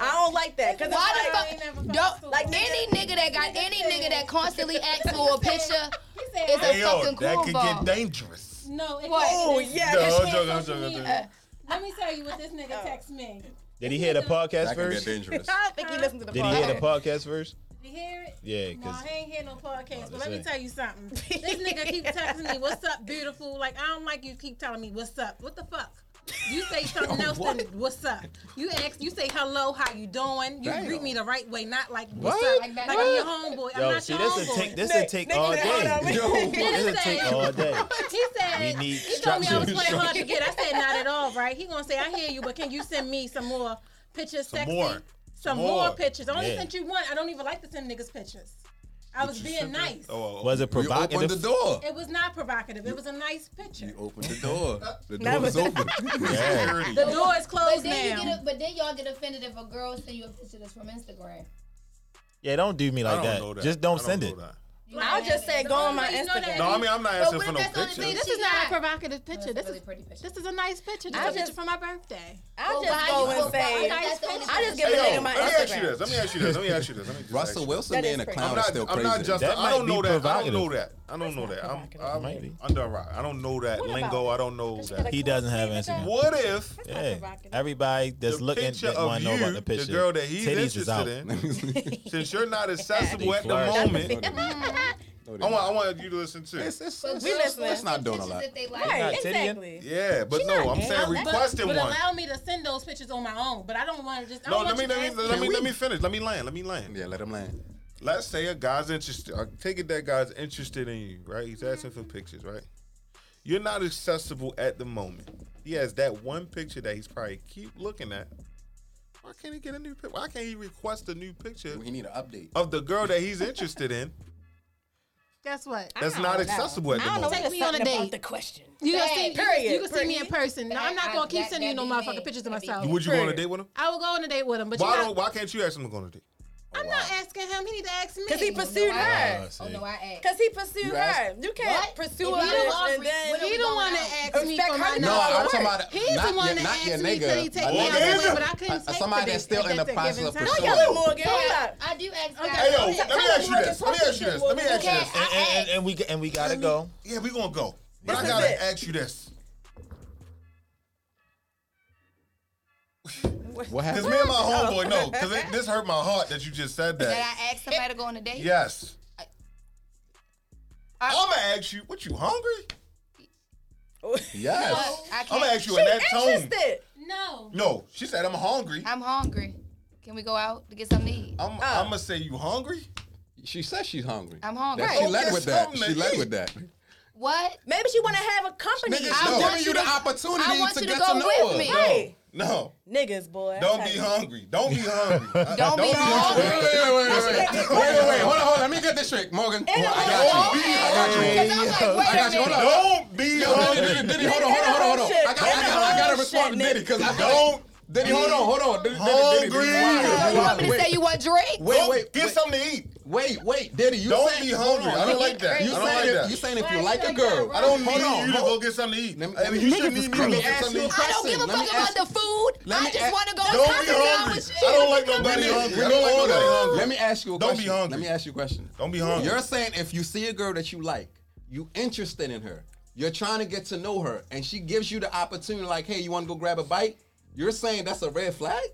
I don't like that. Cause
Why the
it's like,
fuck? Don't,
Like, nigga-
any nigga that got any nigga that constantly asks for a picture
said,
is a
"Hey,
fucking
that could get
cornball.
dangerous.
No, it
What?
can't.
oh
It's-
yeah,
No,
that
I'm
shit-
joking, I'm
social
joking, I'm
media.
joking.
Let me tell you what this nigga text me.
Did he hear the podcast
That can get
first?
dangerous.
[LAUGHS] I don't think he listened to the
Did he hear the
podcast.
podcast first?
Did you hear it?
Yeah, Oh,
No,
because
I ain't hear no podcast, but let me
saying.
tell you something. This nigga keep texting me, "What's up, beautiful?" Like I don't like you keep telling me, "What's up?" What the fuck? You say
[LAUGHS]
something else than "What's up?" You ask, you say hello, how you doing? You
Damn.
greet me the right way, not like "What's
What?
up?" Like, I'm your homeboy. I'm
yo,
not
see,
your
this
homeboy.
will take this will take all day. This will take all day.
He said,
We need
he told me I was
structure.
playing hard to get. I said, not at all, right? He gonna say, I hear you, but can you send me some more pictures, sexy?
more.
Some more.
More.
pictures. I only
Yeah.
sent you one. I don't even like to send niggas pictures. I was being nice.
Was it
Oh,
You opened the
provocative?
door.
It was not provocative. It was a nice picture.
You opened the door. The
That
door
was-
is open.
Yeah.
The door is
But
closed
then,
now.
you get a, but then y'all get offended if a girl send you a picture that's from Instagram.
Yeah, don't do me like
I don't
that.
know that.
Just
I
don't send
know
it.
that.
You
I'll
know,
just
and-
say go on my
You know
Instagram.
that-
No, I mean I'm not
But
asking
what
for
if
no
that's only
pictures.
[LAUGHS]
thing-
this
She
is not a
got-
provocative picture.
That's
This
a really
is
pretty picture.
this is a nice picture. This
I
is a picture
just-
from my birthday.
I'll
Well,
just
why
go
you-
and
well,
say,
why that's the
I
only
just
thing
give a
Hey,
you
nigga
yo,
my
let me ask you
Instagram.
this. Let me ask you this. Let me ask you this. Let me just ask
Russell
you
Wilson
That
being
is
a
crazy.
clown
I'm
is
not,
still
I'm
crazy.
not just.
[LAUGHS]
That
I don't
might be
know that. I don't
provocative.
know that. I don't know that. I'm, I'm
Might be.
under a rock. I don't know that
What
lingo.
about-
I don't know
She
that.
got a
He
cool
doesn't have
nigga.
Instagram.
What if
not
Yeah,
provocative.
everybody that's
The
looking
picture
that
of
want to know about
you,
the
the
picture.
girl that he's
titties is
interested
out. [LAUGHS]
in.
[LAUGHS]
since you're not accessible at the
Flirt.
moment?
[LAUGHS]
No, they
I want, I
not.
want you to listen too.
It's- it's- it's-
We listening.
It's not doing a lot.
Pictures that they like.
Right,
She's not tittying.
exactly.
Yeah, but
She
no,
not
I'm saying
[LAUGHS]
gay.
requested
[LAUGHS] But
one.
allow me to send those pictures on my own. But I don't want to just. I
No,
don't
let
want
me
you to
let
ask
me let me
we-
let me finish. Let me land. Let me land.
Yeah, let them land.
Let's say a guy's interested. I take it that guy's interested in you, right? He's asking for pictures, right? You're not accessible at the moment. He has that one picture that he's probably keep looking at. Why can't he get a new picture? Why can't he request a new picture
We need an update.
of the girl that he's interested in
Guess what?
that's not accessible at the
don't know.
moment?
Take me on a
Something
date.
about the question.
You gonna see?
Bad.
You,
Period.
you can see me in
Period.
person. No, I'm
Bad.
not
I-
gonna keep
that-
sending you no
that'd be
motherfucking
me.
pictures of
That'd be
myself.
Would you go on a
Period.
date with him?
I will go on a date with him, but you
Why
gotta-
don't? Why can't you ask him to go on a date?
I'm not asking him. He need to ask me.
'Cause he pursued her.
Oh, see.
Oh no, I asked.
Because he pursued
You
her.
asked-
You can't
What?
pursue
If you
others
don't
and then.
agree-
He don't want to ask me
Expect
for
her
my
to
No,
know how
number.
to
I'm
work.
talking about
He's
not
the one
your,
that
not your
asked me
nigga.
could he take me
Like,
out the way, but I couldn't
Uh,
take
somebody
the
that's
dick
still in
at
the
that
process
given
of
time.
No,
pursuing.
y'all
Woo!
are Morgan. Hold up.
I do ask
Okay.
guys.
Hey, yo, let
Okay.
me ask you this. Let me ask you this. Let me ask you
Okay,
this.
I
And, and,
asked.
and we and we gotta go.
Yeah, we gonna go. But
This
I
is
gotta
it.
ask you
[LAUGHS]
this.
What
Cause
happened?
me and my homeboy know, cause it, this hurt my heart that you just said
Did
that.
I ask somebody to go on a date?
Yes.
I-
I'ma ask you, what you hungry?
Yes.
But I can't.
I'ma ask you in
She's
that tone.
interested.
No.
No, she said I'm hungry.
I'm hungry. Can we go out to get something to eat?
I'm
Oh.
I'ma say you hungry.
She says she's hungry.
I'm hungry.
That
Right.
She
Oh,
led
get
with that.
something to
She led
eat.
with that.
What?
Maybe she want to have a company.
Niggas,
I-
I'm
no.
giving you the
I want
opportunity
you
to
to
get
go
to know
with
her.
me.
Hey,
No.
niggas, boy.
Don't
I'm
be
telling
hungry. Don't be
[LAUGHS]
hungry. I-
Don't be
Wait, wait,
hungry.
wait, wait, wait. Wait, wait, wait. Hold on, hold on. Let me get this straight, Morgan. I got you. I got you.
Because I'm like, wait
I got you.
a
Hold on.
minute.
Don't be
Yo, Diddy,
hungry.
Diddy, Diddy, hold on, hold on, hold on, hold on. I got, I got, I got to respond to Diddy because I don't. Diddy, hold on, hold on. Diddy, Diddy, Diddy, Diddy,
Hungry.
You want me to say you want Drake?
Wait,
Don't-
wait,
Get
wait.
something to eat.
Wait, wait, Diddy, you
Don't
said-
be
hold
hungry.
on.
I don't like that.
You
I don't
saying
like
if-
that.
You saying if
Why
you
you
like a
like
girl,
that,
I don't
hold
need
on,
you to
hold-
go get something to eat.
Let me-
I mean,
let me-
you
niggas
shouldn't need me
is
to go
crazy.
get something to eat.
I don't give a
Let me
fuck about
ask you-
the food.
Let me
I just
ask-
want to go
Don't be
come down
hungry.
with
I don't like
you.
nobody hungry. I
Let me-
don't like nobody hungry.
Let me ask you a
Don't be
question.
hungry.
Let me ask you a question.
Don't be hungry.
You're saying if you see a girl that you like, you interested in her, you're trying to get to know her, and she gives you the opportunity, like, hey, you want to go grab a bite? You're saying that's a red flag?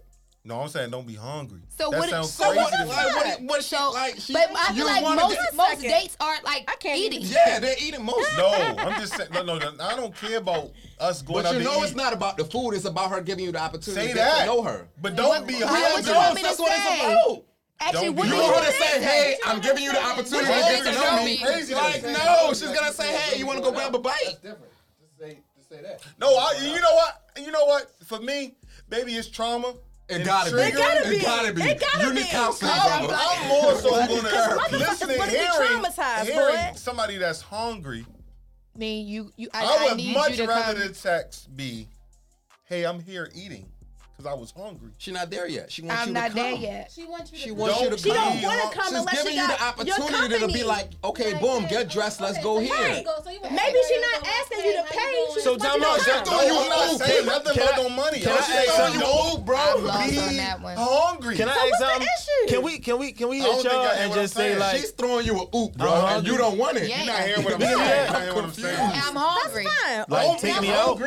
No, I'm saying don't be hungry.
So
that
what-
sounds
so
crazy
what-
to me.
what-
Like, what, what she like? She,
But I
you
feel like
wanna
most,
do-
most
second.
dates are like
I can't
eating.
yeah, they're eating most.
[LAUGHS]
No, I'm just saying. No, no, no, I don't care about us going
But
out
you
to
know
eat.
it's not about the food. It's about her giving you the opportunity
Say
to get
that.
to know her.
But don't be
Why
hungry.
would you want me to
That's what it's
say?
about.
Actually,
Don't
what
be
do
You
you
want
hungry.
her to
want?
say, hey, I'm giving you the opportunity to get to know me.
Crazy to
Like,
say.
no, she's gonna say, hey, you wanna go grab a bite?
different. Just say, just say that.
No, I, you know what? You know what? For me, maybe it's trauma.
It
and
gotta be.
trigger.
It gotta be.
It gotta be.
It gotta
you need
be.
counseling,
I'm,
brother.
I'm more so gonna
motherfuckers
listen to
wanna be
hearing,
traumatized,
hearing
boy.
somebody that's hungry.
I mean, you, you.
I,
I, I
would
need
much
you to
rather
come.
the text be, "Hey, I'm here eating because I was hungry."
She's not there yet. She wants
I'm
you
not
to
there
come.
yet.
She wants you to
She
come.
wants you to
She
come.
don't wanna come
She's
unless
giving
she
you the
got your
opportunity to be
company.
like, okay,
Like,
boom,
yeah,
get dressed, let's
okay,
go
so you
here.
go, so you wanna
Maybe
ask
she
her
not
go,
asking
hey,
you to
how
pay.
doing?
She's So
What you
time out,
doing?
just
No,
you
I'm not
old,
saying
kid.
nothing
Can
about
I-
no money.
can
I'm
I
saying
ask
something
you
old, bro.
I'm lost
be
on that one.
hungry.
Can I ask
what's the
something?
issue?
Can we can we can we
don't
hit
think
y'all
I hear
and
what I'm
just say
saying.
like
She's throwing you a oop, bro,
Uh-huh.
and you don't want it.
Yeah.
You're not hearing what I'm
Yeah.
saying. You're not hearing what I'm
Confused.
saying.
I'm hungry.
That's fine.
like take me out?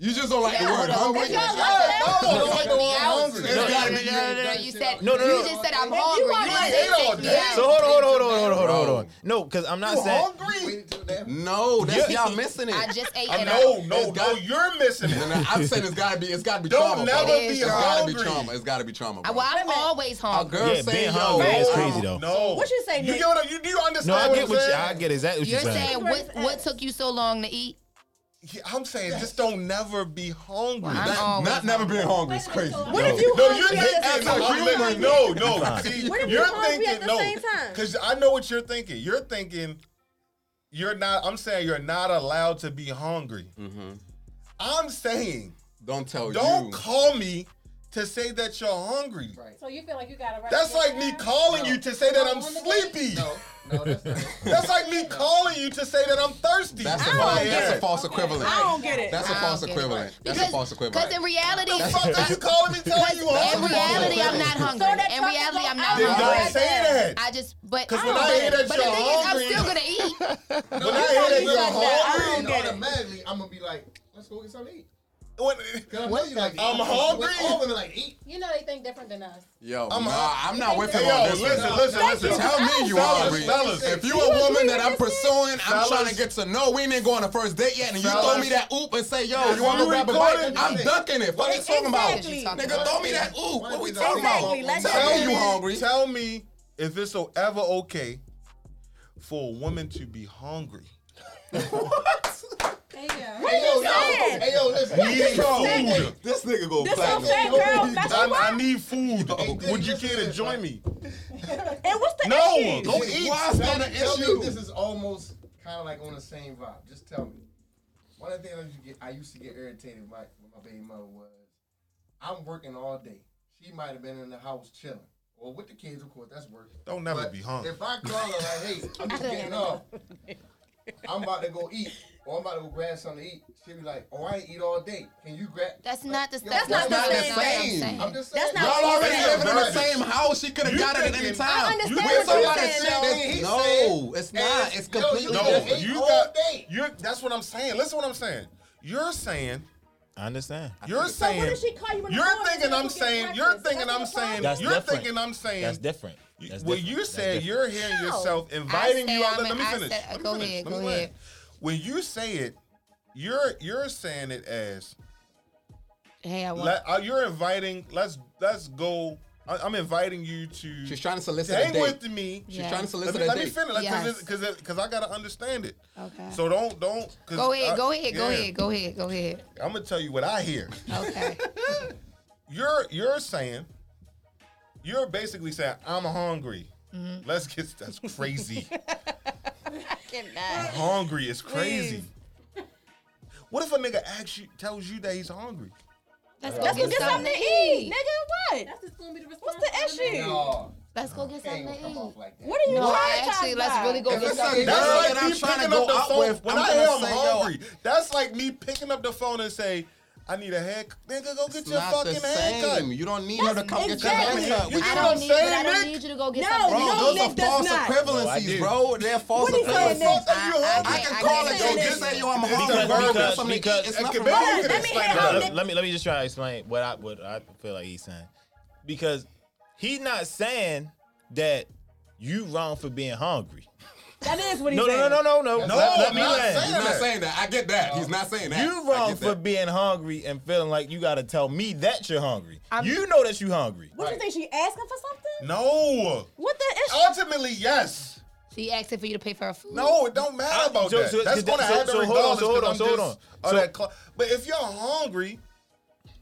You just don't like the
Yeah,
word
hold on.
hungry.
If
Yeah.
y'all like
No, don't like the word
Yeah.
hungry.
It's gotta be-
No, no, no. You said
No, no, no.
You just said I'm
you
hungry. You
want
didn't
my
say
head all
take me
day.
out.
So hold on, hold on, hold on, hold on, hold on. No, because I'm not
You
saying.
hungry?
No, that's y'all missing it.
I just ate.
I
and
know,
I-
no, no, you're missing [LAUGHS]
And
it.
I- I'm saying it's gotta be, it's gotta be
Don't
trauma. bro.
never
be
It's gotta be
hungry.
trauma. It's gotta be trauma. bro.
I- Well, I'm always
A
hungry.
girl
Yeah,
saying,
being
yo,
hungry is
I'm-
crazy though.
No.
What you say,
You
Nick?
get what I'm- you do you understand
No, I get
I'm
what you,
saying?
I get exactly what
You're
you're saying.
saying what? What took you so long to eat?
Yeah, I'm saying just don't never be hungry.
I'm
That-
always
Not never being hungry is crazy.
What if you
No, you're
hungry at
thinking
the same
human.
time?
human. No, no.
Fine.
See,
What if you
you're
hungry at
thinking
the
no,
same time?
because I know what you're thinking. You're thinking you're not. I'm saying you're not allowed to be hungry. I'm saying
Don't tell
don't
you.
call me to say that you're hungry.
So you feel like you got to
That's like me calling you to say that I'm sleepy.
No, no, that's not. it.
That's like me calling you to say that I'm thirsty.
That's a,
If I
false,
am.
that's a false equivalent.
I don't get it.
That's a
I
false
don't get it.
equivalent. That's a false equivalent.
Because in reality,
The fuck are you calling me telling you
[LAUGHS] in
hungry?
reality, I'm not hungry.
So that
In reality, I'm not
fucking
Then
hungry.
don't say that.
I just, but,
'Cause when I hear that
but the
you're
thing
hungry-
is, I'm still gonna eat.
when I hear that
you
you're
like that. I don't
hungry,
And
get it.
automatically, I'm gonna be like, let's go get something to eat.
when-
Cause I'm telling you, like,
I'm
when
hungry.
All women like eat.
You know they think different than us.
Yo,
I'm
nah,
hungry.
I'm not with him
Hey, yo,
on this.
listen,
one.
listen, listen.
Tell me you
Fellas,
hungry.
fellas.
If you a woman that I'm pursuing, I'm
Fellas.
trying to get to know. We ain't go on a first date yet, and you
Fellas.
throw me that oop and say, yo, you want
You
to grab a
recorded
bite? I'm
it.
ducking it. What are you talking about?
Exactly.
Nigga, throw me that oop. What we talking
Exactly.
about?
Let's
Tell
go.
me you hungry.
Tell me if it's so ever okay for a woman to be hungry.
There you go.
Hey yo, yo,
saying?
hey yo, listen.
Eating food.
This nigga go
This
platinum.
some fat girl. That's
I,
what.
I need food.
Hey,
Would you
listen to
care to
this,
join
right?
me?
And what's the
No,
issue?
go eat.
Why is that an
Tell me
issue?
if this is almost kind of like on the same vibe. Just tell me. One of the things I used to get, I used to get irritated with my, with my baby mother was, I'm working all day. She might have been in the house chilling Well, with the kids, of course, that's worse.
Don't never
But
be hungry.
If I call her like, hey, [LAUGHS] I'm just getting up. I'm about to go eat, or I'm about to go grab something to eat. She'll be like, oh, I ain't eat all day. Can you grab?
That's not the
Yo,
that's,
that's
not
not
the
the
same.
same.
thing.
I'm just saying. That's not
Y'all
what
already
he said.
living in the
Right.
same house. She could have
You
got it at any
thinking-
time.
I
you
understand
with
what you're
somebody
saying,
else-
though. He
No,
said-
it's not. It's
Yo, you
completely
just
different.
No,
ate
you
all
got.
day.
You're, that's what I'm saying. Listen, what I'm saying. You're saying.
I understand.
You're
So
saying.
what does she call you in the
you're
morning
thinking
to
I'm
get
saying.
breakfast?
You're
That's
thinking
what
I'm
the
saying.
That's
You're
different.
thinking I'm saying.
That's different. That's
Well,
different.
you
That's
said
different.
you're hearing
How?
yourself
I
inviting you
said
out.
I'm
Let me
a- I
finish.
said-
Let me
go
finish.
ahead,
Let me
go
land.
ahead.
When you say it, you're you're saying it as
Hey, I want.
let, uh, you're inviting. Let's let's go. I, I'm inviting you to
She's trying to solicit a
hang
date.
with me.
She's
Yeah.
trying to
Let
solicit
me,
a
let
date.
me finish because
Yes.
because because I gotta understand it.
Okay.
So don't don't.
go ahead,
Uh,
go ahead, go ahead, go ahead, go ahead.
I'm gonna tell you what I hear.
[LAUGHS]
Okay.
Uh,
You're you're saying you're basically saying I'm hungry. Let's get that's crazy.
Cannot.
hungry is crazy. What if a nigga asks you tells you that he's hungry?
Let's
Let's
go get something to eat.
Nigga, what?
That's just gonna be the response.
What's the
of man.
issue?
No,
Let's go get
it ain't
something to
gonna come
eat.
off like that.
What are you
No,
trying
actually, let's really go
If
get
it's a
something.
girl
to eat.
That's
that
like
I'm
me
trying to
picking
go
up the
out
phone.
with,
when
I'm
I
gonna
hear I'm
say, yo,
hungry, that's like me picking up the phone and say, "I need a haircut." Nigga, go get
It's
your
not the
fucking haircut.
same. You don't need her to come get your
exactly-
haircut.
You
with
get
I
what I'm
don't need, but I
saying,
don't
Nick?
need you to go get
No,
something.
Bro,
no,
those
Nick
are
does
false
not.
No, I
equivalencies,
do.
bro. They're false
What are you saying,
equivalencies.
Nick?
Fuck are you
I-
hungry?
I
I
can
can't
call it,
say
yo,
that.
just say, yo, I'm hungry.
Because-
Bro,
because-
get something to eat.
because-
It's
It
nothing
could be-
wrong
you
with
could
Let
it.
me
explain
hear
that.
how
No,
Nick-
let me let me just try to explain what I what I feel like he's saying. Because he's not saying that you wrong for being hungry.
That is what he's
No, no,
saying.
no, no, no, no.
No,
let, let
I'm
me
not
land.
saying
He's not saying that. I get that. He's not saying that.
You
I
wrong
get
for
that.
being hungry and feeling like you gotta tell me that you're hungry.
I'm-
you know that you hungry.
What do you think? She asking for something?
No.
What the issue?
Ultimately, yes.
She asking for you to pay for her food.
No, it don't matter
I-
about
so-
that.
so-
That's
so-
gonna
so-
happen
so hold on,
regardless.
so hold
'cause
on,
I'm
so hold
just-
on.
of
So-
that cla- but if you're hungry,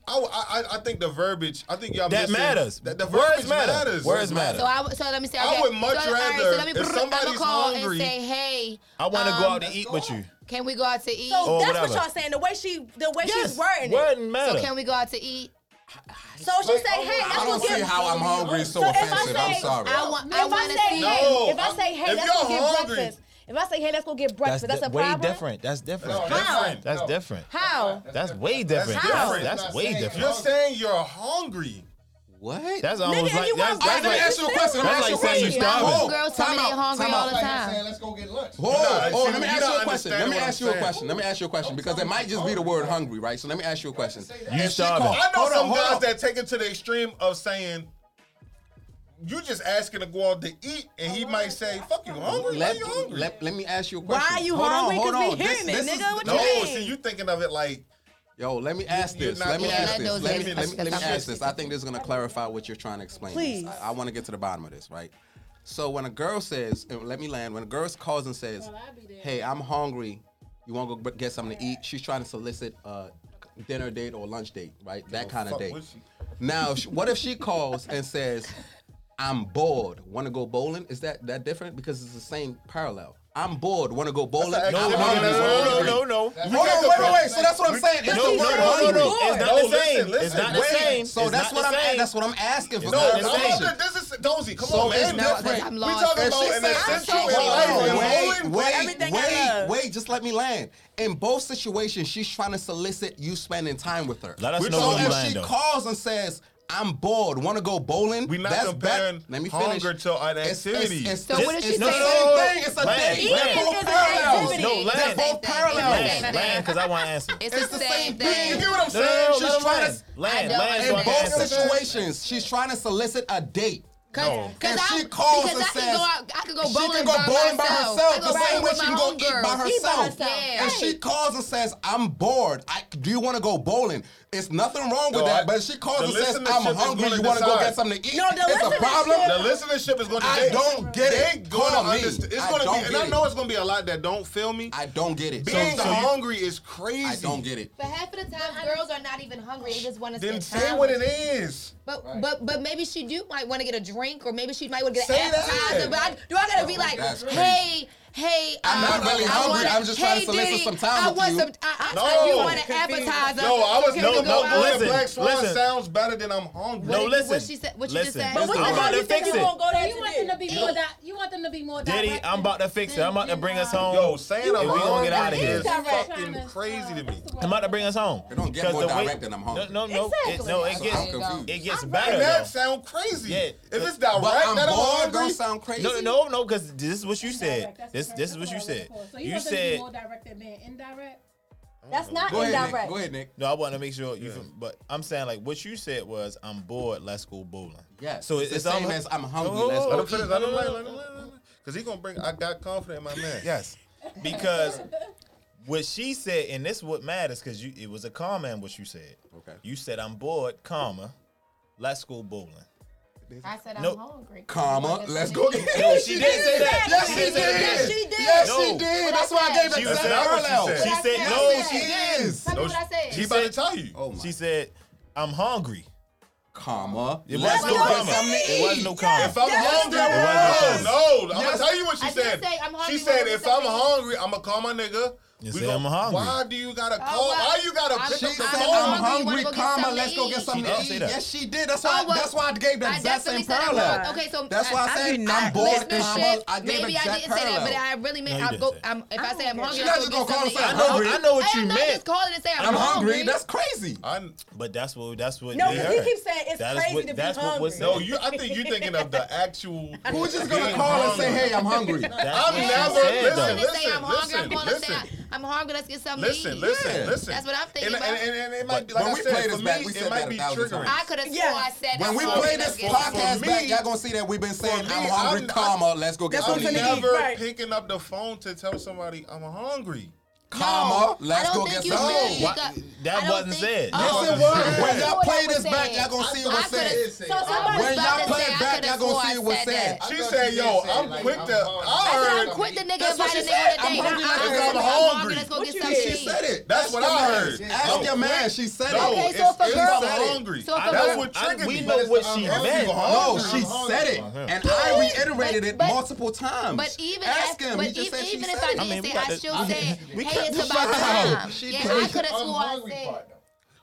I, w- I- I- I think the verbiage. I think y'all
That
missing-
matters.
That the
Words
verbiage
matter.
matters.
Words matter.
So I w- so let me say.
I
Okay.
would much
so, all right,
rather
so let me,
if somebody's
I'ma call
hungry-
and say, hey,
I wanna
um,
go out to eat with you.
Can we go out to eat?
So
Or
that's
whatever.
what y'all saying. The way she, the way she's wording it.
Wording matter.
So can we go out to eat?
So she say, hey, let's
I
go
don't
get.
see how I'm hungry is so
So if I
offensive. I'm
say-
sorry.
I want.
if
I
I,
want to
say,
see.
hey,
No,
if I say, hey,
if
let's
you're
go get
hungry-
breakfast. If I say, hey, let's go get
that's
breakfast, that's,
di-
a
way
problem.
different. That's different.
No,
That's,
how?
different. That's
No.
different.
How?
That's way
That's
different.
different.
That's, that's
Not
way
saying
You're
different.
hungry.
saying you're hungry.
What?
That's
Nigga,
almost
if
like
you
that's,
want
that's
Let me
breakfast,
like
ask you a question. Let me
That's
ask you a
like saying
question.
you starving.
Whoa,
Girls tell
time
me they
out,
hungry
time
all
out.
the
Like
time.
I'm saying, let's go get lunch.
Whoa,
not-
oh,
see, you
let me ask
not
you a question. Let
understanding
me
what
ask
I'm
you a
saying.
question. Let me ask you a question because it might just be the word hungry, right? So let me ask you a question.
You
If she
starving.
called-
I know
hold on,
some
hold
guys
on.
that take it to the extreme of saying, "You just asking to go out to eat," and
Oh,
he might say, "Fuck you, hungry? Why
Let,
you hungry?"
let, let me ask you a
Why
question.
are you
Hold on,
hungry?
hold
'Cause we
on. This-
hearing it,
this is-
nigga. What you
no,
mean?
see, you thinking of it like
Yo, let me ask
you're
this.
not
Let me
Yeah,
ask
let
this.
those
Let me,
answers,
let me, let me
because I'm
ask this. I think this is going to clarify what you're trying to explain.
Please.
I, want to get to the bottom of this, right? So when a girl says, and let me land, when a girl calls and says,
Well, I be there.
hey, I'm hungry, you want to go b- get something to eat? She's trying to solicit a dinner date or lunch date, right? That kind of
fuck
date.
with you. [LAUGHS]
Now, if she- what if she calls and says, I'm bored, want to go bowling? Is that that different? Because it's the same parallel. I'm bored, want to go bowling?
That's an
No,
I'm
no,
hungry, wanna
no, no,
go
no,
drink.
no,
That's-
no.
Hold
got
on,
the
wait, wait,
pro-
wait. So that's what I'm saying. It's
No,
the
no, no,
word
no,
hungry.
no. It's not
No,
the same.
listen,
It's not the
listen, wait.
same.
So
It's
that's
not
what
the
I'm.
same.
That's what I'm asking for.
No,
not
That's
the
no,
what I'm
same.
saying.
no, this is Dozy. Come
So
on,
it's
man.
not-
different.
I'm
We
lost.
talking
If she
about an
said-
essential in
I'm
life. and
saying-
Wait,
bowling-
wait,
Everything I
wait,
love.
wait. Just let me land. In both situations, she's trying to solicit you spending time with her.
Let us
so
know where you
if
land,
she
though.
calls and says, "I'm bored, want to go bowling,"
We not
that's
comparing
bet- Let me finish.
hunger to an
It's- it's-
activity.
It's,
So
the-
what is
it's
she
the
saying?
same thing. It's a
Land,
date.
land.
They're both
It's an
parallels.
activity.
No,
They're
land,
both
Same thing.
parallels.
Same
land,
thing.
land, because I want to answer.
It's,
It's
the same
thing. You
thing.
get what I'm
No, no,
saying?
no,
She's
let
trying
land,
to.
land,
I
land.
don't
so I
In
can
both
answer.
situations, she's trying to solicit a date.
Cause,
No.
cause
And
I,
she calls
because
and
I
says
can go out, I can go
she
bowling,
can go
by,
bowling by
myself.
herself
I can
the
go
same
bowling
way
with
she can
my
go eat
homegirls.
by herself.
Eat by herself.
Yeah.
If she calls and says, "I'm bored. I, do you want to go bowling?" It's nothing wrong with
No,
that.
I-
but if she calls
the
and says,
listenership
"I'm
is
hungry.
gonna
You want to go
decide.
get something to eat?"
No, the
it's a
listenership-
problem.
The listenership is going to.
I
they-
don't get
they
it.
Gonna
Call me.
understand. It's
I
going to
don't
be, and
get
I
it.
know it's going to be a lot that don't feel me.
I don't get it.
Being
So- so you-
hungry is crazy.
I don't get it.
But half of the time, girls are not even hungry. They just want to
Then
spend
say
time.
what
with
it is.
you. But but but maybe she do might want to get a drink, or maybe she might want to get
Say
an
that.
appetizer. But I, do I gotta be like,
Oh, that's crazy.
hey hey,
I'm
uh,
not really
I
hungry.
wanna-
I'm just trying
hey,
to solicit
Diddy,
some time
I
with
want
you.
Some, I, I,
No.
you want an appetizer?
No, I was
Can
no,
we
no,
go out?
no. Listen, Black Swan
listen.
sounds better than I'm hungry.
No, listen.
What she said? What you just
listen.
said?
But what the I'm hell about you to think fix you it. gonna
go there you want them to be more. Di- you want them to be more.
Diddy,
direct
I'm about to fix it. I'm about to bring us home.
Yo, saying
and
I'm
we gonna
hungry
get out of here.
is fucking crazy to me.
I'm about to bring us home. It
don't get more direct than I'm hungry.
No, no, no. It,
Exactly.
no, it
So
gets
I'm confused.
it gets
I'm
better.
right. That
though.
sound crazy.
Yeah.
If it's direct,
But I'm
that I'm
bored,
hungry.
don't sound crazy.
No, no, no, because this is what you said.
Direct, that's
This
the
this
term.
is what you
That's
said.
I'm looking for. So you,
You
want them to be
said
more direct than being indirect.
That's not
Go ahead, Nick.
indirect.
Go ahead, Nick.
no. I want to make sure you. feel- But I'm saying like what you said was I'm bored. Let's go bowling.
Yes.
So
It's the
it's
same
all-
as I'm hungry,
No,
let's go
no,
Let
no,
him finish.
no,
Let him
no,
lay,
no,
let
no.
him lay, let him lay. Cause he gonna bring. I got confident in my man.
Yes. Because what she said, and this what matters, because you it was a comma in what you said.
Okay.
You said I'm bored, comma, let's go bowling.
I said I'm
No.
hungry.
Comma. Let's
[LAUGHS]
go get. [LAUGHS]
No, she didn't say that.
Yes, she
She
did.
said that.
Yes, she did.
No.
That's why I gave
She
it
was
to
not
what she
her
said.
earlier.
She
That's
said
what I
no.
said.
She is.
Tell me what I said.
He about to tell you.
Oh my.
She said I'm hungry.
comma.
It
Let's
was
go
no
get
comma.
something to
It was
eat.
no comma.
If I'm hungry, oh,
It wasn't
no, no. I'm gonna tell you what she
I did
said.
say I'm hungry
she said,
when
"If
we
I'm
said-
hungry, I'm gonna call my nigga."
You
We
say
gon-
I'm hungry.
Why do you gotta
Oh,
call?
well,
why you gotta
I'm-
pick up the
I'm
phone?
hungry.
hungry,
wanna go get
comma.
something
Let's
to
go
eat.
get something
She did
to
say
eat.
that.
Yes, she did. That's
Oh,
why.
well,
That's why I gave the
I
exact same
definitely said I'm
parallel.
bored. Okay, so
that's why I,
I- I
said
do
I'm
not-
bored,
listenership,
comma. I gave
Maybe I
exact
didn't say
parallel.
that, but I really meant
No, you
I'll
didn't
go.
say that.
I'm, if I, say I'm hungry,
She
I'll
not just
go
gonna
get
call and
something
I
say I'm
to eat.
know,
hungry.
I know what you
I don't know,
meant.
just call it and say I'm,
I'm hungry. That's crazy.
I
But that's what that's what.
No,
they
because he
heard.
keeps saying it's
That is
crazy
what-
to be
that's what was
hungry.
no, you. I think you're thinking of the
[LAUGHS]
actual.
Who's just gonna
being
call and say,
hungry.
"Hey, I'm
[LAUGHS]
hungry"?
That's what
I'm
she
never-
said,
I'm
though.
calling to say
listen,
I'm hungry.
listen,
I'm calling to say
listen.
I'm hungry. Let's get something to
Listen,
eat.
listen,
Yeah.
listen.
That's what I'm thinking
And,
about.
and, and, and it might be
But
like I
when we
said,
play this
for
back,
me,
we said
it
that
might
a
be
thousand
triggering.
I could have swore
Yeah.
I said
When
I'm
we
hungry.
play
Let's
this
get something.
podcast
For
back,
me-
y'all gonna see that we've been saying
me,
I'm hungry,
I'm-
comma. Let's go get
That's what
I'm
something
I'm
to
saying.
eat.
never
Right.
picking up the phone to tell somebody I'm hungry.
Comma.
No,
Let's
I don't
go
think
get
you
something.
should.
to
Why-
eat.
I
that
don't
wasn't
think-
said.
Oh.
Yes, it was. When
I
y'all
know
play
what was
this back,
said.
y'all gonna see it
I
was said.
could've-
So
I was
somebody-
When
about
y'all
to
play it
say, I
back,
could've
y'all gonna
swore
see it
I
was
said
said.
that.
She
thought
said,
she
"Yo,
said,
I'm
like,
quick
I'm
to."
hungry.
I
I
said, I'm
heard.
quit the nigga
That's what
inviting
she said. I'm hungry, let's go get
nigga on a date. I- I- I'm
something.
hungry, Let's go
What
get
you
something
mean?
to
She
eat.
said it.
That's what I heard.
Ask
No,
your man.
wait.
She said
No,
it.
Okay,
it's,
so if a
it's
girl-
I'm
So if a
hungry.
girl-
That's what
I-
triggered
we
me.
know what
I'm
she
hungry.
meant.
No,
I'm
she
hungry.
said it,
I'm
and I reiterated it
But- but-
multiple times.
But even
ask
if,
him.
but
he just
even,
said she
even
said
if I
it.
didn't
mean, we
say,
got
I
to-
still
I-
said,
[LAUGHS] we
hey,
cut
it's
the
about
shit
time.
out. She
Yeah,
did.
I could have
I'm
swore I
hungry
said.
part, though.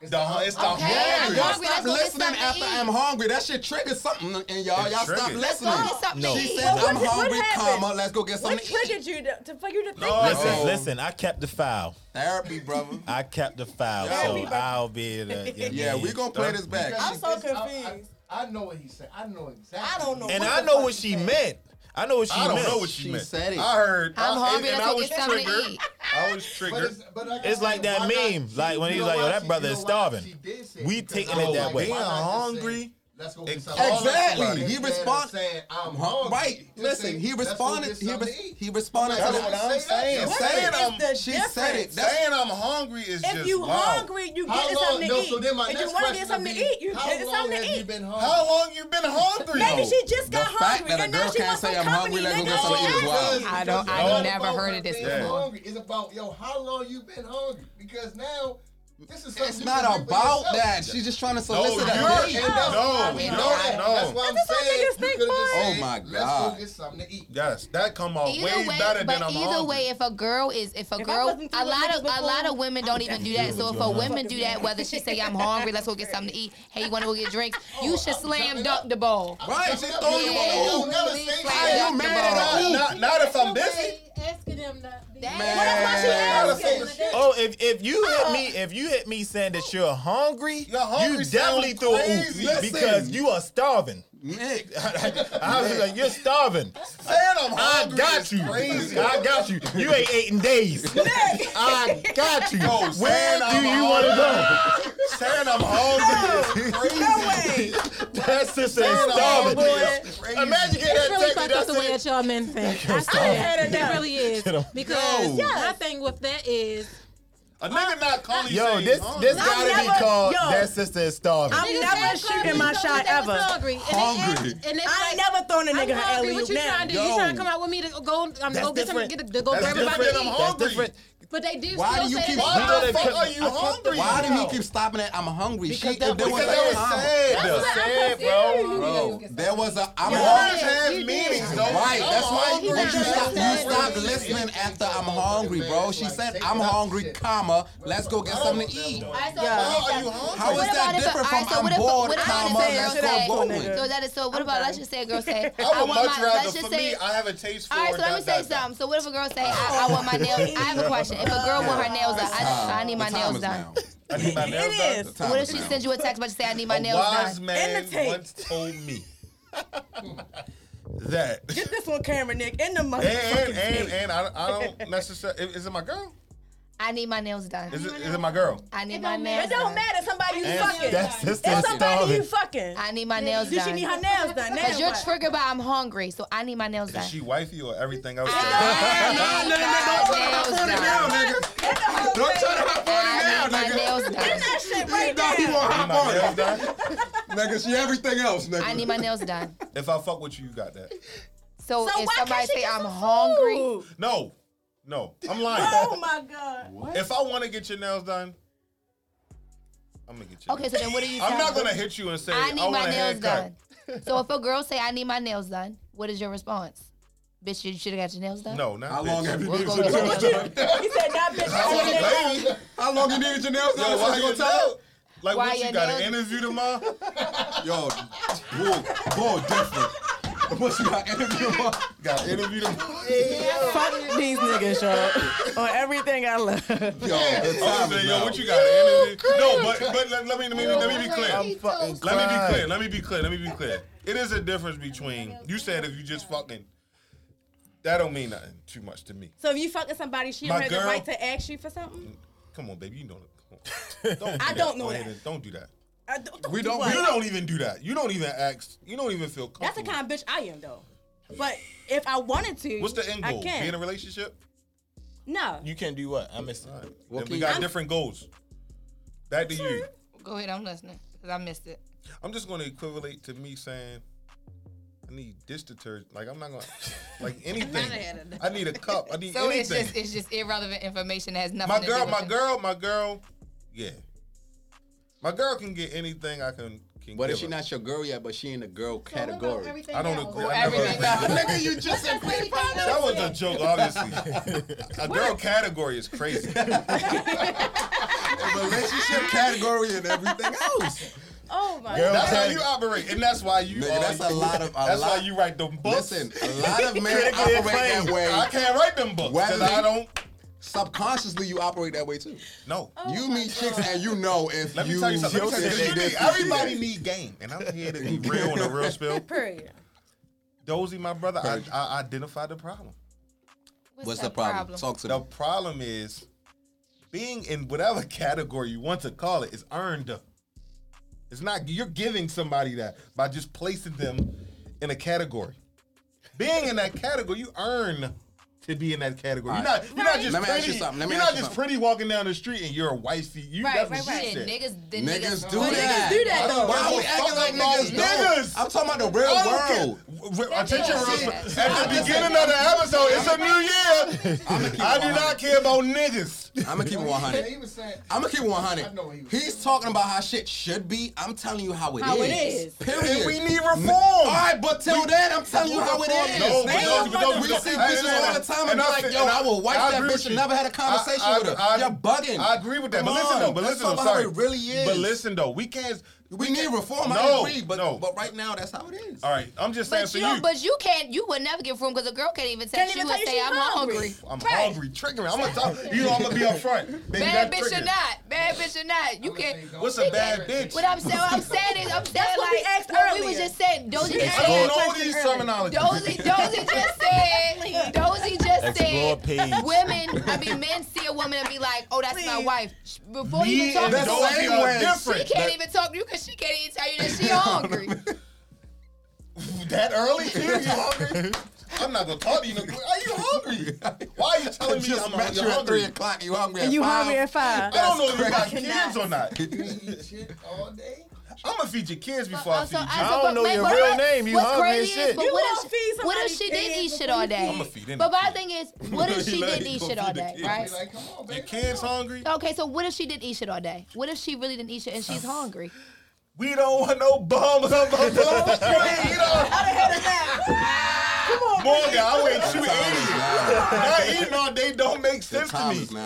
It's the hu- it's the
Okay,
hungry.
I'm
Y'all
hungry,
stop
let's go get
listening
something to
after
eat.
I'm hungry. That shit triggers something in y'all.
It
y'all stop
triggered.
listening.
Let's go get something
No.
to
She
eat.
said
Well,
I'm
what- what
hungry,
happened?
comma. Let's go get
What
something to eat.
triggered you to, to for you to think
No.
that?
Listen,
Oh.
listen. I kept the file.
Therapy, brother.
I kept the file,
Yeah.
so I'll be the. you know what I
Yeah,
mean?
we gonna play this back.
Because
I'm
she-
so
this- I- I-
confused.
I know what he said. I know exactly.
I don't know.
And
What
I
the
know
fuck
what
you
she
saying?
meant. I know what she
I don't
meant.
know what she,
She
meant.
said it.
I heard.
I'm
I-
hungry,
And, and
let's
I
go
was
get something to
triggered.
eat.
I was
But
triggered.
it's, but like I
It's
said,
like that
why
meme,
Not,
like when
you
he
know
was like, "Yo,
why
that
she-
brother
you
is
know why
starving."
she did say
We
because
taking
I
it
was
that
like,
way.
why not just say,
Hungry.
Let's go get
Ex-
something.
Exactly. He
Instead of
responded.
saying, I'm hungry.
Right.
Just
Listen,
say,
he
"Let's go get
responded. He,
something
res-
to eat."
he responded.
That's
to
what
the-
I'm
She
saying.
said
What
it.
is
I'm-
the
She
difference?
said it. That's-
Saying I'm hungry is
If
just
you
wow.
hungry, you
How
getting
long-
something to
no,
eat.
so then my
if you
next
want to
question
get something
would
to
be,
eat, you
how
getting
long
something
have
to
you
eat.
been
How
hungry?
long you been hungry?
Maybe she just
The
got
fact
hungry
that a
and now
girl
she
can't
wants
say
some
I'm hungry,
company.
let's go
nigga.
get something to
She
eat as
out.
well.
Because
I don't-
it's
I
not
never
about
heard
her
of this
being
before.
hungry. It's about yo, how long you been hungry? Because now this is something
It's
you
not
can do for
about
yourself.
that. She's just trying to
No, you're,
solicit a date.
no, no,
mean,
no,
I-
That's why I'm
That's
saying.
what niggas
you
think,
could've just
boy.
said,
Oh, my
Let's
God.
go get something to eat.
Yes, that come out
Either
way,
way,
better
but
than I'm
either
hungry.
way, if a girl is if a
If I
girl,
wasn't
a
doing
lot
this
of a lot of
before,
women don't even do that. So if a woman do that, whether she say I'm hungry, let's go get something to eat. Hey, you want to go get drinks? You should
I'm
slam
jumping
dunk
up.
the ball.
Right, she
Something
throwing
to
Oh, you
eat.
on the
Don't
hoop.
never
Please
say
slap
she
Hey,
didn't
you mad at
Not,
me?
not, not if I'm
That's
busy.
the way Asking them to be.
That-
Man.
Well, that's why she
Gotta
asking.
say the shit.
Oh, if if you hit me, if you hit me saying that you're hungry,
You're hungry
you definitely
sound
threw a oop
crazy. Listen.
because you are starving.
[LAUGHS] Nick.
I was just like, you're starving.
Saying I'm
I
hungry
got
is
you.
Crazy.
I got you. You ain't eight in days. I got you. Where
saying
do
I'm
you want to go?
Saying I'm hungry is crazy.
No way.
That sister is
Saying I'm
starving.
hungry is crazy.
Imagine getting
It's
that
really
text. and
fucked up
that's
the way
it.
that y'all men think. I
had
swear,
enough.
it really
him.
is.
[LAUGHS]
Because
Yo.
my thing with that is,
A nigga not calling you
Yo,
saying
this
hungry.
this gotta be
never-
called.
yo.
that sister is starving.
I'm
niggas
never
act
shooting
hungry,
my
so
shot
they was
ever.
Hungry. And they
Hungry.
act- and they
I
like,
ain't never thrown a
I'm
nigga an
hungry.
alley
What
oop
you trying
now.
to do? You trying to come out with me to go um,
That's
go get some
different.
get a, to go
That's
grab a bite to
different.
eat?
I'm hungry.
That's different.
But they do
Why
still
do you
say
keep?
that they-
Why the fuck are you
I kept-
hungry?
Why
Why do you keep stopping at I'm hungry?
Because
she,
that-
if there
because
was
that
a-
was sad,
I'm-
though. That's what I said, bro.
Bro, there was a I'm
You
hungry.
always have You meanings, did. though.
Right,
I'm
that's why
hungry.
but you
That's
stopped
not
you stopped
really-
listening after I'm hungry, bro. She said I'm hungry, comma. Let's go get something to eat.
Alright, so
Yeah.
what if
How are you hungry?
that- so what
How is
about
that
if a-
different
alright,
from
so
I'm
what if a-
bored,
what if I
comma,
say
let's
it
go
today?
bowling?
So that is so. What about let's just say a girl
I
say
would
want
much
my- let's
rather,
just
for
say-
me, I have a taste for.
All right, so let me
dot,
say
dot, dot.
something. So what if a girl say, I, I want my nails? I have a question. If a girl want her nails done, I, I need my
What time
nails
is
done.
I need my nails done.
[LAUGHS] It is. What if she sends you a text but she say, I need my
a
nails
wise
done?
man once told
[LAUGHS]
me that
Get this one, camera, Nick, in the
And
motherfucking
and and,
tape.
and I, I don't necessarily. Is it my girl?
I need my nails done.
Is it, is it my girl?
I need my nails
It don't
done.
matter. Somebody you
And
fucking.
that's- that's the
it's somebody
story.
you fucking.
I need my nails
Did
done.
she need her nails done? Now
Because you're
what?
triggered by I'm hungry, so I need my nails done.
Is she wifey or everything else?
Nah, nah, nah, don't try to hop on it now,
nigga. Don't try to hop
I need my nails done.
Nigga, she everything else, nigga.
I need my nails done.
If I fuck with you, you got that.
So, if somebody say I'm hungry,
No, no, I'm lying.
Oh my god.
If I want to get your nails done, I'm gonna get you.
Okay, so then what do you
I'm
tell
not
them?
gonna hit you and say
I need
want
my
a
nails
haircut.
done. so if a girl say I need my nails done, what is your response? Bitch, you should have got your nails done.
No, not
How long
bitch.
have you
We'll
needed
go
your
get
nails
you.
done?
He said that bitch.
How long, baby?
How long you needed your nails
Yo,
done?
why
Why you gonna
your
tell?
Like,
Why
what
your
you got an
nails-
interview
[LAUGHS]
tomorrow?
Yo, bull, bull different. What you got interview on?
Got interview tomorrow.
Fuck these niggas, y'all. On everything I love.
Yo,
time is
Oh, yo,
now.
what you got? an interview?
Yo,
No, but
crazy.
but let, let me let me let me
Oh
be clear.
I'm fucking
Let me be
crying.
clear. Let me be clear. Let me be clear. It is a difference between you said if you just fucking. That don't mean nothing too much to me.
So if you fucking somebody, she
My
don't have the
girl-
right to ask you for something.
Come on, baby, you know
[LAUGHS]
that. Come on. Don't do
I
that.
don't know
Go ahead
that.
and- Don't do that.
I don't,
We don't.
what?
You don't even do that. You don't even ask. You don't even feel
That's the
comfortable.
kind of bitch I am though. But if I wanted to,
What's the end
I
goal? Be
can.
in a relationship?
No.
You can do what? I missed it.
Then we got different goals. Back to you.
Go ahead, I'm listening because I missed it.
I'm just going to equivalent to me saying, I need dish detergent. Like I'm not going to
[LAUGHS]
like anything. I need a cup. I need
So it's
anything.
just it's just irrelevant information that has nothing.
my
to
girl,
do
my
with
girl, my girl. Yeah. My girl can get anything I can. can
But if
give
she
her.
not your girl yet, but she in the girl category.
I don't agree. I never
Everything
agree.
else. [LAUGHS] Nigga, you just said
That was a joke,
[LAUGHS]
obviously. A girl category is crazy.
relationship category and everything else.
Oh my
Girl
that's how
tag.
you operate, and that's why you.
Nigga,
are-
that's a lot of- a
that's
lot-
why you write them books.
Listen, a lot of men
Critically
operate that
acclaimed. [LAUGHS]
way.
I can't write them books because
Whether-
I don't.
Subconsciously, you operate that way too.
No.
you meet chicks and you know if
Let me
you.
tell you something. Let me tell you
said
something.
this,
Everybody
you
need game, and I'm here to be real and a real spill.
[LAUGHS]
Period.
Dozy, my brother, I, I identified the problem.
What's What's the the problem? problem? Talk to
The problem is being in whatever [LAUGHS] category you want to call it is earned. It's not you're giving somebody that by just placing them in a category. Being in that category, you earn to be in that category. You're not, you're not just
Let me
pretty.
ask you something. Let me
you're
ask
not
you
just
something.
pretty walking down the street and you're a wifey. You,
Right,
that's
right,
what she
right.
said.
Niggas, the
Niggas
niggas,
do
But
that.
Niggas do that
I don't
though.
give a fuck about niggas.
I'm talking about the real
I don't
world.
care. R- Attention,
That's
real-
it.
at the beginning of the episode, it's a new year. I do not care about niggas.
I'm gonna keep it 100.
He was saying,
I'm gonna keep it 100.
I know what he was
He's talking about how shit should be. I'm telling you how it is.
How it is.
Period.
And we
need
reform. All right, but till then, I'm telling you how it is.
No, but
Nigga,
no, but no,
we
but no.
see
Hey,
bitches
hey, hey,
all the time and
and
be
I
like,
said-
yo, I will
I
wipe that
agree
bitch
with
and
you.
never had a conversation
I- I-
with her.
I-
You're bugging.
I agree with that.
Come
but listen
on.
though, but
Let's
listen
talk
though.
about how
Sorry.
it really is.
But listen though, we can't.
We need reform. I
No,
agree, but
no.
but right now that's how it is.
All right, I'm just saying
But
for
you,
you.
but you can't. You would never give room because a girl can't even text
even
you
tell
and
you
say
she
I'm
hungry.
hungry.
I'm hungry, triggering. I'm gonna talk. You know, I'm gonna be up front. Baby,
Bad
that's
bitch or
triggering.
not, bad bitch or not, you can't.
What's a bad bitch?
What I'm saying, what I'm saying is, I'm saying
what we
like
asked
what we was
earlier.
just saying. Dozy
I
just
don't
said.
know these terminology.
Dozy, Dozy just
[LAUGHS]
said. Dozy just
Explore
said.
page.
Women, I mean, men see a woman and be like, "Oh, that's my wife." Sh- Before
Me
you even talk
and
to her,
Dozy are different.
she can't
That-
even talk to you because she can't even tell
[LAUGHS]
you that she hungry.
That early? Too? You hungry? I'm not gonna talk to you. No, are you hungry? Why are you telling me
Just
I'm
met
hungry?
you
You're
at three
hungry?
o'clock. You hungry?
And
at
you
five?
hungry at five.
I don't know if you got
That's
kids or not.
you eat shit all day? I'm gonna feed your kids before I feed
so
you.
I- so but- wait, but what- what's crazy is, but what if, she- what if she did these shit all day?
I'ma feed
but my thing is,
[LAUGHS]
[LAUGHS]
what if she did these shit all day, right?
Your kids hungry?
Okay, so what if she did eat shit all day? What if she really didn't eat shit and she's hungry?
[LAUGHS] We don't want no bums [LAUGHS] up on the street. You know? Come on, Morgan, I weigh 280. Not eating all day don't make sense to me.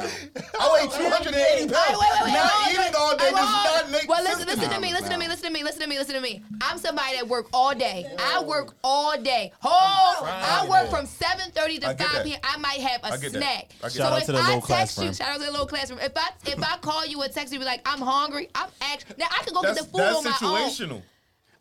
I weigh 280 pounds. Not eating all day does not make
Well,
sense
listen, listen to me, listen to me, listen to me, listen to me, listen to me. I'm somebody that work all day. I work all day. Oh, I work from 7:30
I
to
get
5
that.
p.m. I might have
I
a
get that. I
snack.
get
So
that. Shout out
if
to the
I
little class
text you,
friend.
shout out to the little classroom. If I if I call you and text you, be like, I'm hungry. I'm actually now I can go
That's-
get the food
that's
on my own.
situational.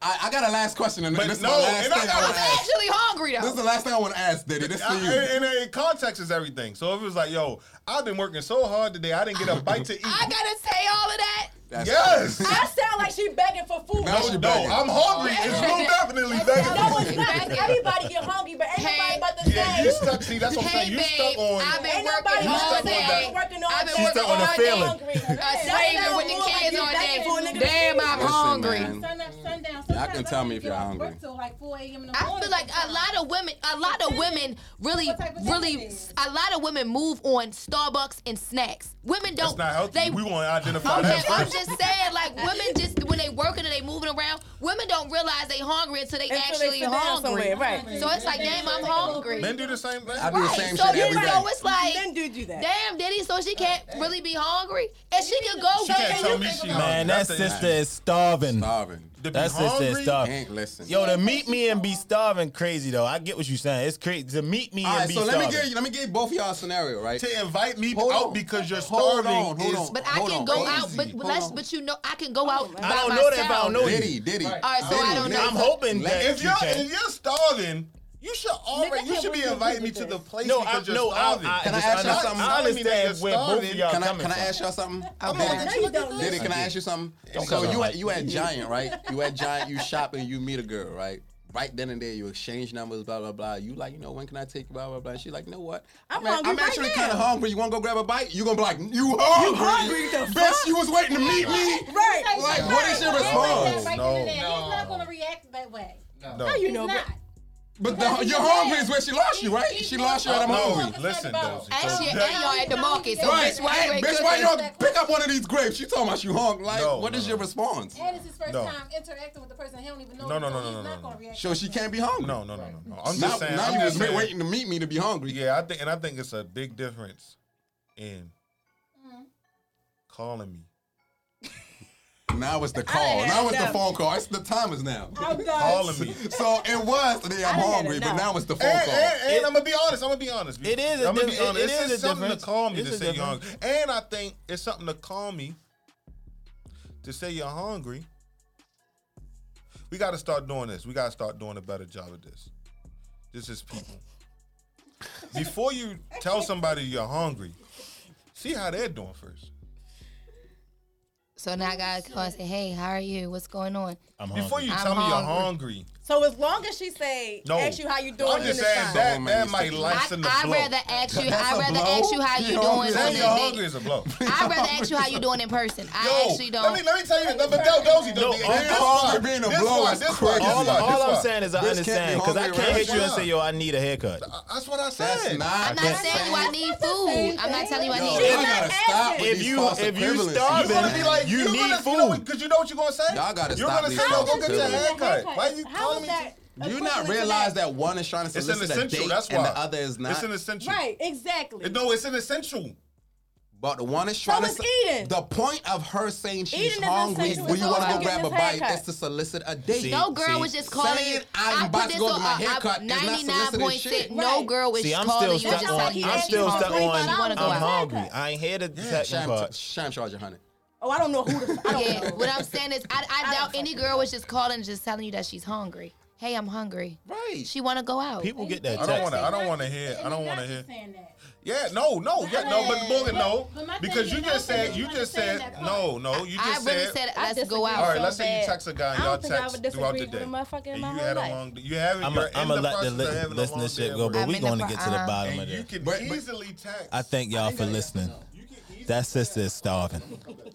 I, I got a last question, and
But
this is
no,
the last
and I
thing
got
I
a-
want to ask.
Actually hungry though.
This is the last thing I want to ask, Diddy. This is
I-
for you.
and, and, and context is everything. So if it was like, yo, I've been working so hard today, I didn't get
[LAUGHS]
a bite to eat.
I gotta say all of that.
yes.
I sound like she begging for food.
No, she begging. I'm hungry. It's most definitely begging
No,
for
it's
food.
not. Everybody get hungry, but everybody about to
Yeah,
say.
you stuck. See, that's what I'm saying.
Hey,
You
babe,
stuck on.
I've been Ain't
working
nobody
all
hungry.
day.
I've been working all
I've been
day.
working Stuck on the all day. feeling.
Hungry.
Uh,
Yeah.
slaving with the
That's
kids all
what
day.
I'm doing.
Damn, I'm
Listen,
hungry.
man.
Sundown, sundown.
Y'all can tell me if y'all hungry.
Work till like 4 a.m. in the morning.
I feel like a lot of women, a lot of women really, really, a lot of women move on Starbucks and snacks. Women
That's
don't.
not healthy.
They,
we want to identify
okay,
that
I'm
first.
just saying, like women just when they working and they moving around, women don't realize they hungry until they
Until they
actually
sit down
hungry.
somewhere, right.
So it's like, damn, I'm hungry.
Men do the same thing.
I do the same
so
shit
you
every
know,
day.
it's like, then
do do that.
Damn, Diddy, so she can't really be hungry, and she can go
She
get.
can't tell me she
Man, that sister is starving.
Starving.
That sister is
hungry?
starving.
Ain't listen.
Yo, to meet me and be starving, crazy though. I get what you're saying. It's crazy to meet me
All
and
right,
be
so
starving.
let me give you, let me give both of y'all a scenario, right?
To invite me out because you're
hold on,
starving
hold
is
on.
But I
hold
can
on,
go
hold on.
out, but but let's, but you know, I can
Oh
go out. by
I don't
myself.
know that if I don't know you.
Diddy, Diddy.
All
right, so I don't know.
I'm hoping that
if
you
you're
can.
if you're starving, you should already you should be inviting me to the place
No,
because
I-
you're
no, I-
starving.
I-
Can I ask y'all something?
I understand where both of y'all
Can I,
coming
can I
from.
ask y'all something?
I'm not gonna you don't.
Diddy, can I
I
ask you something?
Don't
so
cut
you
her
at you at Giant, right? You at Giant, you shopping, you meet a girl, right? Right then and there, you exchange numbers, blah blah blah. You like, you know, when can I take you, blah blah blah. She's like, you know what?
I'm
a-
hungry
I'm
right
actually
now.
kind of hungry. You want to go grab a bite? You gonna be like, you hungry?
hungry, the
Bitch, you was waiting to meet me.
Right.
Like, what is your response?
No, He's not gonna react that way.
No.
you know,
not.
But the, your hungry is where she lost you, right? She lost you at I'm hungry.
No, listen, Dozy.
Ask your
Dozy.
Oh.
and y'all at the market. So
Right.
bitch, why you
Hey,
ain't
bitch,
cooking?
why you don't pick up one of these grapes? You talking about you hungry? Like,
No,
what
no,
is your response?
And it's his first
No.
time interacting with the person. He don't even know.
No, no,
him,
no,
so
no,
he's
no,
not
no,
gonna
no.
react
So she can't be hungry.
No, no, no, no, no. I'm
now,
just saying.
now
I'm
you
just
was
saying-
waiting to meet me to be hungry.
Yeah, I think, and I think it's a big difference in
Mm-hmm.
calling me.
Now it's the call.
had
Now it's the
enough.
phone call. It's the time is now.
Oh,
I'm done. Calling me.
So it was today. I'm hungry, but now it's the phone
And,
call.
and, and I'm gonna be honest. I'm gonna be honest.
It is a
I'm gonna be
diff- it-
honest.
it
it's
is a
something
difference.
to call me
It's
to
a
say you're
difference.
hungry, and I think it's something to call me to say you're hungry. We got to start doing this. We got to start doing a better job of this. This is people. Before you tell somebody you're hungry, see how they're doing first.
So now I gotta call and say, hey, how are you? What's going on?
I'm
Before you
I'm
tell me you're
hungry.
hungry,
So as long as she say,
No.
ask you how you doing.
I'm just
in the
saying
time.
that that might
I,
lessen the
I'd
blow.
rather ask you.
That's
I'd
a
rather
blow.
ask you how you
You're hungry.
doing. on
Saying
a
you're
date.
hungry is a blow.
I'd rather ask you how you doing in person. I
Yo,
actually don't.
Let me let me tell you, but that Dozy,
No,
Dozy,
all-
this
all
part-
for being a
this
blow
part-
is
this part-
All,
this part-
all
this
I'm
part.
saying is I
This can't be
understand because I
hungry,
can't
right?
hit you and
Yeah.
say, yo, I need a haircut.
That's what I said.
That's not.
I'm not saying you I need food. I'm not telling you I
No,
need
y'all
food.
gotta stop with
If
these
you-
false
if you
equivalencies.
starving,
You wanna be like-
you
You're
need
gonna,
food.
You know, what- Cause you know what you're gonna say.
Y'all gotta
You're
stop
gonna
these
say, "No,
false
go get your
equivalencies."
haircut. Why you calling me? to-
You not realize that one is trying to
It's an
solicit
essential.
a date
That's why.
and the other is not.
It's an essential.
Right, exactly.
It- No, it's an essential.
But the one is trying to.
it's
so-
eating.
The point of her saying she's
Eating is
hungry
essential.
when you
It's
want to
all
go
about
grab a
getting
bite
this haircut.
is to solicit a date.
no girl was just calling
Saying
you.
I'm
I
about
put
to
this
go get
on
my
uh,
haircut is not
ninety nine point
soliciting
six.
shit.
No girl was
See, I'm
calling
still
you.
stuck
and just
on.
telling you
I'm still
she's
stuck
hungry,
on. um,
but wanna go
I'm
out.
hungry. I ain't hear the second
Sham,
part.
Sham charge a hundred.
Oh, I don't know who. The, I don't
Yeah,
know.
what I'm saying is, I,
[LAUGHS]
I, doubt any girl was just calling and just telling you that she's hungry. Hey, I'm hungry.
Right.
She want to go out.
People get that
I don't
text.
want to. I don't want to hear. I don't want to hear.
saying that.
Yeah, no, no, yeah, no. But Morgan, no,
But my
because
thing
you
is,
just
I don't
said.
think
You
you
just
understand
said
that
no, no. You
I
just
really
said.
said,
I
let's
disagree
go
so
out.
All right, let's say you
bad.
text a guy and
I
y'all
don't think I would
text throughout the
disagree
day.
with a motherfucker in
and
my
you
whole
had a
life.
long day. You haven't.
I'm
you're in
gonna
the
let the
process of
li-
having a long day
listenership
at
go,
work.
but
I'm
we're
in the
going to
pro-
get to the
uh-huh.
bottom of
And you
this.
can
But- but-
easily text.
I thank y'all for listening. That sister is starving.